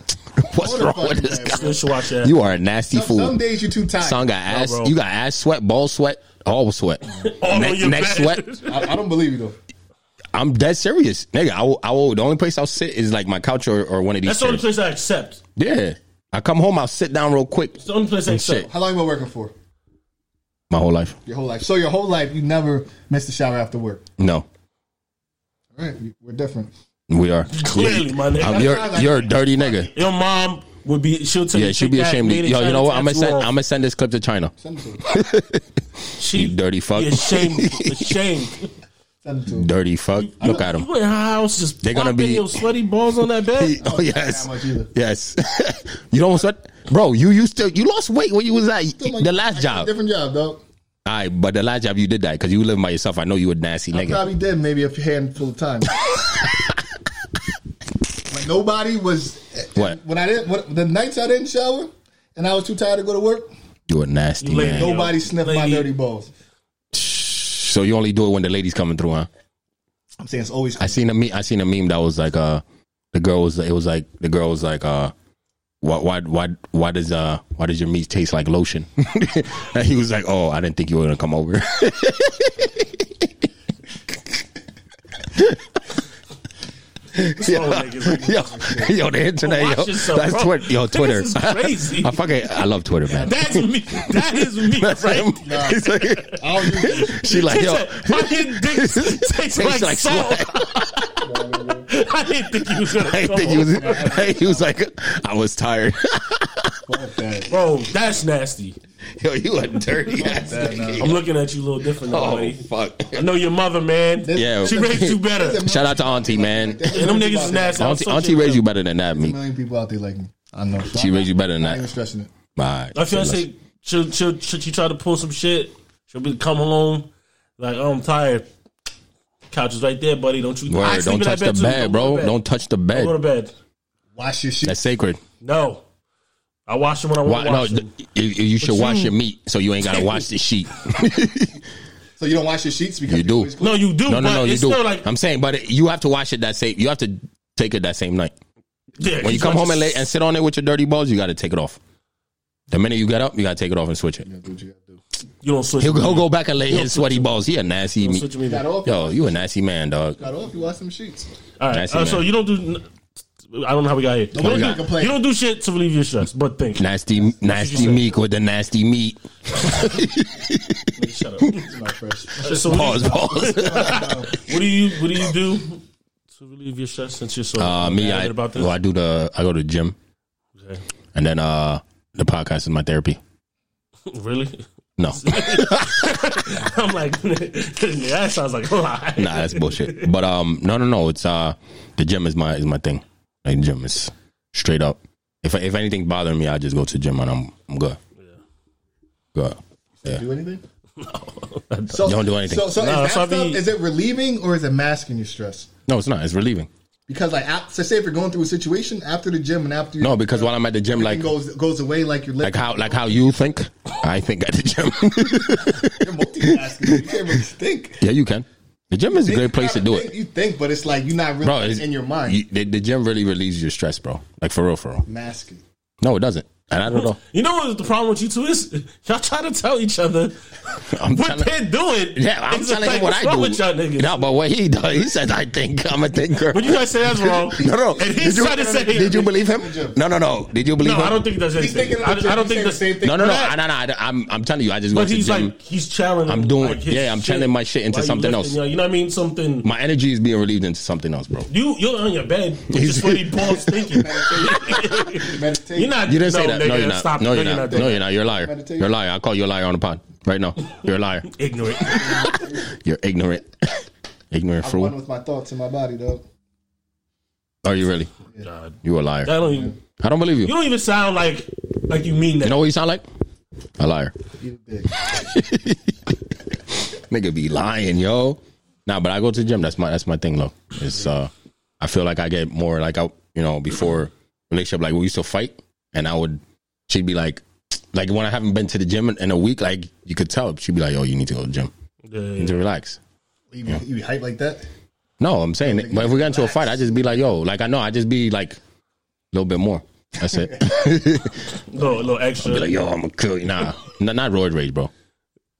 S2: What's
S1: What the
S2: wrong
S1: fuck,
S2: with this
S1: man?
S2: guy?
S3: You should wash your ass.
S2: You are a nasty
S1: Some, some
S2: fool.
S1: days you too tired.
S2: Son got ass.
S3: bro.
S2: You got ass sweat, ball sweat, all sweat.
S3: <laughs> All
S2: Ne-
S3: on your
S2: neck
S3: back.
S2: sweat.
S1: I, I don't believe you though.
S2: I'm dead serious, nigga. I will, I will. The only place I'll sit is like my couch or, or one of these.
S3: That's the only
S2: chairs.
S3: place I accept.
S2: Yeah, I come home. I'll sit down real quick.
S3: It's the only place I accept.
S2: Shit,
S1: How long you been working for?
S2: my whole life.
S1: Your whole life. So your whole life, you never missed a shower after work.
S2: No,
S1: All right, we're different.
S2: we are
S3: Clearly, my nigga.
S2: I'm, you're you're a dirty nigga.
S3: Your mom would be. She'll tell you.
S2: Yeah, she'd be
S3: take that
S2: ashamed. Of you.
S3: made in
S2: Yo, you know
S3: China
S2: what? I'm gonna
S3: tattoo
S2: send.
S3: off.
S2: I'm gonna send this clip to China.
S1: Send them to him.
S3: She
S2: You dirty fuck.
S3: Be ashamed. ashamed.
S1: Send them to him.
S2: Dirty fuck. <laughs> Look at
S3: <laughs>
S2: him. <laughs>
S3: You in her house just
S2: They're gonna
S3: plopping
S2: be-
S3: your sweaty balls on
S2: <laughs>
S3: that bed.
S2: Oh yes,
S1: that much either.
S2: yes. <laughs> you don't sweat, bro. You used to. You lost weight when you was at the
S1: I
S2: last
S1: got a
S2: job.
S1: Different job, dog.
S2: All right, but the last job you did that because you were living by yourself. I know you a nasty
S1: I
S2: nigga.
S1: probably did maybe a handful of
S2: <laughs>
S1: times. when nobody was
S2: What?
S1: when I didn't when, the nights I didn't shower and I was too tired to go to work.
S2: You a nasty
S3: You
S2: man.
S3: lame.
S1: Nobody sniffed my
S3: lady.
S1: dirty balls.
S2: So you only do it when the ladies coming through, huh?
S1: I'm saying it's always
S2: I seen a me. I seen a meme that was like, uh, the girl was. It was like the girl was like, uh, why, why, why, why does uh, why does your meat taste like lotion? <laughs> and he was like, oh, I didn't think you were gonna come over. <laughs> yo, yo, yo, the internet,
S3: Watch
S2: yo,
S3: yourself,
S2: that's
S3: bro.
S2: Twitter, yo,
S3: This
S2: Twitter.
S3: is
S2: <laughs>
S3: crazy.
S2: I fucking, I love Twitter, man. <laughs>
S3: That's me. That is me, right?
S2: It's like-
S3: <laughs>
S1: I don't use it.
S2: <laughs> she like,
S3: Yo, <laughs>
S2: yo,
S3: I didn't
S2: <laughs>
S3: think tastes like,
S2: like
S3: salt.
S2: sweat.
S3: <laughs> I didn't think you was gonna
S2: I
S3: come
S2: think he
S3: over.
S2: was, <laughs> he was like, I was tired. <laughs>
S1: Fuck that.
S3: Bro, that's nasty.
S2: Yo, you a dirty ass.
S1: That, nah.
S3: I'm looking at you a little different now,
S2: Oh
S3: buddy.
S2: fuck!
S3: I know your mother, man.
S2: Yeah.
S3: She raised you better. And
S2: Shout out to Auntie, man.
S1: There's a
S3: them
S1: million
S3: niggas
S1: people
S3: is
S1: out there-
S3: nasty. I'm
S2: Auntie,
S3: so
S2: Auntie
S3: shit
S2: raised you
S3: up.
S2: better than that.
S1: there's a
S2: Me,
S1: million people out there like me. I know. So
S2: she
S1: I'm
S2: raised you better than
S1: not even
S2: that.
S1: stressing it.
S2: Bye.
S3: My fiance, she'll, she'll, she'll, she try to pull some shit. She'll be come home, like, oh, I'm tired. Couch is right there, buddy. Don't you I
S2: Word,
S3: sleep
S2: don't
S3: in that
S2: touch the
S3: too.
S2: bed,
S3: Don't
S2: bro.
S3: go to
S2: Don't touch the
S3: bed. Don't go to
S2: bed.
S3: bed.
S1: Wash your shit.
S2: That's sacred.
S3: No. I wash them when I
S2: Why,
S3: want to
S2: no,
S3: wash
S2: th-
S3: them.
S2: you, you should
S3: But
S2: wash
S3: you-
S2: your meat so you ain't gotta wash the
S3: <laughs>
S2: sheet.
S1: So you don't wash your sheets because
S2: You do.
S1: always clean.
S3: No, you do,
S2: No, no,
S3: but
S2: no. You
S3: it's
S2: do. Um,
S3: still like
S2: I'm saying, but it- you have to wash it that same. You have to take it that same night.
S3: yeah,
S2: When you come home and, lay, and sit on it with your dirty balls, you gotta take it off. The minute you get up, you gotta take it off and switch it.
S1: You do what you gotta do.
S3: you don't switch.
S2: He'll,
S3: with
S2: he'll
S3: me.
S2: go back and lay his sweaty balls. He a nasty.
S3: Don't
S2: me-
S3: switch with me.
S1: Got off.
S2: Yo, you a nasty man, dog.
S1: Got off. You wash some sheets.
S3: All right.
S2: Nasty
S3: uh, so
S2: man.
S3: you don't do. I don't know how we got here. You
S1: Nobody
S3: don't,
S1: can
S3: do,
S1: complain.
S3: you don't do shit to relieve your stress,
S2: <laughs>
S3: but think.
S2: Nasty, nasty meek with the nasty meat.
S3: Shut up.
S1: It's not fresh.
S3: So what,
S2: Pause, pause.
S3: do you, what do you What do you do to relieve your stress since you're so
S2: Uh, me,
S3: adamant
S2: I
S3: about this?
S2: well, I do the I go to the gym,
S3: Okay.
S2: and then uh the podcast is my therapy.
S3: <laughs> Really? <laughs>
S2: No,
S3: I'm like <laughs> that sounds like a lie.
S2: nah, that's bullshit. But um, no, no, no. It's uh the gym is my is my thing. Like gym is straight up. If if anything bothering me, I just go to the gym and I'm I'm good. Good. Yeah.
S1: Do anything?
S2: <laughs>
S1: So,
S2: Don't do anything.
S1: So, so
S3: No,
S1: is, that
S3: so I
S1: stuff,
S3: be-
S1: is it relieving or is it masking your stress?
S2: No, it's not. It's relieving.
S1: Because like, ap- so say if you're going through a situation after the gym and after your
S2: No, because while I'm at the gym,
S1: everything
S2: like
S1: goes goes away, like you're
S2: like how like how you think, I think at the gym. <laughs>
S1: you're multitasking. you can't really think.
S2: yeah, you can. The gym is a great place to do it.
S1: You think, but it's like you're not really
S2: bro. it's-
S1: in your mind.
S2: you- the, the gym really relieves your stress, bro. Like for real, for real.
S1: masking.
S2: No, it doesn't. And I
S3: <laughs>
S2: don't know.
S3: You know what the problem with you two is? Y'all try to tell each other
S2: I'm
S3: what
S2: trying to-
S3: they're doing.
S2: Yeah, I'm
S3: It's
S2: telling
S3: like,
S2: him what
S3: what's
S2: I
S3: wrong
S2: do.
S3: with y'all niggas.
S2: No, but what he does, he says, "I think I'm a thinker."
S3: But you guys say that's wrong.
S2: <laughs> no, no.
S3: And he's
S2: you,
S3: trying
S2: <laughs>
S3: to say,
S2: Did you believe him? No, no, no. Did you believe
S3: no,
S2: him?
S3: I don't think that's anything. I, I don't think that's.
S2: no, no, no,
S3: But-
S2: I- no, no, I- I'm, I'm telling you, I just go
S3: But
S2: to
S3: he's
S2: gym.
S3: like, he's channeling.
S2: I'm doing-
S3: like, his
S2: yeah, I'm channeling my shit into
S3: while you
S2: something
S3: lifting,
S2: else.
S3: yo, You know what I mean? Something.
S2: My energy is being relieved into something else, bro.
S3: You you're on your bed, which
S2: He's-
S3: is what
S2: <laughs>
S3: he balls thinking.
S1: Meditate.
S3: you're not.
S2: You didn't say that.
S3: Nigga,
S2: no, you're not.
S3: Stop.
S2: no, you're not. No,
S3: doing
S2: you're not. You're a liar.
S1: Meditate.
S2: You're a liar. I call you a liar on the pod right now. You're a liar.
S3: that.
S2: <laughs>
S3: ignorant.
S2: You're ignorant. <laughs> ignorant
S1: I'm one
S2: fool.
S1: with my thoughts in my body, dog.
S2: Are you really?
S3: God,
S2: You a
S3: I
S2: liar.
S3: don't even.
S2: I don't believe you.
S3: You don't even sound like like you mean that.
S2: You know what you sound like? A liar.
S1: Eat a dick.
S2: <laughs> Nigga be lying, yo. Nah, but I go to the gym. That's my that's my thing, though. It's uh, I feel like I get more like out. You know, before relationship, like we used to fight, and I would she'd be like, like when I haven't been to the gym in, in a week, like you could tell she'd be like, oh, you need to go to the gym, you
S3: Yeah,
S2: need
S3: yeah.
S2: to relax.
S1: You, be- you be hype like that?
S2: No, I'm saying, it. but if we got into a fight, I just be like, yo, like I know, I just be like a little bit more. That's it. <laughs>
S3: Little, little extra.
S2: be like, yo, I'm gonna kill you. Nah, not, not roid rage, bro. I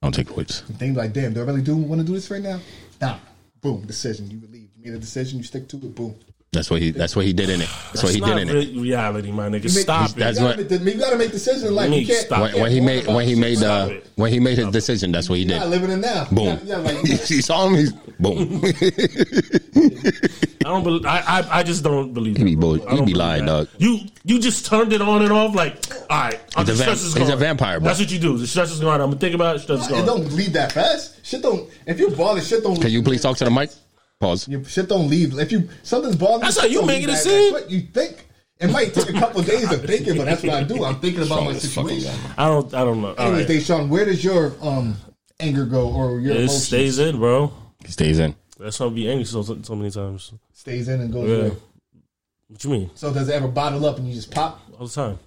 S2: don't take roids.
S1: Things like, damn, do I really do want to do this right now? Nah. Boom, decision. You believe. You made a decision. You stick to it. Boom.
S2: That's what he. That's what he did in it. That's what
S3: It's
S2: he
S3: not
S2: did in it.
S3: re- reality, my nigga. Stop it.
S2: that's
S1: you gotta
S2: what-
S1: Make, you gotta make decisions. in life.
S3: Nick,
S1: you can't.
S3: stop.
S2: when, when he made when he made
S3: Stop
S2: uh,
S3: it.
S2: when he made his decision, that's what he
S1: You're not
S2: did.
S1: living in now.
S2: Boom.
S1: Yeah, like,
S2: <laughs> He saw him. He's boom.
S3: I don't. Believe, I, I I just don't believe.
S2: be
S3: that,
S2: bull-
S3: bro. I
S2: he
S3: don't
S2: be
S3: believe
S2: lying,
S3: that.
S2: dog.
S3: You you just turned it on and off. Like, all right, I'm
S2: He's a
S3: the
S2: vamp-
S3: stress is
S2: he's
S3: gone.
S2: a vampire, bro.
S3: That's what you do. The stress is gone. I'm gonna think about it. Stress is
S1: it
S3: gone.
S1: don't leave that fast. Shit don't. If you bother, shit don't.
S2: Can you please talk to the mic? Pause.
S1: Your shit don't leave. If you something's bothering,
S3: That's
S1: shit
S3: how you
S1: don't
S3: make
S1: leave
S3: it a
S1: that-
S3: scene.
S1: that's what You think it might take a couple days
S3: <laughs>
S1: of thinking, but that's what I do. I'm thinking about my situation.
S3: I don't. I don't know. All
S1: Anyways,
S3: right.
S1: Deshaun, where does your um anger go or your
S3: It
S1: emotion
S3: stays in, bro.
S2: He stays in.
S3: That's how I be angry so so many times.
S1: stays in and goes
S3: Yeah.
S1: away?
S3: What you mean?
S1: So does it ever bottle up and you just pop
S3: All the time.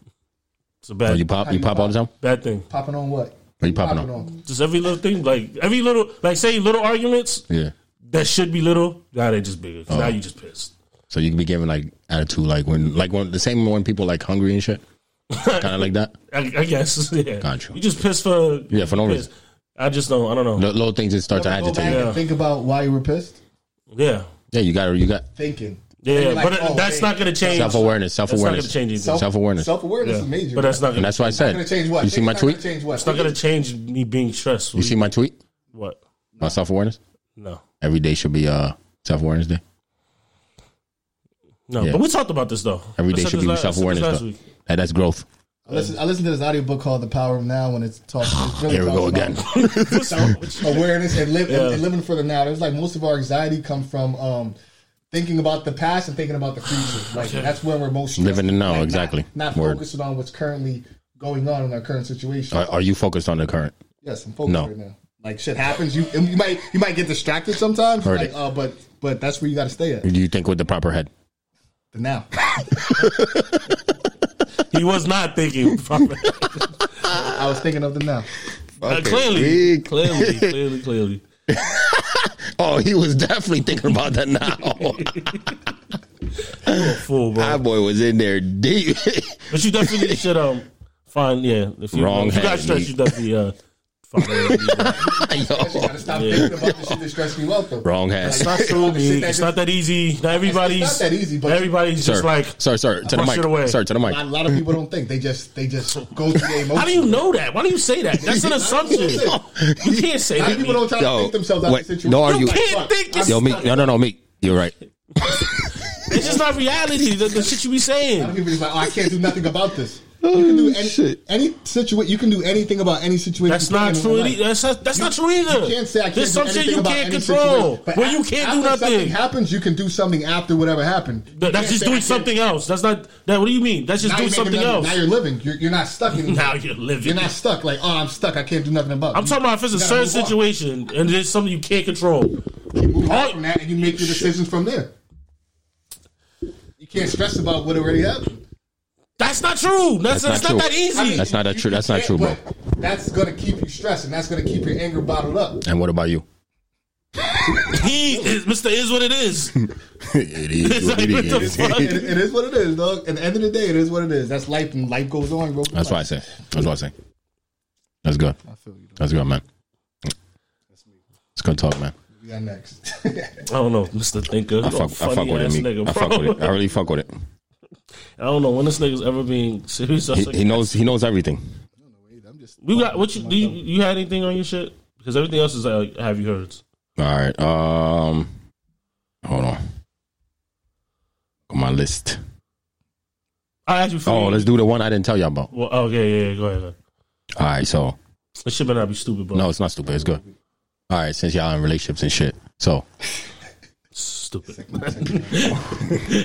S3: It's a
S2: Oh,
S3: bad
S2: you pop. You pop all the time.
S3: bad thing.
S1: popping on what?
S2: Are you popping on?
S3: Just every little thing, like every little, like say little arguments
S2: Yeah.
S3: that should be little, now they just bigger. 'cause
S2: Oh.
S3: Now you just pissed.
S2: So you can be giving like attitude, like when, like when the same when people like hungry and shit, kind of like that. <laughs>
S3: I, I guess. <laughs> Yeah.
S2: Gotcha.
S3: You just pissed for
S2: Yeah, for no
S3: pissed.
S2: reason.
S3: I just don't. I don't know.
S2: Little, little things that start to
S1: Go
S2: agitate.
S1: back
S2: you.
S3: Yeah.
S1: and think about why you were pissed.
S3: Yeah.
S2: Yeah, you got. You got
S1: Thinking.
S3: Yeah,
S1: You're like,
S3: but it-
S1: oh,
S3: that's
S1: hey.
S3: not going to change.
S2: self awareness. Self
S3: That's not going
S2: awareness.
S3: to change anything.
S1: Self-
S2: Self awareness.
S1: Self-awareness
S3: Yeah.
S1: is major.
S3: But that's not
S2: And
S3: going to.
S2: that's why I said.
S1: gonna change what?
S2: You see my
S1: It's not gonna
S2: tweet?
S1: Change what?
S3: It's not going to change me being stressed.
S2: You see my tweet?
S3: what?
S2: My self awareness.
S3: No,
S2: Every day should be uh self awareness day.
S3: no.
S2: Yeah.
S3: But we talked about this though.
S2: Every
S3: I
S2: day
S3: said
S2: should
S3: this
S2: be
S3: la- I said this
S2: self awareness.
S3: last week.
S2: That, that's growth.
S1: I listen, I listen to this audiobook called "The Power of Now" when it's talking.
S2: <sighs>
S1: It's really
S2: Here we go
S1: talking
S2: again.
S1: about- awareness and, live, and- and living for the now. It's like most of our anxiety comes from um, thinking about the past and thinking about the future. Like that's when we're most stressed.
S2: Living the now,
S1: Like, not-
S2: exactly.
S1: Not,
S2: Word.
S1: focusing on what's currently going on in our current situation.
S2: Are, are you focused on the current?
S1: yes, I'm focused
S2: No.
S1: right now. Like shit happens. You and you might you might get distracted sometimes.
S2: Heard
S1: Like,
S2: it.
S1: uh, but but that's where you got to stay at
S2: Do you think with the proper head?
S1: the now. <laughs>
S3: <laughs> He was not thinking.
S2: <laughs>
S3: <laughs> properly.
S1: I was thinking of the now.
S3: Uh, clearly, clearly,
S1: <laughs>
S3: clearly, clearly.
S2: Oh, he was definitely thinking about
S1: <laughs>
S2: that now.
S3: Fool, bro.
S2: My boy was in there deep. <laughs>
S3: But you definitely should um find yeah. If you,
S2: Wrong
S3: if you got
S2: hand,
S3: stressed,
S2: Nick.
S3: you definitely uh. find a way to
S1: <laughs>
S3: do that.
S1: You
S2: Yo.
S1: gotta stop thinking about the shit that stress you out though.
S2: Wrong
S3: It's
S2: hand.
S3: not so easy. It's not that easy. Not everybody's
S1: It's not that easy, but-
S3: everybody's
S2: Sir,
S3: just like.
S2: sir, sir, to the
S3: brush it away.
S2: mic. Sir, to the mic.
S1: A lot of people don't think. They just they just go through their emotions.
S3: How do you know that? Why do you say
S1: <laughs>
S3: that? That's an assumption.
S2: <laughs>
S3: You can't
S1: A
S3: say
S1: lot
S3: that.
S1: of people don't try
S2: Yo,
S1: to think themselves out
S2: wait,
S1: of the situation.
S2: no, are
S3: You
S2: you-
S3: can't think this.
S2: Yo, Meek. No, no, no, Meek. You're right.
S3: It's just not reality. The, the shit you be
S1: Some
S3: saying.
S1: people just like, oh, I can't do nothing about this. You
S2: Oh,
S1: can do any, any situation. You can do anything about any situation.
S3: That's
S1: you can
S3: not
S1: in
S3: true.
S1: life.
S3: Either. That's not, that's not true either.
S1: You can't say I can't
S3: There's
S1: do
S3: some shit
S1: anything
S3: you
S1: about
S3: can't
S1: any
S3: control,
S1: situation. But
S3: where
S1: a-
S3: you can't do
S1: after Something
S3: nothing.
S1: happens, you can do something after whatever happened. You
S3: Th-
S1: can't
S3: That's just
S1: say, I
S3: doing
S1: can't-
S3: something else. That's not. That. What do you mean? That's just
S1: now you're
S3: doing
S1: making
S3: something
S1: nothing-
S3: else.
S1: Now you're living. You're, you're not stuck in.
S3: Now you're living.
S1: You're not stuck. Like, oh, I'm stuck. I can't do nothing about.
S3: I'm talking about if it's a certain situation and there's something you can't control.
S1: You move
S3: All-
S1: on from that, and you make your decisions from there. You can't stress about what already happened.
S3: That's not true. That's,
S2: That's
S3: that's,
S2: not
S3: not,
S2: true.
S3: that easy.
S1: I mean,
S2: That's not that
S1: you-
S2: true.
S1: you
S2: That's not
S1: can't,
S2: true, bro.
S1: but That's gonna keep you stressed, and that's gonna keep your anger bottled up.
S2: And what about you?
S3: He is Mr. Is what it is.
S2: <laughs>
S1: <laughs>
S2: it is what it
S3: What the
S2: is.
S3: fuck?
S1: It, it is what it is, dog. At the end of the day, it is what it is. That's life, and life goes on, bro.
S2: That's what I say. That's what I say. That's good. That's good, man. It's good talk, man.
S1: We got next. <laughs>
S3: I don't know, Mr. Thinker.
S2: I fuck, I fuck with it. Me. I fuck with it. I really fuck with it.
S3: <laughs> I don't know when this nigga's ever being serious. I was
S2: He,
S3: like,
S2: he knows. He knows everything.
S3: we got what you do. You, you had anything on your shit? Because everything else is like, have you heard?
S2: All right. Um, hold on. On my list.
S3: I asked you. For
S2: Oh, let's do the one I didn't tell you about.
S3: Well, okay, yeah, yeah, go ahead. man.
S2: All right. So
S3: This shit better not be stupid, bro.
S2: no, it's not stupid. It's good. All right. Since y'all in relationships and shit, so
S3: stupid.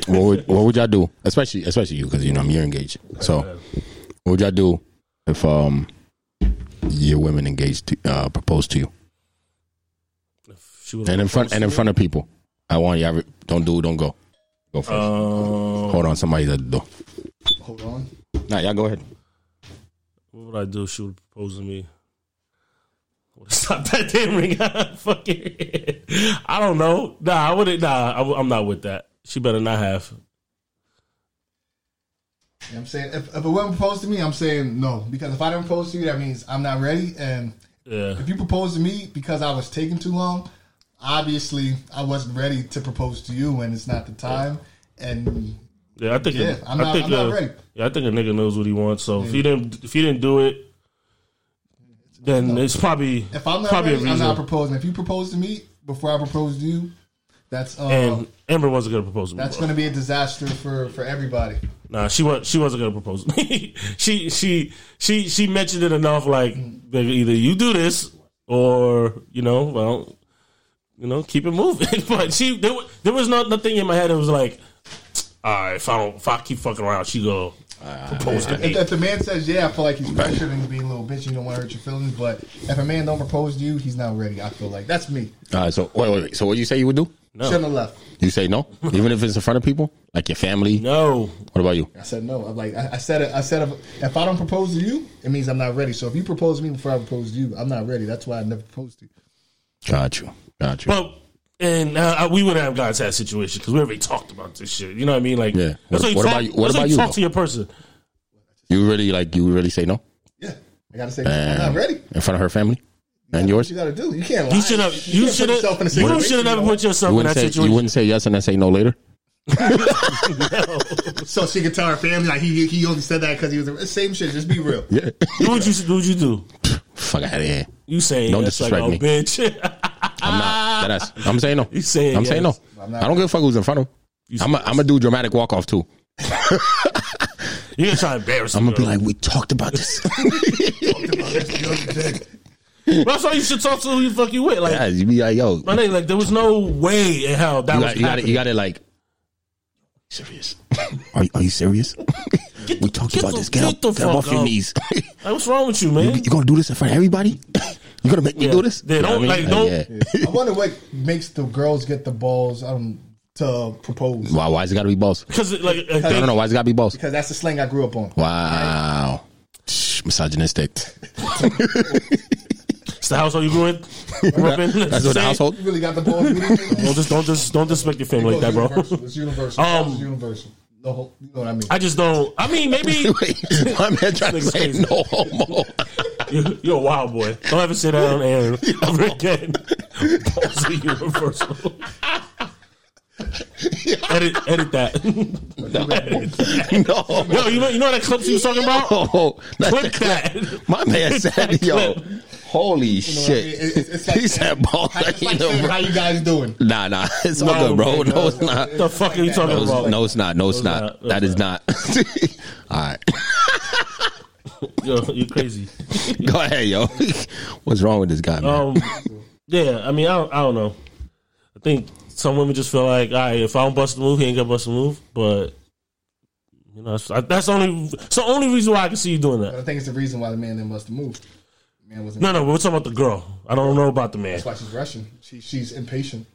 S2: what would what would y'all do? Especially especially you because you know I'm you're engaged. So what would y'all do if um your women engaged to, uh propose to you
S3: She was
S2: and in front and in front of people? I want y'all re- don't do don't go. Go
S3: Uh,
S2: first.
S3: Um,
S2: Hold on, somebody's at the door.
S1: Hold on.
S2: Nah, y'all go ahead.
S3: what would I do? if She would propose to me. Would I Stop <laughs> that damn ring! <laughs> Fucking, I don't know. Nah, I wouldn't. Nah, I, w- I'm not with that. She better not have.
S1: You know what I'm saying if, if a woman proposed to me, I'm saying no because if I don't propose to you, that means I'm not ready. And
S3: Yeah.
S1: if you propose to me because I was taking too long, obviously I wasn't ready to propose to you when it's not the time. And
S3: Yeah, I think.
S1: Yeah, I'm
S3: I
S1: not-
S3: think
S1: I'm not
S3: uh,
S1: ready.
S3: Yeah, I think a nigga knows what he wants. So if he didn't, if he didn't do it, then it's probably
S1: if I'm not
S3: probably
S1: ready,
S3: a
S1: I'm
S3: reason.
S1: not proposing. If you propose to me before I propose to you, that's um,
S3: and Amber wasn't gonna propose to me.
S1: that's
S3: bro.
S1: going to be a disaster for for everybody.
S3: Nah, she was she wasn't gonna propose. <laughs> she she she she mentioned it enough. Like baby, either you do this or you know, well, you know, keep it moving. <laughs> but she there, wa- there was not nothing in my head. that was like, all right, if I don't if I keep fucking around, she go propose to
S1: If,
S3: me.
S1: if the man says yeah, I feel like he's pressured and he's being a little bitch. You don't want to hurt your feelings, but if a man don't propose to you, he's not ready. I feel like that's me.
S2: All right, so wait, wait, wait. So what you say you would do?
S1: Shouldn't have left.
S2: You say no, even if it's in front of people, like your family.
S3: No,
S2: What about you?
S1: I said no. I'm like I, I said. it- I said if, if I don't propose to you, it means I'm not ready. So if you propose to me before I propose to you, I'm not ready. That's why I never proposed to you.
S2: Got you. Got you.
S3: but. And uh, we wouldn't have gotten to that situation because we already talked about this shit. You know what I mean? Like,
S2: Yeah. What-
S3: that's how you
S2: what
S3: talk,
S2: about you- what
S3: that's how
S2: about
S3: you
S2: you,
S3: talk
S2: though?
S3: to your person.
S2: you really like you really say no
S1: Yeah, I gotta say
S2: And-
S1: I'm not ready.
S2: in front of her family and
S1: What
S2: yours.
S1: you gotta do? You can't. Lie.
S3: You should have. You
S1: can't put
S3: should
S1: yourself in a
S3: have. You
S1: situation,
S3: should have never
S1: you know?
S3: put yourself
S2: You
S3: in
S2: wouldn't
S3: that
S2: say you
S3: situation.
S2: wouldn't say yes and then say no later.
S1: So she could tell her family like he he only said that because he was a, same shit. Just be real.
S2: Yeah.
S3: Do what you do. What you do.
S2: Fuck out of here.
S3: You saying
S2: Don't
S3: that's like,
S2: disrespect
S3: oh,
S2: me.
S3: bitch. <laughs>
S2: I'm not. Deadass. I'm saying no.
S3: Ah. You saying
S2: I'm saying no.
S3: yes.
S2: I don't give a fuck who's in front of. me. I'm gonna do dramatic walk off too.
S3: You're gonna try to embarrass
S2: I'm
S3: me.
S2: gonna be
S3: Like,
S2: like, we talked about
S3: <laughs>
S2: this. <laughs>
S3: that's why you should talk to who you fuck you with. Like,
S2: Yeah, you be like, yo, you
S3: my nigga, like there was no way in hell that was
S2: got, you got it. You
S3: happening.
S2: got it. Like, serious? <laughs> Are you, are you serious? <laughs> we talked
S3: get
S2: about
S3: the-
S2: this. Get, up,
S3: get the
S2: get up
S3: fuck
S2: off your
S3: up.
S2: knees. <laughs>
S3: Like, what's wrong with you, man?
S2: you gonna do this in front of everybody? <laughs> you gonna make me
S3: Yeah.
S2: do this?
S3: Yeah,
S2: You know
S3: don't-
S2: what
S3: like, don't-
S2: yeah. <laughs>
S1: I wonder what makes the girls get the balls um to propose
S2: Why? Why's it gotta be boss?
S3: Because like, I
S2: I don't
S3: think,
S2: know. Why's it gotta be boss?
S1: because that's the slang I grew up on.
S3: <laughs>
S2: Wow. Shh, misogynistic.
S3: it's the household you grew
S2: <laughs>
S3: in. Grew up in.
S2: That's what the
S3: Say-
S2: household.
S1: You really got the balls. You really did.
S3: Don't just don't just don't disrespect your family like that, bro. <laughs>
S1: Universal. It's universal.
S3: Um,
S1: it's universal. The whole, you know what I mean.
S3: I just don't. I
S2: <laughs>
S3: mean, maybe
S2: Wait, my man trying to
S3: Nigga's
S2: say
S3: crazy.
S2: no homo.
S3: you're, you're a wild boy. Don't ever sit
S2: <laughs>
S3: down and ever again. Balls
S2: <laughs>
S3: are universal. edit, edit that. <laughs>
S2: no.
S3: Yo, you know, you know that clips you was talking about?
S2: Oh,
S1: <laughs>
S2: that's
S3: Clip
S2: the
S3: that.
S2: clip. My man said, "Yo, holy
S1: You know what I
S2: shit!"
S1: mean? It- it's- it's like-
S2: he said, "Balls
S1: How- it's
S3: <laughs>
S2: ain't
S1: like
S2: no
S1: saying,
S2: bro."
S1: how you guys doing?
S2: Nah, nah, <laughs> it's all
S3: No,
S2: good, bro.
S3: man,
S2: No,
S3: no.
S2: it's not.
S3: The fuck are you talking
S2: No,
S3: about?
S2: it's, no, it's not. No, it's not.
S3: not. No,
S2: That
S3: it's
S2: is not. <laughs> all right, <laughs>
S3: Yo, you're crazy.
S2: go ahead, yo. <laughs> What's wrong with this guy, man?
S3: Um, yeah, I mean, I don't, I don't know. I think some women just feel like, all right, if I don't bust the move, he ain't gonna bust the move. But you know, that's, that's the only it's the only reason why I can see you doing
S1: But
S3: that.
S1: I think it's the reason why the man then must have moved. The man wasn't.
S3: No, no, we're talking about the girl. I don't know about the man.
S1: That's why she's Russian. She, she's impatient.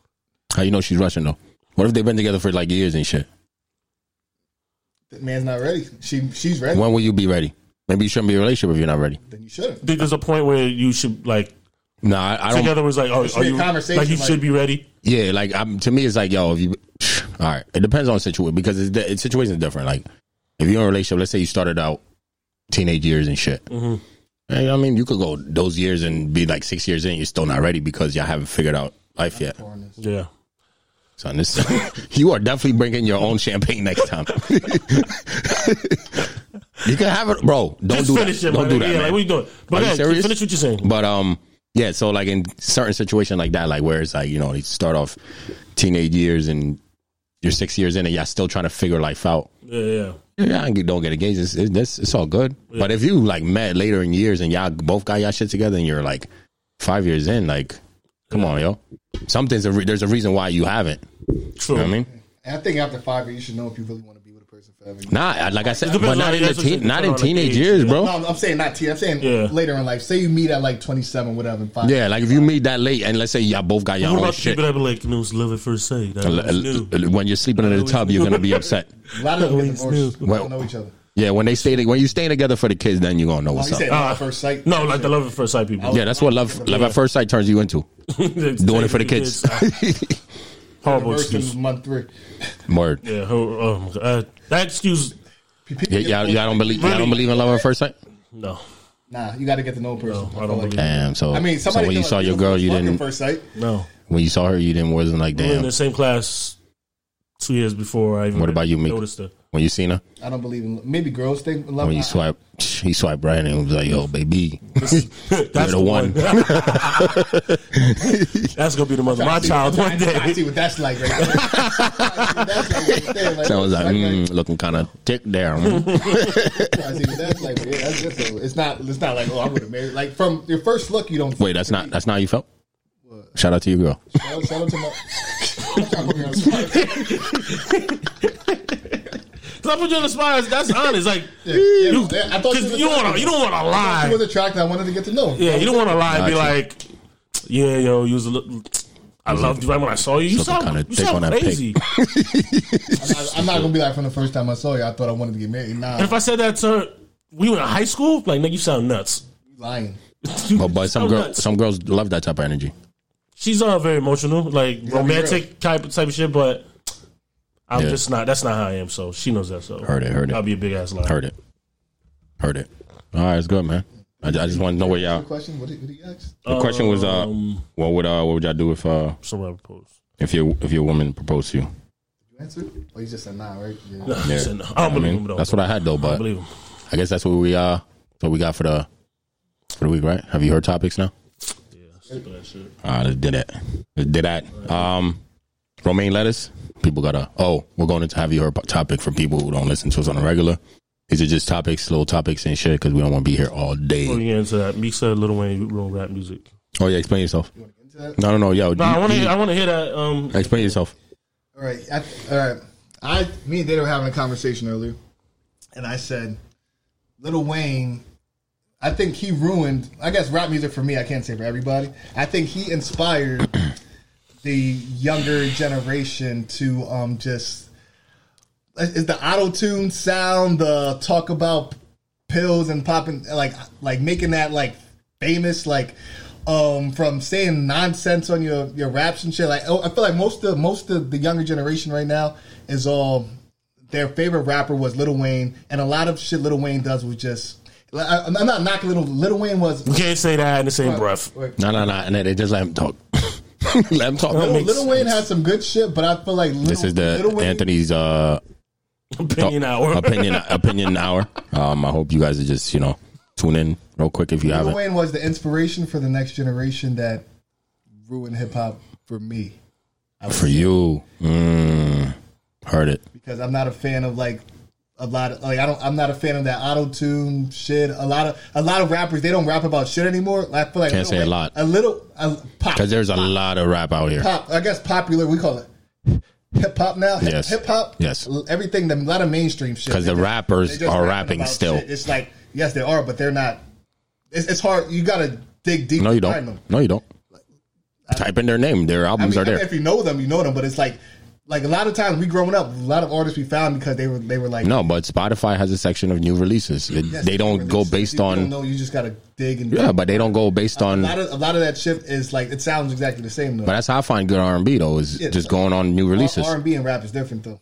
S2: How you know she's Russian though? What if they've been together for like years and shit?
S1: The man's not ready. She she's ready.
S2: When will you be ready? Maybe you shouldn't be in a relationship if you're not ready.
S1: Then you shouldn't.
S3: think there's a point where you should like
S2: No, I, I don't.
S3: Together was like, oh, are
S1: be a
S3: you like you
S1: conversation,
S3: should
S1: like-
S3: be ready?
S2: Yeah, like I'm, to me, it's like, yo, if you, <sighs> all right, it depends on situation because it's, the situation is different. Like, if you're in a relationship, let's say you started out teenage years and shit.
S3: Mm-hmm.
S2: And, I mean, you could go those years and be like six years in, you're still not ready because y'all haven't figured out life yet.
S3: Yeah.
S2: Son, this, <laughs> you are definitely bringing your own champagne next time. <laughs> you can have it, bro. Don't
S3: Just
S2: do
S3: finish
S2: that.
S3: it,
S2: don't
S3: my
S2: do
S3: nigga.
S2: that.
S3: Yeah,
S2: man.
S3: like what you doing?
S2: Are
S3: But
S2: you
S3: yeah,
S2: serious?
S3: finish what you're saying.
S2: But um, yeah. So like in certain situation like that, like where it's like you know they start off teenage years and you're six years in and y'all still trying to figure life out.
S3: Yeah, yeah.
S2: Yeah, I don't get engaged. It's, it's, it's all good. But if you like met later in years and y'all both got y'all shit together and you're like five years in, like come on, yo, something's a re- there's a reason why you haven't.
S3: True.
S2: You know what I mean.
S1: And I think after five years, you should know if you really want to be with a person forever.
S2: Nah, like I said,
S3: depends
S2: but
S3: on-
S2: not in the
S3: that's what
S2: teen,
S3: I'm
S2: not in
S3: saying,
S2: teenage
S3: age,
S2: years,
S3: yeah.
S2: bro.
S1: No, I'm- I'm saying not teen. I'm saying
S3: Yeah.
S1: later in life. Say you meet at like 27, whatever. in Five.
S2: Yeah, like if you meet that late, and let's say y'all both got
S3: What
S2: your own
S3: about the
S2: shit.
S3: people that be like, you know, it's love at first sight? That
S2: L-
S3: was
S2: l-
S3: new.
S2: l- When you're sleeping in the tub,
S3: <laughs>
S2: you're gonna be upset.
S1: A lot of them get
S3: Always knew.
S1: divorced. They
S2: Well-
S1: don't know each other.
S2: Yeah, when they stay to- when you staying together for the kids, then you're gonna know
S1: Oh,
S2: what's
S1: you
S2: up.
S1: said oh, love
S3: Ah.
S1: at first sight.
S3: No, like the love at first sight people. <laughs>
S2: Yeah, that's what love love at first sight turns you into doing it for the kids.
S3: uh,
S2: <laughs>
S3: Horrible
S1: First
S3: excuse.
S1: was month three. uh,
S2: <laughs> Word.
S3: Yeah, ho- oh my God. Uh, that excuse.
S2: Yeah, y'all, y'all don't believe y'all don't believe in love at first sight.
S3: No,
S1: Nah, you got to get to know a person.
S3: no, I don't believe.
S2: Damn. So
S1: I mean,
S2: so
S1: somebody
S2: when you
S1: thought
S2: saw
S1: it
S2: your
S1: was the
S2: girl,
S1: first
S2: you
S1: fucking
S2: didn't.
S1: first sight.
S3: No,
S2: When you saw her, you didn't wasn't like
S3: we were in
S2: damn.
S3: the same class two years before I even.
S2: What about you, Meek?
S3: Noticed it.
S2: When you seen her,
S1: I don't believe in maybe girls think in love.
S2: when you
S1: I-
S2: swipe, he swiped <sniffs> right and was like, "Yo, baby, <laughs>
S3: <laughs>
S2: you're the one."
S3: That's gonna be the mother of my
S1: I see-
S3: child
S1: I-
S3: one
S1: I see
S3: day. <laughs>
S1: what that's like right there. <laughs> That's like right there, like,
S2: So I was like,
S1: I got-
S2: mm, looking kind of thick
S1: <laughs>
S2: there. mm.
S1: I see what that's like. Yeah, that's good though. It's not. It's not like oh, I would have married. Like from your first look, you don't.
S2: Wait, that's not that's not how you felt. Shout out to your girl.
S1: Shout out- shout out to my. I'm trying to put me on the spot.
S3: Cause I put you on the spot. That's honest. Like
S1: Yeah,
S3: you,
S1: yeah, <laughs> I thought she
S3: cause
S1: was
S3: you don't want to. You don't want to
S1: She was
S3: lie.
S1: attracted. I wanted to get to know. her.
S3: Yeah, you don't want to lie. and Be
S2: Gotcha.
S3: like, yeah, yo, you was a little. I loved you right when I saw you. You
S2: Something
S3: sound,
S2: kinda
S3: you
S2: thick
S3: sound
S2: on that pic.
S3: crazy.
S1: I'm not, I'm not gonna be like from the first time I saw you. I thought I wanted to get married. Nah,
S3: And if I said that to her, we were in high school, like, nigga, you sound nuts.
S1: you lying.
S2: But but some
S3: So
S2: girl,
S3: nuts.
S2: some girls love that type of energy.
S3: She's uh, very emotional, like
S1: real.
S3: romantic type type of shit, but I'm
S2: Yeah.
S3: just not. That's not how I am. So she knows that. So
S2: Heard it, heard it.
S3: I'll be a big ass liar.
S2: Heard it. Heard it. All right, it's good, man. I, I just want to know what y'all.
S1: Question? What did, what did he ask?
S2: The question was, uh,
S3: Um,
S2: what would uh, what would y'all do if uh,
S3: Somewhere I propose.
S2: if your if your woman proposed to you?
S1: You answered? Or you Oh, just said nah, right? Yeah.
S3: I said no. I don't
S2: I
S3: believe
S2: mean,
S3: him though.
S2: that's what I had though,
S3: I
S2: but
S3: believe him.
S2: I guess that's what we uh what we got for the for the week, right? Have you heard topics now?
S3: Yeah, stupid ass shit.
S2: All right, let's do that. Let's do that. Um, romaine lettuce. People gotta. Oh, we're going to have you heard topic for people who don't listen to us on a regular. These are just topics, little topics and shit, because we don't want to be here all
S3: Before we
S2: day.
S3: get into that, Meek said Lil Wayne wrote rap music.
S2: Oh yeah, explain yourself.
S1: Into that?
S2: No, no, no, yo.
S3: No, I
S2: you-
S3: want
S2: you-
S3: to. I want to hear that. Um,
S2: Explain yourself.
S1: All right. I, all right. I, me and Dada were having a conversation earlier, and I said, Little Wayne, I think he ruined. I guess rap music for me. I can't say for everybody. I think he inspired <clears throat> the younger generation to um just is the auto tune sound, the talk about pills and popping like like making that like famous like um from saying nonsense on your your raps and shit like oh, I feel like most of most of the younger generation right now is all their favorite rapper was Lil Wayne and a lot of shit Lil Wayne does was just like, I, I'm not knocking Lil Lil Wayne was
S3: you can't say that in the same breath.
S2: No, no, no. And then they just let him talk. <laughs> let him talk.
S1: Lil,
S3: makes
S1: Lil Wayne
S3: sense.
S1: had some good shit but I feel like Lil,
S2: This is the
S1: Lil Wayne,
S2: Anthony's uh,
S3: Opinion hour. <laughs>
S2: opinion opinion hour. Um, I hope you guys are just you know tune in real quick if you
S1: Lil
S2: haven't.
S1: Wayne was the inspiration for the next generation that ruined hip hop for me
S2: For you, mm, heard it.
S1: because I'm not a fan of like a lot of like I don't I'm not a fan of that auto tune shit. A lot of a lot of rappers they don't rap about shit anymore. I feel like
S2: Can't say a lot.
S1: A little a, pop
S2: Because there's a lot of rap out here.
S1: pop. I guess popular we call it hip hop now.
S2: Yes.
S1: hip hop.
S2: Yes.
S1: everything. A lot of mainstream shit.
S2: 'Cause the
S1: They just-
S2: rappers
S1: they just
S2: are rapping
S1: about
S2: still.
S1: shit. It's like yes they are, but they're not. It's, it's hard. You gotta dig deep.
S2: No, you
S1: to find them.
S2: don't. No, you don't. Type in their name. Their
S1: I
S2: albums
S1: mean,
S2: are
S1: I mean,
S2: there.
S1: if you know them, you know them. But it's like like a lot of times we growing up, a lot of artists we found because they were they were like
S2: No, but Spotify has a section of new releases. It-
S1: yes,
S2: they don't
S1: release.
S2: go
S1: If
S2: based
S1: you don't
S2: on
S1: know you just gotta dig and
S2: yeah, but they don't go based
S1: a
S2: on.
S1: lot of a lot of that shit is like it sounds exactly the same though.
S2: But that's how I find good R and B though is
S1: Yeah.
S2: just going on new releases.
S1: R and B and rap is different though.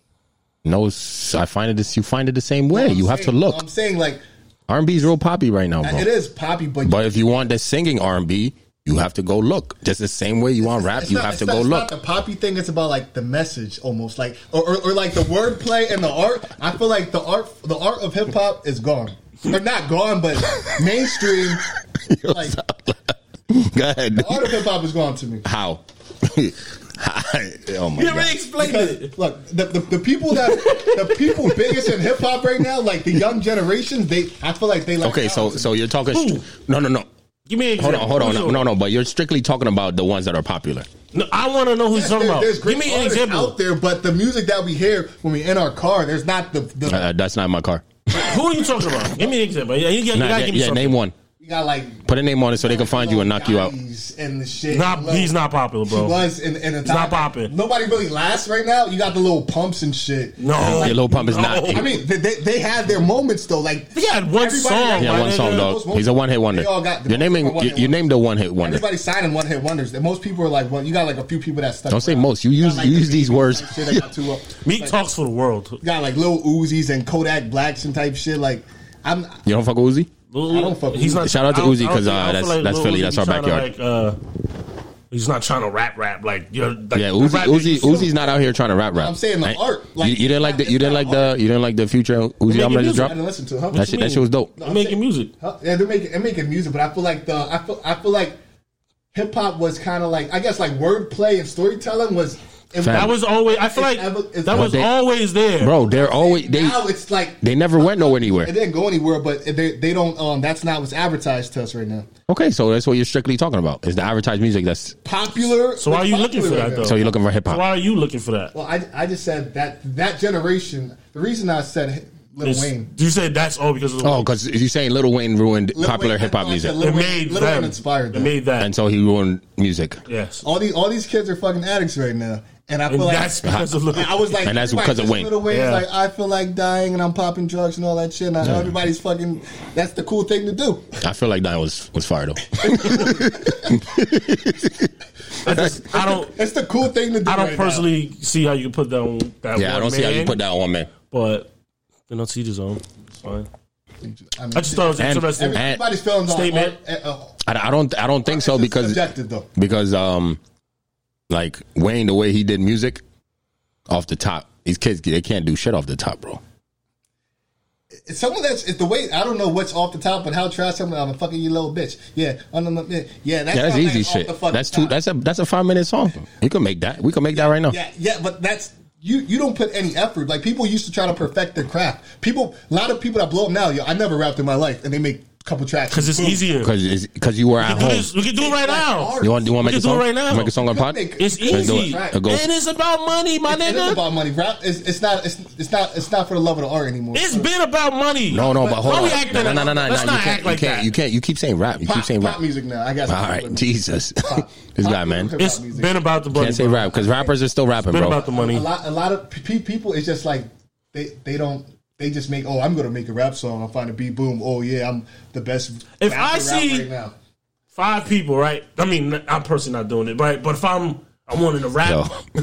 S2: No, s- I find it this you find it the same way.
S1: I'm
S2: You have to
S1: saying-
S2: look.
S1: I'm saying like
S2: R and B is real poppy right now, bro.
S1: it is poppy, but,
S2: But if you want the singing R and B, you have to go look. Just the same way you want rap,
S1: it's
S2: you
S1: not-
S2: have
S1: it's
S2: to
S1: not-
S2: go
S1: it's Not
S2: look.
S1: the poppy thing. It's about like the message almost, like or, or, or like the wordplay and the art. I feel like the art the art of hip hop is gone, or not gone,
S2: <laughs>
S1: but mainstream. like
S2: go ahead.
S1: the art of hip hop is gone to me.
S2: <laughs> How? <laughs> oh my
S3: You already
S2: god.
S3: explained it.
S1: Because look, the, the, the people that the people biggest in hip hop right now, like the young generations, they I feel like they like
S2: Okay, so so you're talking. str- No, no, no.
S3: Give me an
S2: Hold
S3: example.
S2: on, hold on.
S3: Who's
S2: No,
S3: your-
S2: no, no. But you're strictly talking about the ones that are popular.
S3: No, I want to know who you're talking
S1: There-
S3: about.
S1: there's
S3: Give
S1: great
S3: me an
S1: artists out
S3: example.
S1: there, but the music that we hear when we in our car, there's not the, the
S2: Uh, that's not my car.
S3: Who are you talking about? Give me an example. Yeah, you, got- you
S2: Nah,
S3: gotta
S2: yeah,
S3: give me
S2: yeah,
S3: something.
S2: name one.
S1: we got like
S2: Put a name on it so they can find you and knock you out.
S1: guys And the shit,
S3: Not,
S1: Like,
S3: he's not popular,
S1: He
S3: bro.
S1: was in, in the
S3: It's not popping.
S1: Nobody really lasts right now. You got the little pumps and shit.
S3: No,
S2: Yeah, Lil Pump is not-
S1: I mean, they, they, they had their moments though. Like
S3: They had one
S1: everybody
S3: song,
S1: got-
S2: Yeah,
S3: Why
S2: one
S3: they
S2: song,
S3: got
S2: dog.
S1: most-
S2: He's a one hit wonder.
S1: They all got-
S2: You're naming.
S1: one
S2: You,
S1: hit
S2: you named a one hit wonder.
S1: Everybody signing one hit wonders. And most people are like, well, you got like a few people that stuck.
S2: Don't say
S1: around.
S2: most. You
S1: got,
S2: use-
S1: the
S2: use these
S1: Biggies
S2: words.
S1: type Shit that got two up.
S3: Meek
S1: Like, uh,
S3: talks for the world.
S1: got like little Uzis and Kodak Blacks and type shit. Like I'm
S2: You don't fuck with Uzi.
S1: don't fuck with
S3: He's not.
S2: Shout out to
S3: I don't-
S2: Uzi,
S3: I don't
S2: 'cause,
S3: think-
S2: uh,
S3: I don't
S2: that's-
S3: feel
S2: that's
S3: Lil
S2: Philly,
S3: Uzi
S2: that's
S3: be
S2: our
S3: trying to,
S2: backyard.
S3: like, uh, he's not trying to rap, rap like you're. Like,
S2: Yeah, Uzi,
S3: rap
S2: Uzi,
S3: is-
S2: Uzi's not out here trying to rap rap.
S1: I'm saying the
S2: Right?
S1: art,
S2: you,
S1: like,
S2: you didn't like the you didn't like the you didn't like the future Uzi album
S3: making
S2: that just
S3: music.
S1: I
S2: dropped.
S1: didn't listen to huh?
S2: That shit, that shit was dope.
S3: They're making music.
S1: Huh? Yeah, they're making they're making music, but I feel like the I feel I feel like hip hop was kind of like I guess like wordplay and storytelling was. It,
S2: Fact.
S1: now
S3: That was always. I feel
S1: It's
S3: like
S1: ever- it's
S3: that
S1: ever-
S3: was
S2: They-
S3: always there,
S2: Bro, they're always they
S1: it's like
S2: they never went nowhere
S1: it
S2: anywhere.
S1: didn't go anywhere, but they they don't. Um, that's not what's advertised to us right now.
S2: Okay, so that's what you're strictly talking about is the advertised music. That's
S1: Popular.
S3: So why are you
S1: popular
S3: looking for
S1: right
S3: that
S1: now.
S2: so
S3: though?
S2: you're looking for hip
S3: So
S2: hop.
S3: Why are you looking for that?
S1: Well, I I just said that that generation. The reason I said Lil
S3: It's-
S1: Wayne.
S3: You said that's all because of the
S2: Oh, because you're saying Little Wayne ruined
S1: Lil
S2: popular
S1: Wayne-
S2: hip hop
S1: I said
S2: music,
S1: Lil
S3: It
S1: Wayne-
S3: made
S1: Lil Wayne
S3: them.
S1: inspired
S3: It
S1: them.
S3: made that.
S2: and so he ruined music,
S3: yes.
S1: all these all these kids are fucking addicts right now, and I feel
S3: And
S1: like <laughs>
S3: that's because of Lil-
S1: And I was like,
S2: And that's because of
S1: everybody
S2: Wayne.
S1: just Lil Wayne's
S3: Yeah.
S1: like, I feel like dying, and I'm popping drugs and all that shit. And I know everybody's fucking. That's the cool thing to do.
S2: I feel like that was was fire though.
S3: <laughs> I, just, I don't.
S1: It's the cool thing to do.
S3: I don't
S1: right now.
S3: personally see how you can put that on that.
S2: Yeah, I
S3: one
S2: don't see how you
S3: man,
S2: put that on one man.
S3: But you know, to each his own. It's fine.
S1: I, mean,
S3: I just thought it was
S2: And-
S3: interesting.
S1: every-
S2: and-
S1: everybody's feelings on
S3: Statement.
S2: I, I don't I don't think so Oh, because
S1: objective though.
S2: because um like Wayne the way he did music off the top these kids they can't do shit off the top bro
S1: It's Some of that's it's the way I don't know what's off the top, but how trash someone I'm a fucking you little bitch. Yeah, I'm a- yeah, yeah, that's,
S2: yeah, that's
S1: not
S2: easy
S1: off
S2: shit
S1: the fucking
S2: that's two
S1: top.
S2: that's a that's a five minute song you can make that we can make that right now
S1: Yeah, yeah, but that's you. You don't put any effort. Like people used to try to perfect their craft. People, a lot of people that blow up now. Yo, I never rapped in my life, and they make a couple tracks
S3: because it's
S1: Boom.
S3: easier.
S2: because because you were at
S3: Do
S2: home
S3: this- we can do it
S1: Like
S3: right now.
S1: art.
S2: you want you want to
S3: We
S2: make a
S3: can do it
S2: song
S3: right now.
S2: make a song on
S1: You
S2: pot
S1: make-
S3: It's
S1: You can
S2: do it.
S3: easy, and
S2: Uh, go.
S3: it's about money, my
S1: It it is
S3: nigga.
S1: about money. Rap is it's not it's, it's not it's not for the love of the art anymore.
S3: It's been about money.
S2: no no but hold
S3: Why
S2: on
S3: we acting
S2: no no no no, no,
S3: Let's
S2: you
S3: not
S2: can't
S3: act like
S2: you can't
S3: that.
S2: you can't you keep saying rap you
S1: pop,
S2: keep saying
S1: pop
S2: rap
S1: music now. I guess.
S2: all right Jesus <laughs> this guy man
S1: Pop
S3: It's
S1: music.
S3: been about the money.
S2: can't say
S3: bro.
S2: rap because rappers are still rapping
S3: Been
S2: bro
S3: about the money.
S1: a lot a lot of p- people. It's just like they they don't. They just make oh I'm gonna make a rap song I'll find a beat boom oh yeah I'm the best
S3: If
S1: rapper
S3: I
S1: out
S3: see-
S1: right now.
S3: Five people, right? I mean, I'm personally not doing it, right? But if I'm, I'm wanting to rap. <laughs>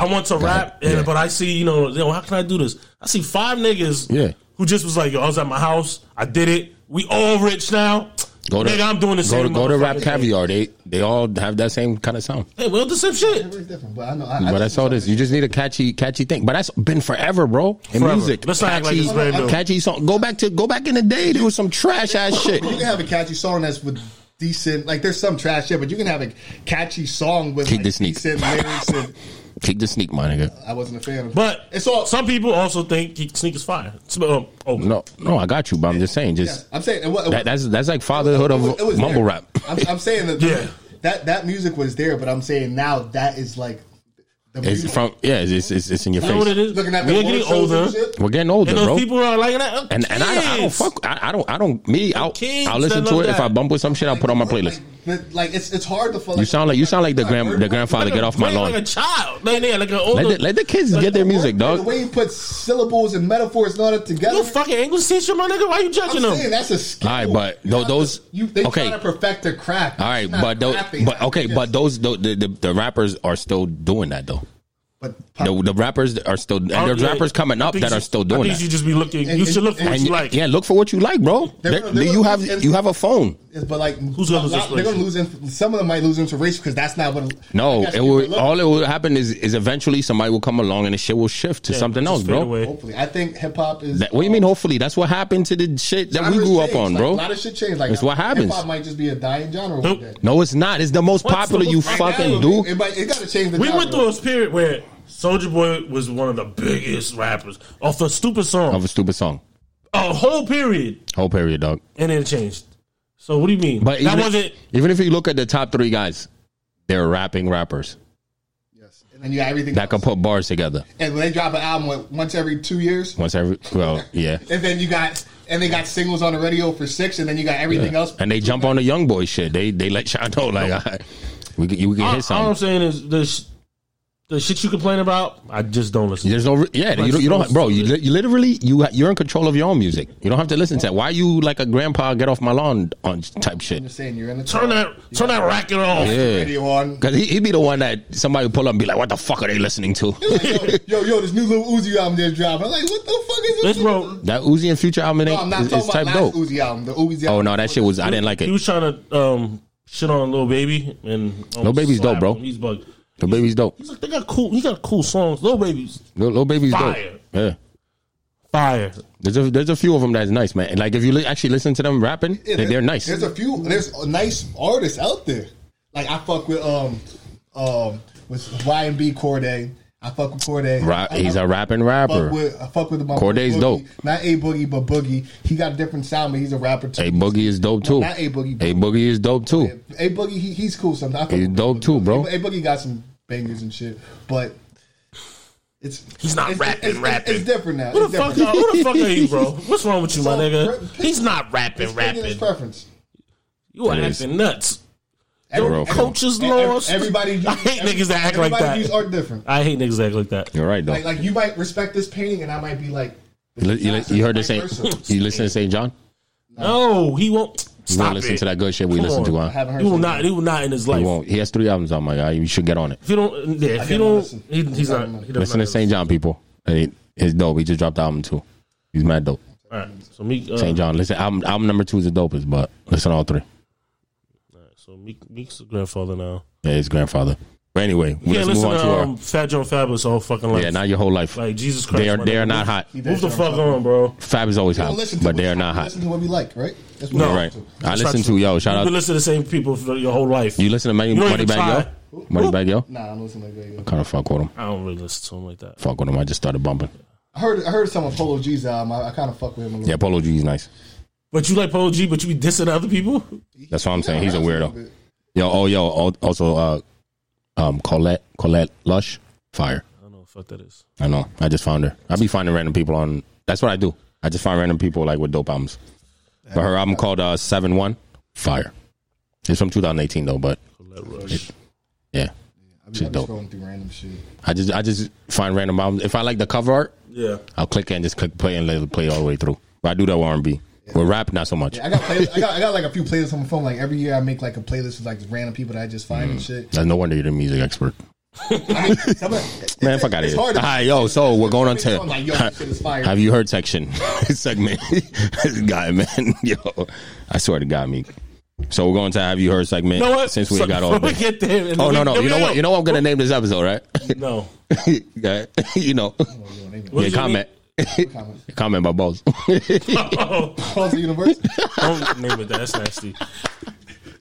S3: I want to rap, and,
S2: Yeah.
S3: but I see, you know, yo, how can I do this? I see five niggas,
S2: Yeah.
S3: who just was like, yo, I was at my house, I did it. We all rich now.
S2: go to
S3: Nigga, I'm doing the
S2: go
S3: same.
S2: to go to rap
S3: motherfucking thing.
S2: caviar they they all have that same kind of sound
S3: Hey, we'll do some shit.
S1: It's different but I know I,
S2: But
S1: I
S2: that's all this. You just need a catchy, catchy thing. But that's been forever, bro. In
S3: Forever.
S2: music,
S3: Let's not act like
S2: catchy,
S3: it's brand new.
S2: catchy song. Go back to go back in the day. There was some trash ass shit.
S1: you can have a catchy song that's with decent like there's some trash shit, but you can have a catchy song with
S2: Keep
S1: like,
S2: the sneak.
S1: decent lyrics. And
S2: Kick the sneak, my nigga.
S1: I wasn't a fan of,
S3: But
S1: it's all.
S3: some people also think Geek Sneak is fire. It's- um, oh,
S2: No, no, I got you. But I'm just saying, just
S1: I'm saying it wa- it
S2: that, that's that's like fatherhood
S1: It was- it was
S2: of mumble
S1: there.
S2: rap.
S1: I'm, I'm saying that,
S3: <laughs> Yeah.
S1: that that music was there, but I'm saying now that is like the
S2: It's from yeah, it's it's, it's, in your
S3: You know what it
S2: face.
S3: is?
S1: Looking at the
S3: We're
S1: award
S3: getting
S1: shows
S3: older,
S1: and shit.
S2: We're getting older,
S3: and those
S2: bro.
S3: people are like that.
S2: And and I, I don't fuck. I, I don't I don't me. I'll
S3: kids
S2: I'll
S3: that
S2: listen
S3: love
S2: to it if
S3: that.
S2: I bump with some shit. I'll put on my playlist.
S1: But, like it's it's hard to feel.
S2: You sound like you sound like the grand the grandfather. Get off my
S3: Right,
S2: lawn.
S3: Like a child. Like, yeah, like an
S2: Let
S3: older.
S2: the, let the kids get their music,
S1: The
S2: dog.
S1: way you put syllables and metaphors and all that together.
S3: you fucking English teacher, my nigga. Why you
S1: I'm
S3: judging
S1: saying
S3: them?
S1: that's a skill.
S2: All right, but tho- those-
S1: you they
S2: okay.
S1: trying to perfect the craft.
S2: All right,
S1: It's not
S2: but those,
S1: rapping.
S2: but okay,
S1: It's-
S2: but those the, the the rappers are still doing that though.
S1: but pop-
S2: The, the rappers are still and
S3: Oh,
S2: there's
S3: yeah.
S2: rappers coming
S3: I
S2: up
S3: think
S2: that
S3: you-
S2: are still
S3: I
S2: doing
S3: think
S2: that.
S3: you should just be looking.
S1: And-
S3: you should look for
S1: and-
S3: what
S2: And
S3: you
S2: you-
S3: like.
S2: yeah, look for what you like, bro.
S1: They're
S2: There-
S1: gonna- they're
S2: you
S1: gonna
S2: have
S1: lose
S2: you have a phone.
S1: It's- but like who's
S3: gonna lose
S1: They're gonna
S3: inspiration?
S1: lose. Inf- some of them might lose inspiration because that's not what.
S2: No,
S1: I guess
S2: it
S1: people
S2: will.
S1: look-
S2: All it will happen is is eventually somebody will come along and the shit will shift to
S3: Yeah,
S2: something
S3: just
S2: else,
S3: fade
S2: bro.
S3: away.
S1: Hopefully, I think hip hop is.
S2: That, what do you mean? Hopefully, that's what happened to the shit that we
S1: Genres
S2: grew up
S1: change.
S2: on,
S1: Like,
S2: bro.
S1: A lot of shit changed. Like
S2: It's what happens.
S1: Hip hop might just be a dying genre. one
S3: Nope.
S1: day.
S2: No, it's not. It's the most
S3: What's
S2: popular.
S3: the-
S2: You
S3: Right
S2: fucking
S1: Now,
S2: do.
S1: It, might, it gotta change the.
S3: We
S1: genre.
S3: went through a period where Soldier Boy was one of the biggest rappers off a stupid song.
S2: of a stupid song.
S3: a whole period,
S2: Whole period, dog.
S3: and then it changed. So what do you mean?
S2: But
S3: that
S2: even,
S3: wasn't.
S2: even if you look at the top three guys, they're rapping rappers
S1: Yes. And then you got everything.
S2: that can
S1: else.
S2: put bars together.
S1: and when they drop an album what, once every two years,
S2: Once every well, yeah.
S1: and then you got and they got singles on the radio for six, and then you got everything else.
S2: And they jump on the young boy shit. They they let y'all know like all right, we can, we can
S3: I,
S2: hit
S3: all I'm
S2: something.
S3: saying is the sh- the shit you complain about. I just don't listen.
S2: There's no re- yeah. You don't, you don't bro. You, li- you literally you you're in control of your own music. You don't have to listen to that. Why you like a grandpa get off my lawn on type
S1: I'm
S2: shit?
S1: just saying, you're in the
S3: Turn that turn that racket off.
S2: Yeah,
S1: radio
S2: <laughs>
S1: on.
S2: because he would be the one that somebody would pull up and be like, what the fuck are they listening
S1: <laughs>
S2: to?
S1: Like, yo, yo, yo, this new little Uzi album just dropped. I'm like, what the fuck is this?
S3: This bro,
S2: that Uzi and Future album
S1: No,
S2: ain't
S1: I'm not
S2: is,
S1: talking
S2: is
S1: about
S2: type
S1: last
S2: dope.
S1: Uzi album. The Uzi
S2: Oh
S1: album.
S2: no, that shit was I didn't like
S3: he
S2: it.
S3: was trying to um, shit on little baby and um,
S2: Lil Baby's
S3: slap
S2: dope, bro.
S3: him. He's bugged.
S2: The baby's dope.
S3: He's like they got cool. He got cool songs. Little baby's
S2: Little, little baby's
S3: Fire.
S2: dope. Yeah.
S3: fire.
S2: There's a, there's a few of them that's nice, man. And, Like if you li- actually listen to them rapping,
S1: Yeah,
S2: they,
S1: there-
S2: they're nice.
S1: There's a few. There's nice artists out there. Like I fuck with um um with Y and B Corday. I fuck with Corday.
S2: Rap,
S1: I-
S2: he's
S1: I
S2: a rapping
S1: Fuck
S2: rapper.
S1: with, I fuck with my
S2: Corday's
S1: boy Boogie.
S2: dope.
S1: Not a boogie, but boogie. He got a different sound, but he's a rapper too.
S2: A boogie is dope too.
S1: Not A Boogie.
S2: A boogie is dope too.
S1: A boogie, he, he's cool sometimes. I fuck
S2: He's
S1: with
S2: dope
S1: A Boogie.
S2: too, bro.
S1: A boogie got some bangers and shit, but it's
S3: He's not
S1: it's,
S3: rapping,
S1: It's,
S3: rapping.
S1: it's different now.
S3: Who
S1: it's
S3: the fuck?
S1: different.
S3: Are, who the fuck are
S1: <laughs>
S3: you, bro? What's wrong with you, my
S1: So,
S3: nigga?
S1: pre-
S3: He's not rapping,
S1: It's opinion, it's
S3: rapping.
S1: preference.
S3: You are
S2: It is.
S3: acting nuts.
S2: For real, for real.
S3: Coaches
S1: Ev- ev-
S3: lost.
S1: Everybody,
S3: <laughs> I hate
S1: every-
S3: niggas that act like
S1: everybody's views
S3: that.
S1: are different.
S3: I hate niggas that act like that.
S2: You're right though.
S1: Like, like you might respect this painting, and I might be like,
S2: You, li- you, li- you heard the
S1: vice
S2: same.
S1: versa.
S2: You listen to St. John.
S3: No, he won't.
S2: You won't
S3: Stop
S2: listen
S3: it.
S2: to that good shit we
S3: Come
S2: listen to.
S3: on.
S1: I
S2: Huh?
S1: haven't heard.
S3: He will
S1: something.
S3: not. He will not in his life.
S2: You won't. He has three albums on my guy. You should get on it.
S3: If you don't, yeah, if
S1: don't
S3: you don't,
S1: listen.
S3: he, he's
S1: I
S3: not.
S1: don't know.
S3: He does
S2: Listen
S3: not
S2: to St. John, people. Hey, It's dope. He just dropped the album too. He's mad dope.
S3: All right, so Meek. Uh,
S2: St. John. Listen, album, album number two is the dopest, but listen to all three.
S3: So Meek, Meek's the grandfather now.
S2: Yeah, his grandfather. But anyway,
S3: Yeah,
S2: let's move
S3: listen
S2: on to
S3: to
S2: our.
S3: um, Fat Joe Fabulous all fucking life.
S2: Yeah, not your whole life.
S3: like Jesus Christ.
S2: They are
S3: my
S2: they
S3: nigga.
S2: are not hot.
S3: <laughs> Move the fuck on, bro.
S2: Fab is always
S1: We
S2: hot,
S1: don't listen to
S2: but
S1: what-
S2: they are not
S1: we
S2: hot.
S1: Listen to what we like, right? That's what
S3: No.
S1: we
S2: Right.
S1: listen to.
S2: I listen to yo. Shout
S3: You've been
S2: out.
S3: listening to the same people for your whole life.
S2: You listen to Money,
S3: You don't
S2: Money
S3: even
S2: Bag Yo? Money Bag Yo?
S1: Nah, I don't listen like that. yo.
S2: Kind of fuck with him.
S3: I don't really listen to him like that.
S2: Fuck with him. I just started bumping.
S1: I heard I heard some of Polo G's album. I, I kind of fuck with him a little.
S2: Yeah, Polo G is nice.
S3: But you like Polo G, but you be dissing other people.
S2: That's what I'm saying. He's a weirdo.
S1: bit.
S2: Yo, oh yo, al- also uh, um, Colette, Colette Lush, fire.
S3: I don't know what the fuck that is.
S2: I know. I just found her. I be finding random people on. That's what I do. I just find random people like with dope albums. But her album called uh, Seven One, fire. It's from 2018 though, but
S3: Let Rush.
S2: yeah,
S1: I be,
S2: She's
S1: I be
S2: dope.
S1: scrolling through random shit.
S2: I just I just find random albums. If I like the cover art,
S3: Yeah.
S2: I'll click it and just click play and let it play all the way through. But I do that with R&B. With rap, not so much.
S1: Yeah, I got, play, I got I got like a few playlists on my phone. Like every year, I make like a playlist of like random people that I just find and
S2: Mm.
S1: shit.
S2: No wonder you're the music expert.
S1: I mean, <laughs> some of-
S2: Man, fuck out of
S1: it's
S2: here. All
S1: hard to-
S2: right, yo, so we're going on
S1: It's on like, yo, this shit is
S2: to
S1: fire.
S2: Have You Heard section. <laughs> segment. this guy, man. <laughs> Yo, I swear to God, me. So we're going to Have You Heard segment
S3: You know what?
S2: since we
S3: So- <laughs>
S2: got all
S3: before we
S2: this.
S3: get there. and
S2: Oh, no,
S3: we-
S2: no.
S3: we-
S2: You know what? You know what I'm going to name this episode, right? <laughs>
S3: <laughs> No.
S2: Yeah, you know,
S3: What
S2: yeah,
S3: did you
S2: comment. <laughs> Comment by both.
S3: mean? Oh,
S1: Pause the universe.
S3: don't name it that. That's nasty.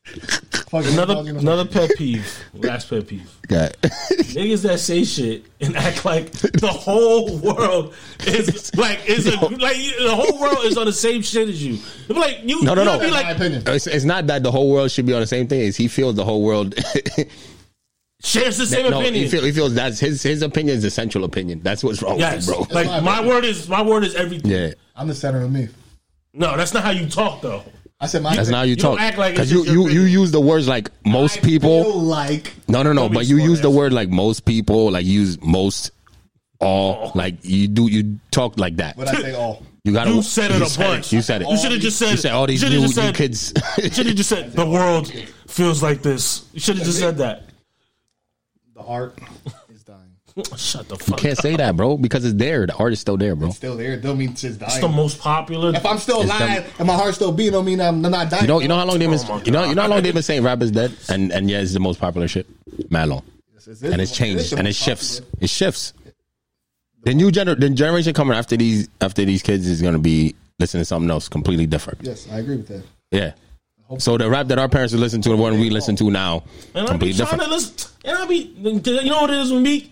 S1: Fuck it,
S3: Another
S1: Pause the Universe.
S3: another pet peeve. Last pet peeve.
S2: God.
S3: Niggas that say shit and act like the whole world is like is a, like the whole world is on the same shit as you. They be Like you,
S2: No, no,
S3: you
S2: no.
S3: Be
S1: That's my
S3: like
S1: opinion.
S2: It's, it's not that the whole world should be on the same thing. Is he feels the whole world <laughs>
S3: shares the same
S2: no,
S3: opinion.
S2: He, feel, he feels that's his his opinion is the central opinion. That's what's wrong,
S3: yes,
S2: with you, bro.
S3: like
S1: my
S3: my word is my word is everything.
S2: yeah,
S1: I'm the center of me.
S3: No, that's not how you talk though.
S1: I said my.
S2: That's not how you
S3: You don't
S2: talk.
S3: act like it's
S2: Cause you,
S3: just
S2: you,
S3: your
S2: you
S3: business.
S2: use the words like most
S1: feel
S2: people.
S1: like
S2: No, no, no.
S3: Don't be
S2: But you
S3: smart
S2: use the
S3: ass.
S2: word like most people. Like you use most
S3: Oh.
S2: all. Like you do. You talk like that.
S1: what I say. All
S2: You got.
S3: You said it a bunch.
S2: You said it.
S3: You should have just said.
S2: You said all these
S3: you
S2: new,
S3: shoulda
S2: new
S3: just said-
S2: kids. <laughs>
S3: You should have just said the world feels like this. You should have just said that.
S1: the art is dying.
S3: Shut the fuck. up.
S2: Can't say that, bro. Because it's there. The art is still there, bro.
S1: Still there. Don't mean shit's
S3: It's the
S1: dying.
S3: most popular.
S1: If I'm still
S2: It's the-
S1: alive and my heart's still beating, don't mean I'm, I'm not dying.
S2: You know. You know how long they've been.
S3: Oh my
S2: you know. You know how long
S3: God.
S2: they've been saying rap is dead. And and yeah, it's the most popular shit. Mad long.
S1: It's-
S2: and it's changed
S1: the
S2: and it
S1: most
S2: shifts.
S1: popular.
S2: It shifts. The new gener- the generation coming after these after these kids is gonna be listening to something else completely different.
S1: Yes, I agree with that.
S2: Yeah. So the rap that our parents would listen to and what we listen to now,
S3: and I
S2: completely
S3: be trying
S2: different.
S3: to listen. And I be. You know what it is with me?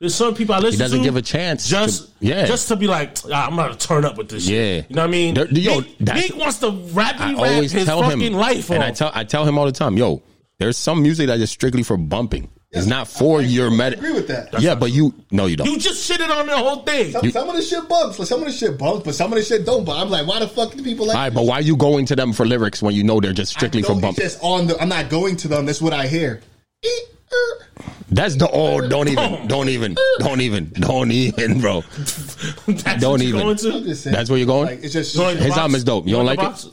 S3: There's some people I listen
S2: He doesn't
S3: to.
S2: give a chance.
S3: Just
S2: to, yeah.
S3: just to be like, "Ah, I'm gonna turn up with this.
S2: Yeah.
S3: shit. you know what I mean.
S2: There- yo,
S3: Meek,
S2: that's-
S3: Meek wants to rap.
S2: I
S3: He rap
S2: always
S3: his
S2: tell
S3: fucking
S2: him
S3: life,
S2: and
S3: off.
S2: I tell I tell him all the time, yo, there's some music that is strictly for bumping. It's not for your med.
S1: I agree with that.
S2: Yeah, but you no, you don't.
S3: you just shitted on the whole thing.
S1: Some, some of the shit bumps, like some of the shit bumps, but some of the shit don't. But I'm like, why the fuck do people like?
S2: all right, but why you going to them for lyrics when you know they're just strictly
S1: I don't- it's
S2: for bumping?
S1: Just on the, I'm not going to them. That's what I hear. Eek, er.
S2: That's the oh, don't even, don't even, don't even, don't even, bro.
S3: <laughs> That's
S2: Don't
S3: what you
S2: even.
S3: going to?
S1: I'm just saying.
S2: That's where you're going.
S1: Like, it's just.
S3: Join the
S2: His
S3: box.
S2: album is dope. You
S3: Join
S2: don't
S3: the
S2: like it?
S3: box.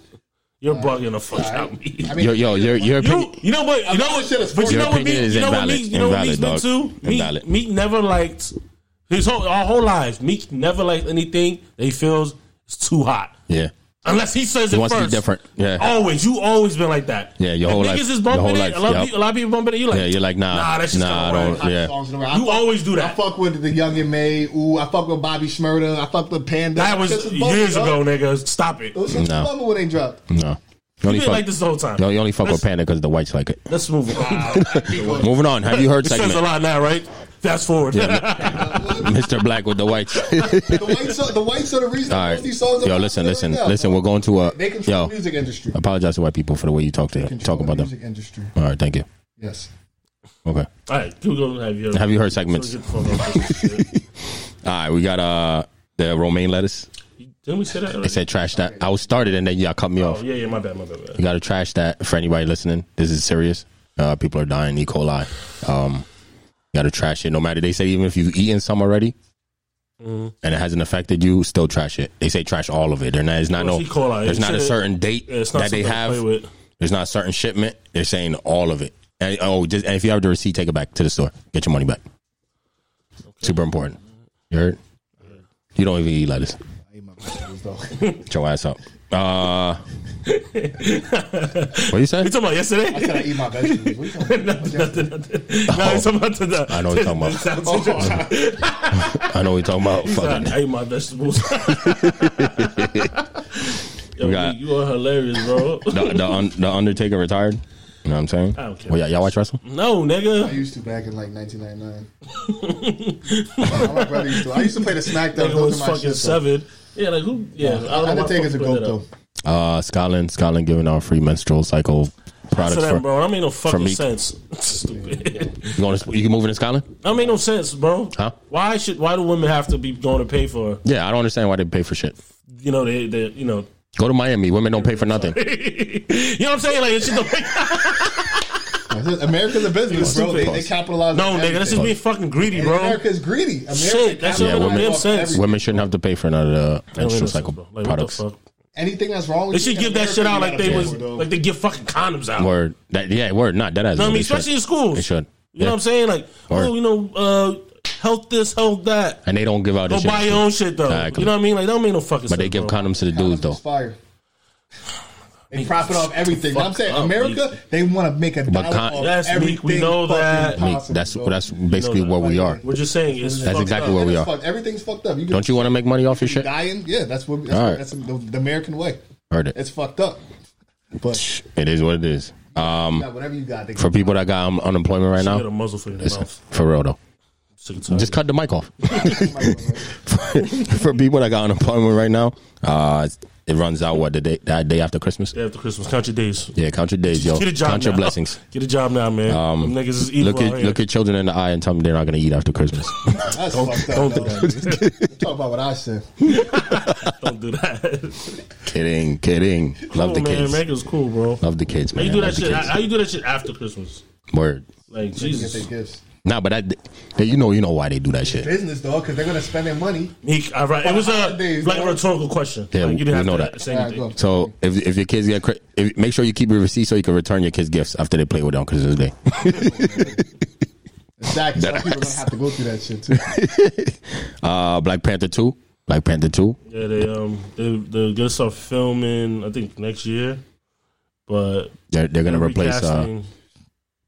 S3: You're bugging the fuck out of me.
S1: I mean,
S2: Yo, yo, your your
S3: You,
S2: opinion.
S3: you know what? You know
S1: that shit is
S3: what? But you
S2: Your
S3: know what?
S2: opinion
S3: Meek,
S2: is
S3: you know what?
S2: invalid.
S3: Meek, you know what?
S2: Invalid,
S3: Meek's been
S2: dog.
S3: too. Meek,
S2: Invalid.
S3: Meek never liked his whole our whole lives. Meek never liked anything that he feels is too hot.
S2: Yeah,
S3: Unless he says
S2: He
S3: it
S2: wants to be
S3: first.
S2: different. Yeah.
S3: Always. You always been like that.
S2: Yeah, your
S3: If
S2: whole
S3: niggas
S2: life.
S3: Is bumping
S2: Your whole
S3: it,
S2: life.
S3: A lot, of
S2: Yup.
S3: people, a lot of people bumping it. You like,
S2: yeah. You're like nah,
S3: Nah, that's just
S2: nah. I
S3: kinda
S2: don't.
S3: whack.
S2: Yeah,
S1: songs in a row. I
S3: You
S1: fuck-
S3: always do
S1: I
S3: that.
S1: fuck with the Young and May. Ooh, I fuck with Bobby Schmurda. I fuck with Panda.
S3: That
S1: Shit's
S3: was
S1: a bump,
S3: years
S1: yo.
S3: ago, nigga. Stop it.
S1: Those shit's
S2: No.
S1: bumping when they drop.
S2: no. You only
S3: You've been like
S2: fuck.
S3: this the whole time.
S2: No, you only fuck with
S3: Let's-
S2: Panda because the whites like it.
S3: Let's
S2: <laughs>
S3: move on.
S2: Moving on. Have you heard
S3: it says a
S2: segment?
S3: lot now, right? Fast forward. <laughs>
S2: Mr. Black with the whites. All
S1: The whites, are, the whites are the reason all
S2: right.
S1: these songs. are
S2: Yo,
S1: popular
S2: listen,
S1: right
S2: listen,
S1: now.
S2: listen. We're going to a
S1: They control
S2: yo.
S1: the music industry.
S2: Apologize to white people for the way you talk to
S1: Control
S2: talk
S1: the
S2: about them.
S1: music industry.
S2: All right, thank you.
S1: Yes.
S2: Okay.
S3: All right, you go have your.
S2: Have you heard segments?
S3: Get the fuck off this
S2: <laughs>
S3: shit.
S2: All right, we got uh the romaine lettuce.
S3: Didn't we say that?
S2: They
S3: Already?
S2: said trash that. I was started and then y'all cut me off.
S3: Oh yeah, yeah. My bad, my bad. My bad.
S2: You got to trash that for anybody listening. This is serious. Uh, people are dying E. coli. Um, you got to trash it. No matter they say even if you've eaten some already
S3: Mm-hmm.
S2: and it hasn't affected you, still trash it. They say trash all of it. They're not. It's not
S3: Well,
S2: no.
S3: E. coli,
S2: There's
S3: it's
S2: not a
S3: a-
S2: certain date
S3: Yeah, it's not
S2: that they
S3: something to play
S2: have.
S3: with.
S2: There's not a certain shipment. They're saying all of it. And, oh, just and if you have the receipt, take it back to the store. Get your money back. Super important. You heard? You don't even eat lettuce.
S1: I ate my vegetables, though. <laughs>
S2: Get your ass up.
S3: <laughs>
S2: Uh, what you say?
S3: You talking about yesterday?
S1: Can I eat my vegetables? What you talking about?
S3: <laughs> nothing, nothing, nothing. No, you talking about the. the
S2: Oh. I know what you're talking about. Oh, I know what you're talking
S3: <laughs> sound situation. <laughs>
S2: about. Fucking
S3: I ate my
S2: <laughs>
S3: vegetables. Yo,
S2: We got-
S3: Meek, you are hilarious, bro.
S2: <laughs> the the, un, the Undertaker retired. You know what I'm saying?
S3: don't care.
S2: Well, y'all- y'all watch wrestling?
S3: no,
S1: I
S3: nigga.
S1: used to back in like 1999. Nah, my brother used to. I used to play the SmackDown.
S3: Nigga
S1: Those
S3: was
S1: are my
S3: fucking
S1: shit, though.
S3: seven. Yeah, like who? Yeah, I don't know. why
S1: Undertaker's a
S3: fuck
S1: goat
S3: you put
S1: though.
S2: Uh, Scotland, Scotland giving out free menstrual cycle
S3: that up.
S2: products
S3: So
S2: for.
S3: that, bro, that made no fucking
S2: Meek.
S3: sense. <laughs>
S2: <laughs>
S3: Stupid.
S2: You, going to, you moving to Scotland?
S3: that made no sense, bro.
S2: Huh?
S3: Why should? Why do women have to be going to pay for?
S2: Yeah, I don't understand why they pay for shit.
S3: You know, they, they, you know, <laughs>
S2: Go to Miami. Women don't pay for nothing.
S3: you know what I'm saying? Like, it's just the,
S1: America's a business, bro. They, they
S2: Stupid.
S1: capitalize.
S3: no,
S1: on
S3: nigga, that's just
S1: everything.
S3: being fucking greedy, bro.
S1: America's greedy. America
S3: Shit, that's
S1: capitalizes
S2: what
S1: on
S2: makes
S3: sense.
S1: everything.
S2: Women shouldn't have to pay for none of the
S3: Don't
S2: menstrual
S3: make no
S2: cycle
S3: sense, bro. Like, what the
S2: products.
S3: fuck?
S1: Anything that's wrong
S3: They
S1: with
S3: should
S1: you
S3: give
S1: in
S3: that
S1: America,
S3: shit out
S1: you
S3: like
S1: gotta
S3: they
S1: pay
S3: was
S1: for it, though.
S3: like they give fucking condoms out.
S2: Word. That, yeah, word. Not dead ass.
S3: You know what I
S2: They
S3: mean,
S2: should.
S3: especially in schools.
S2: They should.
S3: You know
S2: Yeah.
S3: what I'm saying? Like, oh,
S2: Word.
S3: you know, uh, help this, help that.
S2: And they don't give out
S3: Go
S2: this shit.
S3: buy your own shit though.
S2: Nah,
S3: you know what I mean? Like, that don't make no fucking sense.
S2: But they give
S3: bro.
S2: condoms to the dudes, though.
S1: It's
S3: <sighs>
S1: fire. They profit off everything. I'm saying
S3: up,
S1: America, they want to make a dollar
S2: con-
S1: off
S3: Yes,
S1: everything.
S3: Meek, we know
S1: fucking
S3: that.
S2: I mean,
S1: possible,
S2: that's
S1: bro.
S2: that's basically
S3: that.
S2: where we are.
S3: We're just saying it's
S2: That's
S3: fucked
S2: exactly
S3: up.
S2: where we are.
S1: Fuck, everything's fucked up. You can
S2: Don't you want to make money off your shit?
S1: dying. Yeah, that's what. That's,
S2: All right.
S1: that's the, the American way.
S2: Heard it.
S1: It's fucked up. But
S2: It is what it is. Um,
S1: you got whatever you got, they
S2: for people that got um, unemploempment right
S3: You got
S2: now,
S3: a muzzle for your
S2: listen,
S3: mouth.
S2: for real though,
S3: Sick and tired.
S2: Just cut the mic off. <laughs> for, for people that got unemployment right now, uh, it runs out what the day that day after Christmas.
S3: Day after Christmas, count your days.
S2: Yeah, count your days, yo.
S3: Get a job
S2: Count your
S3: now.
S2: blessings.
S3: <laughs>
S2: Um,
S3: Get a job now, man. Them niggas is evil.
S2: Look at look at children in the eye and tell them they're not gonna eat after
S3: <laughs>
S2: Christmas.
S1: That's fucked up.
S3: don't do
S1: though. Talk about what I said.
S3: <laughs> Don't do that.
S2: kidding, kidding. Love
S3: Come
S2: the
S3: on, man,
S2: kids.
S3: make us cool, bro.
S2: Love the kids,
S3: How
S2: man.
S3: you do
S2: Love
S3: that
S2: the
S3: shit?
S2: kids.
S3: How you do that shit after Christmas?
S2: Word.
S3: Like
S1: Get their
S3: Jesus,
S1: gifts.
S2: Nah, but that hey, you know you know why they do that shit.
S1: Business dog, because they're gonna spend their money.
S3: he, all right, it was a
S1: Days,
S3: like
S1: bro.
S3: rhetorical question.
S2: Yeah,
S3: like, you
S2: we
S3: didn't have
S2: know
S3: to
S2: that.
S3: say
S1: All right,
S3: anything.
S1: go.
S2: So if if your kids get cre- if, make sure you keep your receipt so you can return your kids gifts after they play with them on Christmas Day. <laughs>
S1: Exactly. Some people gonna have to go through that shit too.
S2: Uh, Black Panther two, Black Panther two.
S3: Yeah, they um they they're gonna start filming. I think next year, but
S2: They're they're gonna replace uh,
S3: recasting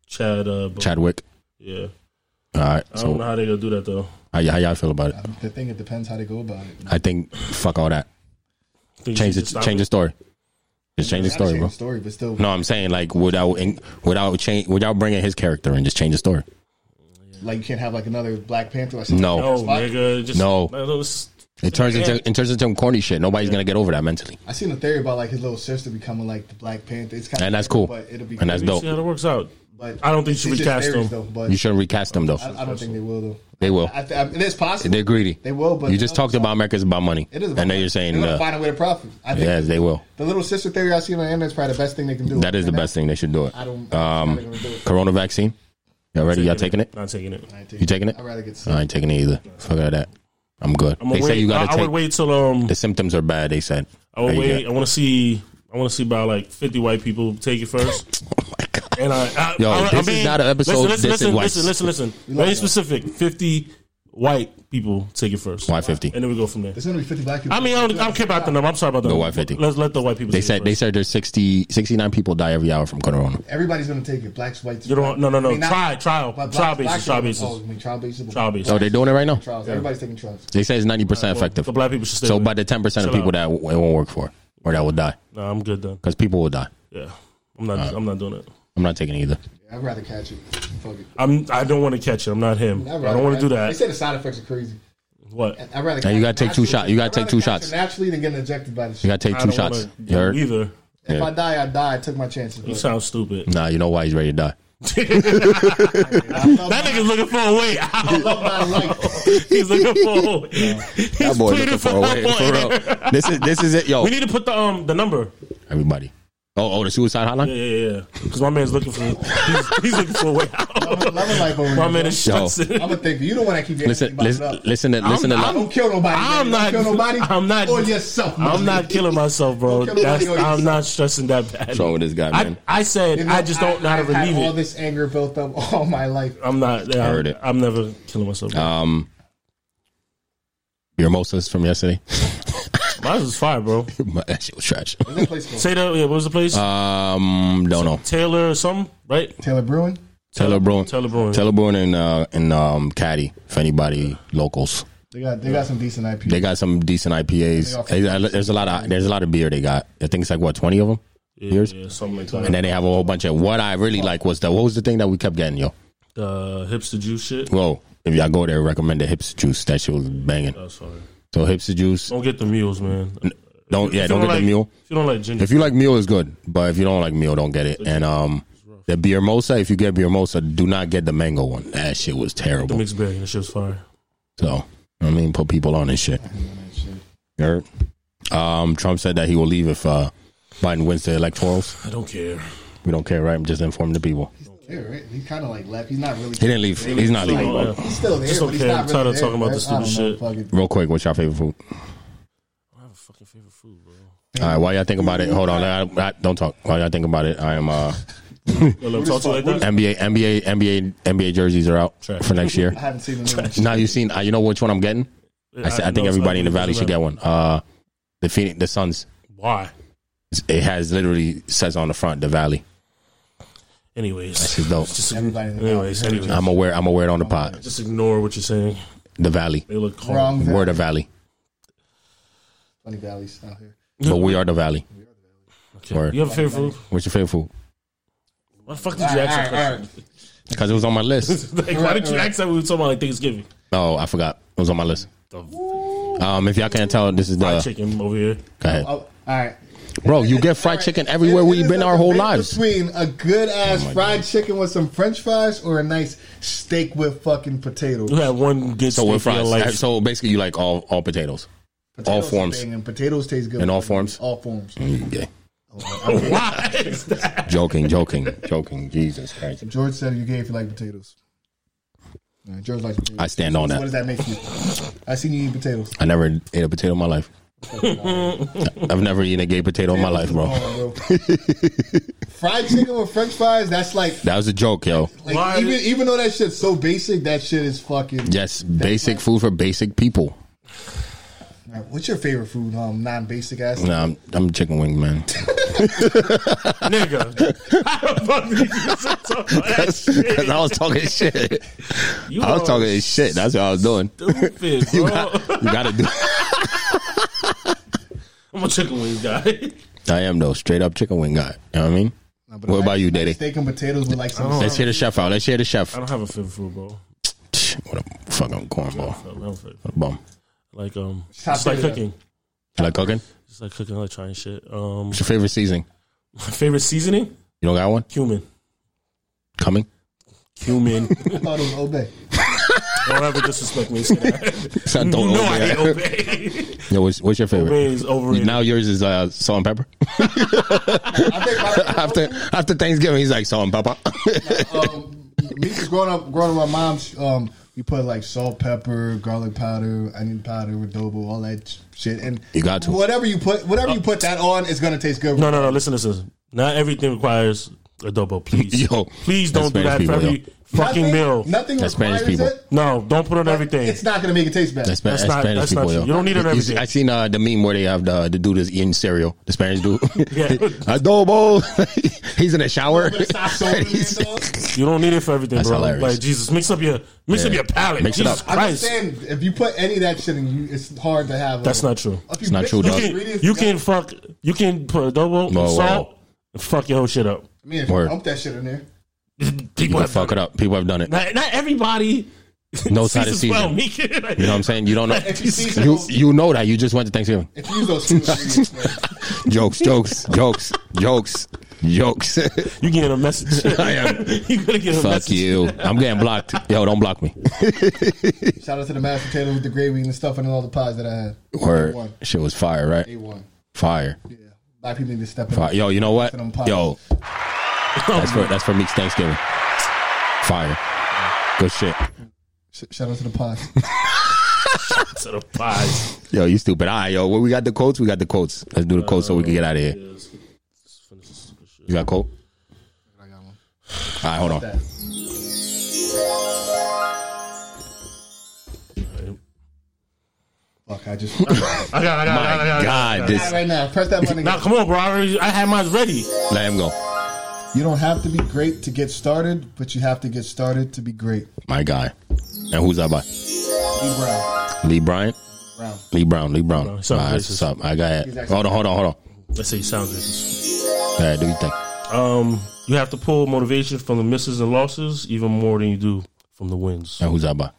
S3: Chad. Uh, Bo-
S2: Chadwick.
S3: Yeah,
S2: All right.
S3: I don't know
S2: So
S3: how they gonna do that though.
S2: how, y- how y'all feel about it?
S1: the thing, it depends how they go about it.
S2: I think fuck all that.
S3: Think
S2: Change
S3: you
S2: the
S3: should stop
S2: change the
S3: it?
S2: story. Just change the
S1: Gotta
S2: story,
S1: change
S2: bro.
S1: the story, but still,
S2: No, I'm saying like without in, without change without bringing his character and just change the story.
S1: like you can't have like another Black Panther or something.
S2: No,
S3: No,
S1: Why?
S3: nigga. Just,
S2: No.
S3: Man, it was-
S2: it turns into it turns into some corny shit. Nobody's gonna get over that mentally.
S1: I seen a theory about like his little sister becoming like the Black Panther. It's kind
S2: And that's cool.
S1: but it'll be
S2: And that's
S3: We'll
S2: dope.
S3: see how it works out.
S1: But
S3: I don't think
S1: it's
S3: she would
S1: just
S3: cast
S1: theories,
S3: them.
S1: though, but
S2: You shouldn't recast them though.
S1: I, I don't think they will though.
S2: They will.
S1: I, th- I mean, it's possible.
S2: They're greedy.
S1: They will, but
S2: you just talked about America's about money.
S1: It is.
S2: And now you're saying
S1: they're gonna
S2: uh,
S1: find a way to profit. I think
S2: yes, they will.
S1: the little sister theory I seen on the internet is probably the best thing they can do.
S2: That is the
S1: And
S2: best thing. They should do it.
S1: I don't.
S2: Um,
S1: I'm not gonna do it.
S2: Corona vaccine. Y'all ready? Y'all taking it?
S3: Not taking it.
S1: I ain't
S2: You taking it?
S1: I'd rather get sick.
S2: I ain't taking it either. Fuck all that. I'm good.
S3: I'm
S2: they
S3: gonna
S2: say
S3: wait.
S2: you gotta
S3: I, I
S2: take.
S3: would wait till um.
S2: The symptoms are bad. They said.
S3: I would
S2: There you
S3: wait.
S2: go. <laughs>
S3: I want to see. I want to see about like 50 white people take it first.
S2: Oh my god.
S3: And I, I,
S2: Yo,
S3: I,
S2: this is not an episode,
S3: Listen,
S2: this
S3: listen,
S2: is
S3: listen,
S2: white.
S3: listen, listen, listen. Very specific. Fifty white people take it first,
S2: Why fifty?
S3: and then we go from there.
S1: There's gonna be 50 black people.
S3: I mean, I don't, I don't care about the number. I'm sorry about the
S2: Go
S3: number.
S2: white 50.
S3: Let's let the white people.
S2: They
S3: take it
S2: said they
S3: first.
S2: said there's 60, 69 people die every hour from corona.
S1: Everybody's gonna take it. Blacks, whites.
S3: You don't. No, no, no.
S1: I mean, not-
S3: try, trial,
S1: but
S3: trial
S1: black-
S3: basis,
S1: black
S3: trial
S1: people-
S3: basis,
S1: Oh, I mean, trial basis.
S3: trial basis.
S2: Oh, they're doing it right now.
S1: Trials. Everybody's taking trials.
S2: They say it's ninety percent effective.
S3: The black people should stay.
S2: So
S3: away.
S2: by the ten percent of
S3: Chill
S2: people that w- it won't work for, or that will die,
S3: no, I'm good then.
S2: because people will die.
S3: Yeah, I'm not. I'm not doing it.
S2: I'm not taking it either.
S1: I'd rather catch it. Fuck it.
S3: I'm. I don't want to catch it. I'm not him. I
S1: I'd rather
S3: don't want to
S1: catch
S3: do
S1: it. They
S3: that.
S1: say the side effects are crazy.
S3: What?
S1: I'd rather.
S2: you
S1: catch
S2: gotta
S1: it
S2: take two
S1: naturally.
S2: shots. You gotta
S1: I'd
S2: take
S1: rather
S2: two
S1: catch
S2: shots.
S1: it naturally than getting injected by the
S2: You
S1: shit.
S2: gotta take
S3: I
S2: two
S3: don't
S2: shots.
S3: wanna
S2: You heard?
S3: Either.
S1: If I die, I die. I took my chances.
S3: You
S1: bro.
S3: sound stupid.
S2: Nah, you know why he's ready to die.
S3: That nigga's looking for a way out.
S1: Love my
S3: <laughs>
S1: life.
S3: He's <laughs> looking for a way. He's
S2: That boy
S3: pleading
S2: looking for a
S3: help
S2: way.
S3: on
S2: For
S3: air.
S2: real. This is this is it, yo.
S3: We need to put the um the number.
S2: Everybody. Oh, oh, the suicide
S3: Yeah,
S2: hotline.
S3: yeah, yeah. Because my man's looking for he's, he's looking for a way out.
S1: Love my life over
S3: <laughs> My
S1: here.
S3: man is
S2: Yo.
S3: stressing.
S1: I'm gonna think you don't want to keep getting
S2: Listen,
S1: anybody
S2: listen,
S1: up.
S2: listen to listen to.
S1: Don't kill nobody. man.
S3: I'm not-
S1: Don't kill nobody.
S3: <laughs> I'm not-
S1: Or yourself.
S3: I'm not killing myself, bro.
S1: Don't kill nobody
S3: That's,
S1: on yourself.
S3: I'm not stressing that bad. What's
S2: wrong with this guy, man?
S3: I, I said
S1: You know,
S3: I just don't know how to
S1: I've had
S3: relieve
S1: All
S3: it.
S1: this anger built up all my life.
S3: I'm not. I
S2: heard it.
S3: I'm never killing myself. Bro.
S2: Um, your mimosas from yesterday. <laughs>
S3: Mine was fire, bro.
S2: My- that shit was trash.
S1: What's that place called?
S3: Say that. Yeah, what was the place?
S2: Um, Uh, don't know.
S3: Taylor or something, right?
S1: Taylor Bruin.
S2: Taylor Bruin.
S3: Taylor Bruin.
S2: Taylor Bruin and uh and um Caddy. If anybody locals,
S1: They got they got some decent IP.
S2: they got some decent
S1: They
S2: IPAs.
S1: offer-
S2: There's- There's a lot of there's a lot of beer they got. I think it's like what twenty of them.
S3: yeah,
S2: Yours?
S3: yeah, something like
S2: And
S3: that.
S2: then they have a whole bunch of what I really like was the what was the thing that we kept getting yo.
S3: The Uh, hipster juice shit.
S2: Whoa, if y'all go there, recommend the Hips Juice. That shit was banging.
S3: That's fine.
S2: So Hips Juice.
S3: Don't get the mules, man.
S2: Don't yeah,
S3: If you
S2: don't get
S3: like,
S2: the mule.
S3: If you don't like ginger,
S2: If you like mule, it's good. But if you don't like mule, don't get it. And um, the beer mosa. If you get beer mosa, do not get the mango one. That shit was
S3: the
S2: terrible.
S3: mixed berry, that shit's fire.
S2: So I mean, put people on and shit. You heard? Um, Trump said that he will leave if uh, Biden wins the electorals.
S3: I don't care.
S2: We don't care, right? I'm just informing the people.
S1: Yeah, right. He's kind of like left. He's not really.
S2: He didn't leave. He's not leaving.
S3: Oh, yeah.
S1: He's still there,
S3: It's
S1: but he's
S3: okay.
S1: not
S3: I'm
S1: really
S3: tired of
S1: there,
S3: talking about
S1: bro.
S3: this
S1: I don't
S3: stupid
S1: know. Fuck it.
S2: Real quick, what's your favorite food?
S3: I have a fucking favorite food, bro.
S2: All right, while y'all think about it, hold on. I, I, don't talk. While y'all think about it, I am uh,
S3: Yo, talk to you like that.
S2: NBA, NBA, NBA, NBA jerseys are out
S3: Trash.
S2: for next year.
S1: I haven't seen him. in-
S2: Now you've seen. Uh, you know which one I'm getting. I, said- I
S3: know
S2: think
S3: it's
S2: everybody in the
S3: ugly.
S2: valley should get one. Uh, the Phoenix, the Suns.
S3: Why?
S2: It has literally says on the front the valley.
S3: Anyways,
S2: shit's dope.
S3: Just,
S1: Everybody in the
S3: anyways,
S1: valley.
S3: anyways,
S2: I'm aware. I'm aware on the pot.
S3: just ignore what you're saying.
S2: The valley.
S3: They look horrible.
S1: Wrong.
S2: We're the valley,
S1: Funny valleys out here.
S2: but we are the valley.
S3: Okay.
S2: Word.
S3: You have a favorite food?
S2: What's your favorite food?
S3: What the fuck did you ask that question?
S2: because it was on my
S3: <laughs>
S2: list.
S3: Like, why did you ask that we were talking about like Thanksgiving?
S2: Oh, I forgot. It was on my list.
S3: The
S2: Um, if y'all can't tell, this is
S3: fried
S2: the.
S3: chicken over here.
S2: Go ahead.
S1: Oh, all right.
S2: Bro, you get fried chicken everywhere
S1: It- it
S2: we've
S1: is
S2: been
S1: a
S2: our whole
S1: debate
S2: lives. Oh
S1: Between a good ass fried chicken with some French fries or a nice steak with fucking potatoes.
S3: You had one good
S2: So
S3: steak
S2: with
S3: in your
S2: fries.
S3: life.
S2: <laughs> So basically, you like all all potatoes.
S1: Potatoes
S2: all forms.
S1: bang, And potatoes taste good
S2: In all
S1: with-
S2: forms?
S1: All forms.
S2: Yeah.
S3: Oh, Why is that?
S2: Joking, joking, joking. Jesus Christ.
S1: George said you gay if you like potatoes. All right, George likes potatoes.
S2: I stand on
S1: So what does
S2: that.
S1: that make you? I seen you eat potatoes.
S2: I never ate a potato in my
S3: <laughs>
S2: life. I've never eaten a gay potato in my life, bro.
S1: Oh, bro. Fried chicken with French fries. That's like,
S2: That was a joke, yo.
S1: like
S3: Why-
S1: even even though that shit's so basic, that shit is fucking.
S2: Yes, basic food for basic people.
S1: All right, What's your favorite food? Um, non-basic ass.
S2: Nah, I'm, I'm chicken wing
S3: <laughs>
S2: man.
S3: Nigga. <laughs> How the fuck did you just talk about that
S2: <laughs> Cause,
S3: shit? Oh,
S2: I was talking shit.
S3: You
S2: I
S3: are
S2: was talking shit. That's what I was doing.
S3: Stupid,
S2: <laughs>
S3: bro.
S2: You got, you got to do. <laughs>
S3: I'm a chicken wings <laughs> guy.
S2: I am though, straight up chicken wing guy. You know what I mean?
S1: Nah, but
S2: What
S1: I
S2: about
S1: like-
S2: you,
S1: I like
S2: Daddy?
S1: Steak and potatoes with like some.
S3: don't-
S2: Let's hear the chef out. Let's hear the
S3: I
S2: chef.
S3: don't have a favorite food, bro.
S2: What a fucking cornball.
S3: I don't have a favorite.
S2: Bum.
S3: Like um,
S1: Top
S3: just like
S1: tier.
S3: cooking,
S2: You like cooking?
S3: just like cooking, I like trying shit. Um,
S2: What's your favorite seasoning?
S3: my favorite seasoning,
S2: You don't got one?
S3: cumin.
S2: <laughs> Coming? <laughs>
S3: Cumin.
S1: thought it was obey.
S3: don't ever disrespect me.
S2: <laughs>
S3: Say that.
S2: Son, don't
S3: no,
S2: obey.
S3: I hate obey.
S2: Yo, what's, what's your favorite?
S3: obey is overrated.
S2: Now yours is uh, salt and pepper.
S1: I think my,
S2: after after Thanksgiving, he's like salt and pepper.
S1: um, me just growing up, growing up, my mom's. Um, we put like salt, pepper, garlic powder, onion powder, adobo, all that sh- shit, and
S2: You got to.
S1: whatever you put, whatever you put that on is gonna taste good.
S3: no, no, no. Listen, listen. Not everything requires adobo. Please,
S2: <laughs> Yo,
S3: please don't do that
S2: Spanish
S3: for
S2: people,
S3: every
S2: yo.
S3: fucking meal.
S1: Nothing
S2: That's Spanish
S1: requires
S2: people.
S1: it.
S3: No, don't put on everything.
S1: It's not gonna make it taste bad.
S2: That's, <laughs>
S3: That's
S2: that's
S3: not-
S2: Spanish
S3: that's not
S2: people,
S3: true.
S2: yo.
S3: You don't need it on
S2: You- you see-
S3: everything.
S2: I seen uh, the meme where they have the the dude is eating cereal. The Spanish dude,
S3: Yeah.
S2: <laughs> adobo. <laughs> he's in the shower.
S1: But
S2: <laughs>
S1: it's not so good,
S2: He's-
S1: man, dog.
S3: You don't need it for everything,
S2: That's
S3: bro.
S2: hilarious.
S3: Like Jesus, mix up your mix
S2: Yeah.
S3: up your palate.
S2: Mix it
S3: Jesus
S2: up.
S1: I'm just
S3: Christ,
S1: saying, if you put any of that shit in, you, it's hard to have.
S3: that's not true.
S1: If you
S2: It's not
S1: mix
S2: true,
S1: those
S2: dog.
S3: You can,
S1: ingredients,
S3: you
S1: dog,
S3: can fuck. You can put adobo and
S2: Whoa, whoa,
S3: salt.
S2: whoa.
S3: and Fuck your whole shit up.
S1: I mean, if you
S2: Word.
S1: dump that shit in there.
S3: People
S2: People
S3: have
S2: fuck it up. People have done it.
S3: Not, not everybody.
S2: No side of
S3: seasons well,
S2: season.
S3: <laughs> Meek. Like,
S2: You know what I'm saying? You don't know. <laughs>
S1: If you season
S2: You
S1: those-
S2: you know that. You just went to Thanksgiving.
S1: if you use those
S2: <laughs>
S1: two ingredients, man,
S2: Jokes, jokes, jokes, jokes, jokes. <laughs>
S3: you getting a message.
S2: I
S3: <laughs>
S2: am.
S3: you gonna get a
S2: Fuck
S3: message.
S2: you. I'm getting blocked. Yo, don't block me.
S1: shout out to the mashed potato with the gravy and the stuffing and all the pies that I had.
S2: Word. Shit was fire,
S1: A
S2: right?
S1: one.
S2: Fire.
S1: Yeah, a lot of people need to step in.
S2: Fire. Yo, you know what? Yo,
S3: Oh
S2: that's for that's for Meek's Thanksgiving. Fire. Good shit.
S1: Sh- shout out to the pies.
S3: to the pies.
S2: Yo, you stupid. All right, yo. What we got the quotes? We got the quotes. Let's do the quotes so we can get out of here. You got a quote?
S1: I got one.
S2: All right, hold on.
S1: That. Fuck! I just not
S3: I got, I got, I got, I got, I got.
S2: God, this.
S1: right now. Press that button.
S3: Now <laughs>
S1: Again.
S3: come on, bro. I, already, I had mine ready.
S2: Let him go.
S1: You don't have to be great to get started, but you have to get started to be great.
S2: My guy. And who's that by?
S1: Be Brown.
S2: Lee Bryant?
S1: Brown.
S2: Lee Brown, Lee Brown.
S3: No,
S2: All
S3: it's
S2: right,
S3: not racist.
S2: what's up? I got it.
S1: actually-
S2: Hold on, hold on, hold on.
S3: Let's say you sound racist.
S2: All right, do you think?
S3: Um, you have to pull motivation from the misses and losses even more than you do from the wins.
S2: And who's that by?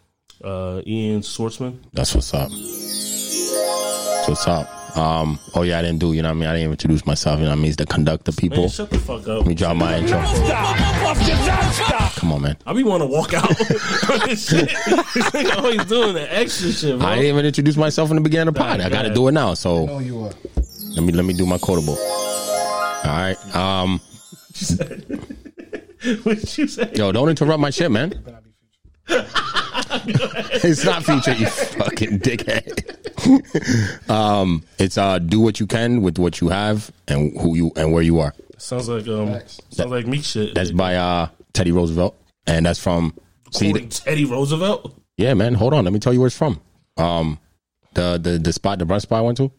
S3: Uh, Ian Schwartzman.
S2: That's what's up. That's what's up. Um, oh yeah, I didn't do, you know what I mean? I didn't introduce myself, you know what I mean? It's the conductor
S3: Man,
S2: people.
S3: shut the fuck up.
S2: Let me drop my intro.
S6: Stop.
S2: Come on, man.
S3: I be want to walk out. <laughs> this shit. <laughs> This nigga always doing the extra shit, bro.
S2: I didn't even introduce myself in the beginning of the pod. I gotta do it now. So
S1: No, you are.
S2: let me let me do my quotable. All right. Um,
S3: <laughs> what you say?
S2: yo, don't interrupt my shit, man. <laughs> it's not future, you fucking dickhead. <laughs> um, it's uh, do what you can with what you have and who you and where you are.
S3: Sounds like um,
S1: Facts.
S3: sounds like Meek shit.
S2: That's by uh Teddy Roosevelt, and that's from see,
S3: Quoting Teddy Roosevelt.
S2: yeah, man. Hold on, let me tell you where it's from. Um, the the the spot, the brunch spot I went to.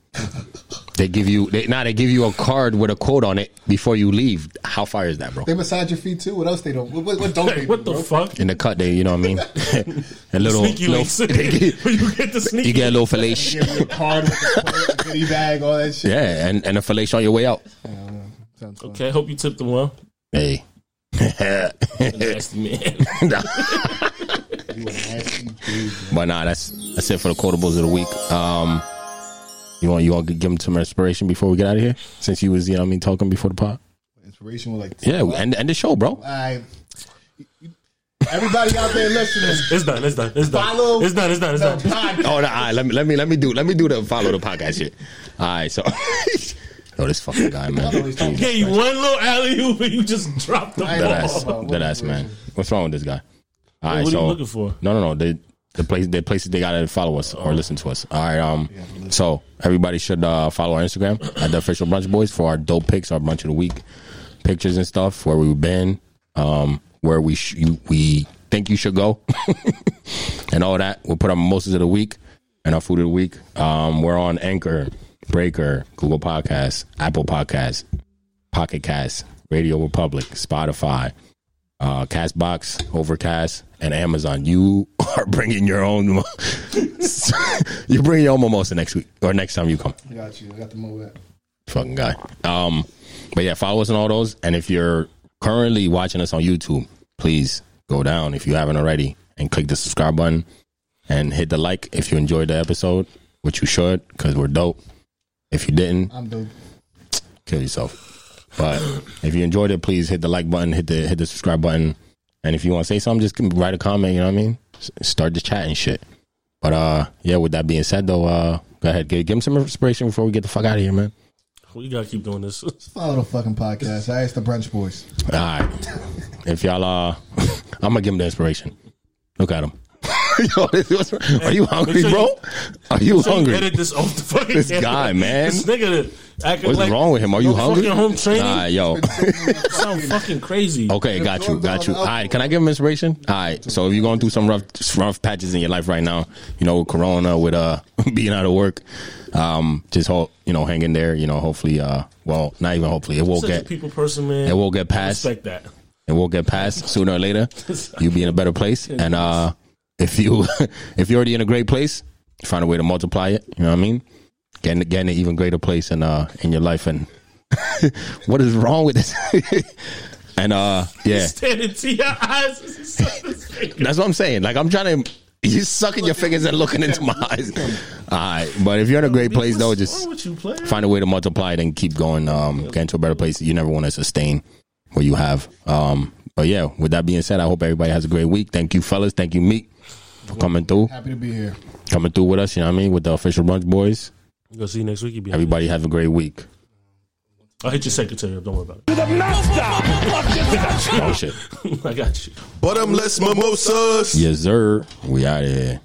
S2: They give you they now they give you a card with a quote on it before you leave. How far is that, bro?
S1: They massage your feet too. What else they don't? What, what, what don't they?
S3: Like, what
S1: do,
S3: the
S1: bro?
S3: fuck?
S2: In the cut, they you know what I mean. <laughs> a little,
S3: sneaky links.
S2: little <laughs> they give-
S3: <laughs> you get the sneaky.
S2: you get a little fellatio,
S1: Give you a card
S3: <laughs>
S1: with a toilet, a goodie bag, all that shit.
S2: yeah, and and a fellatio on your way out.
S1: Sounds fun.
S2: <laughs>
S3: Okay, hope you tipped them well.
S2: Hey,
S3: Nasty man. <laughs>
S2: But nah, that's that's it for the quotables of the week. Um, you want you all give them some inspiration before we get out of here? Since you was you know what I mean talking before the pod.
S1: Inspiration was like,
S2: Yeah, we end end the show, bro.
S1: I, everybody out there listening,
S3: It's done. It's done. It's done.
S1: Follow
S3: It's done. It's done. It's
S1: the
S3: done.
S1: <laughs> podcast.
S2: Oh, no, all right, let me let me let me do let me do the follow the podcast shit. All right, so <laughs> oh this fucking guy, man.
S3: <laughs>
S2: Jesus
S3: Gave you one little alley oop and you just dropped the
S1: I
S2: That
S1: know.
S3: ball.
S2: ass, that ass, man. What's wrong with this guy? All right,
S3: what are
S2: so
S3: you looking for?
S2: no, no, no. The the place, the places they gotta follow us or listen to us. All right, um, so everybody should uh, follow our Instagram at the official brunch boys for our dope pics, our brunch of the week pictures and stuff, where we've been, um, where we sh- you, we think you should go, <laughs> and all that. We'll put our mimosas of the week and our food of the week. Um, we're on Anchor, Breaker, Google Podcasts, Apple Podcasts, Pocket Cast, Radio Republic, Spotify, uh, Castbox, Overcast, and Amazon. You <laughs> are bringing your own. <laughs> you bring your own mimosa next week or next time you come
S1: I got you. I got the mo that.
S2: fucking guy. Um, but yeah, follow us on all those. And if you're currently watching us on YouTube, please go down if you haven't already and click the subscribe button and hit the like if you enjoyed the episode, which you should because we're dope. If you didn't,
S1: I'm dope.
S2: kill yourself. But if you enjoyed it, please hit the like button, hit the hit the subscribe button, and if you want to say something, just give- write a comment. You know what I mean? S- Start the chat and shit. But uh, yeah. With that being said, though, uh, go ahead, give, give him some inspiration before we get the fuck out of here, man.
S3: We gotta keep doing this. <laughs>
S1: Follow the fucking podcast. I asked the brunch boys.
S2: All right. If y'all, uh, <laughs> I'm gonna give him the inspiration. Look at him. <laughs> Yo, this- what's- are you hungry,
S3: sure you-
S2: bro? Are you
S3: So you
S2: hungry?
S3: Edit this off the fucking.
S2: This
S3: camera.
S2: guy, man.
S3: This nigga that acting
S2: What's
S3: like
S2: wrong with him? Are you
S3: no
S2: hungry?
S3: Fucking home training.
S2: Nah, yo.
S3: sound fucking crazy.
S2: Okay, got you, got you. All right, can I give him inspiration? All right, so if you're going through some rough, rough patches in your life right now, you know, with Corona, with uh <laughs> being out of work, um, just hope you know, hang in there. You know, hopefully, uh, well, not even hopefully, it will
S3: Such a
S2: get,
S3: people person, man.
S2: it will get past
S3: Respect that. <laughs>
S2: it will get past sooner or later. You'll be in a better place, and uh, if you <laughs> if you're already in a great place, find a way to multiply it. You know what I mean? Get in, get in an even greater place in uh in your life. And <laughs> what is wrong with this? <laughs> and uh, yeah,
S3: Stand into your eyes. as he said this thing.
S2: that's what I'm saying. Like I'm trying to. You're sucking your fingers and looking into my eyes. All right, but if you're in a great place, though,
S3: What's
S2: just
S3: wrong with you, player?
S2: find a way to multiply it and keep going, um, get into a better place. You never want to sustain what you have. Um, but yeah, with that being said, I hope everybody has a great week. Thank you, fellas. Thank you, Meek, for coming through,
S1: Happy to be here.
S2: coming through with us. You know what I mean? With the official brunch boys.
S3: Go see you next week. You be
S2: Everybody have a great week.
S3: I'll hit your secretary up. Don't worry about
S2: Oh shit, Oh,
S3: it. <laughs> I got you.
S5: Bottomless mimosas.
S2: yes sir. We out of here.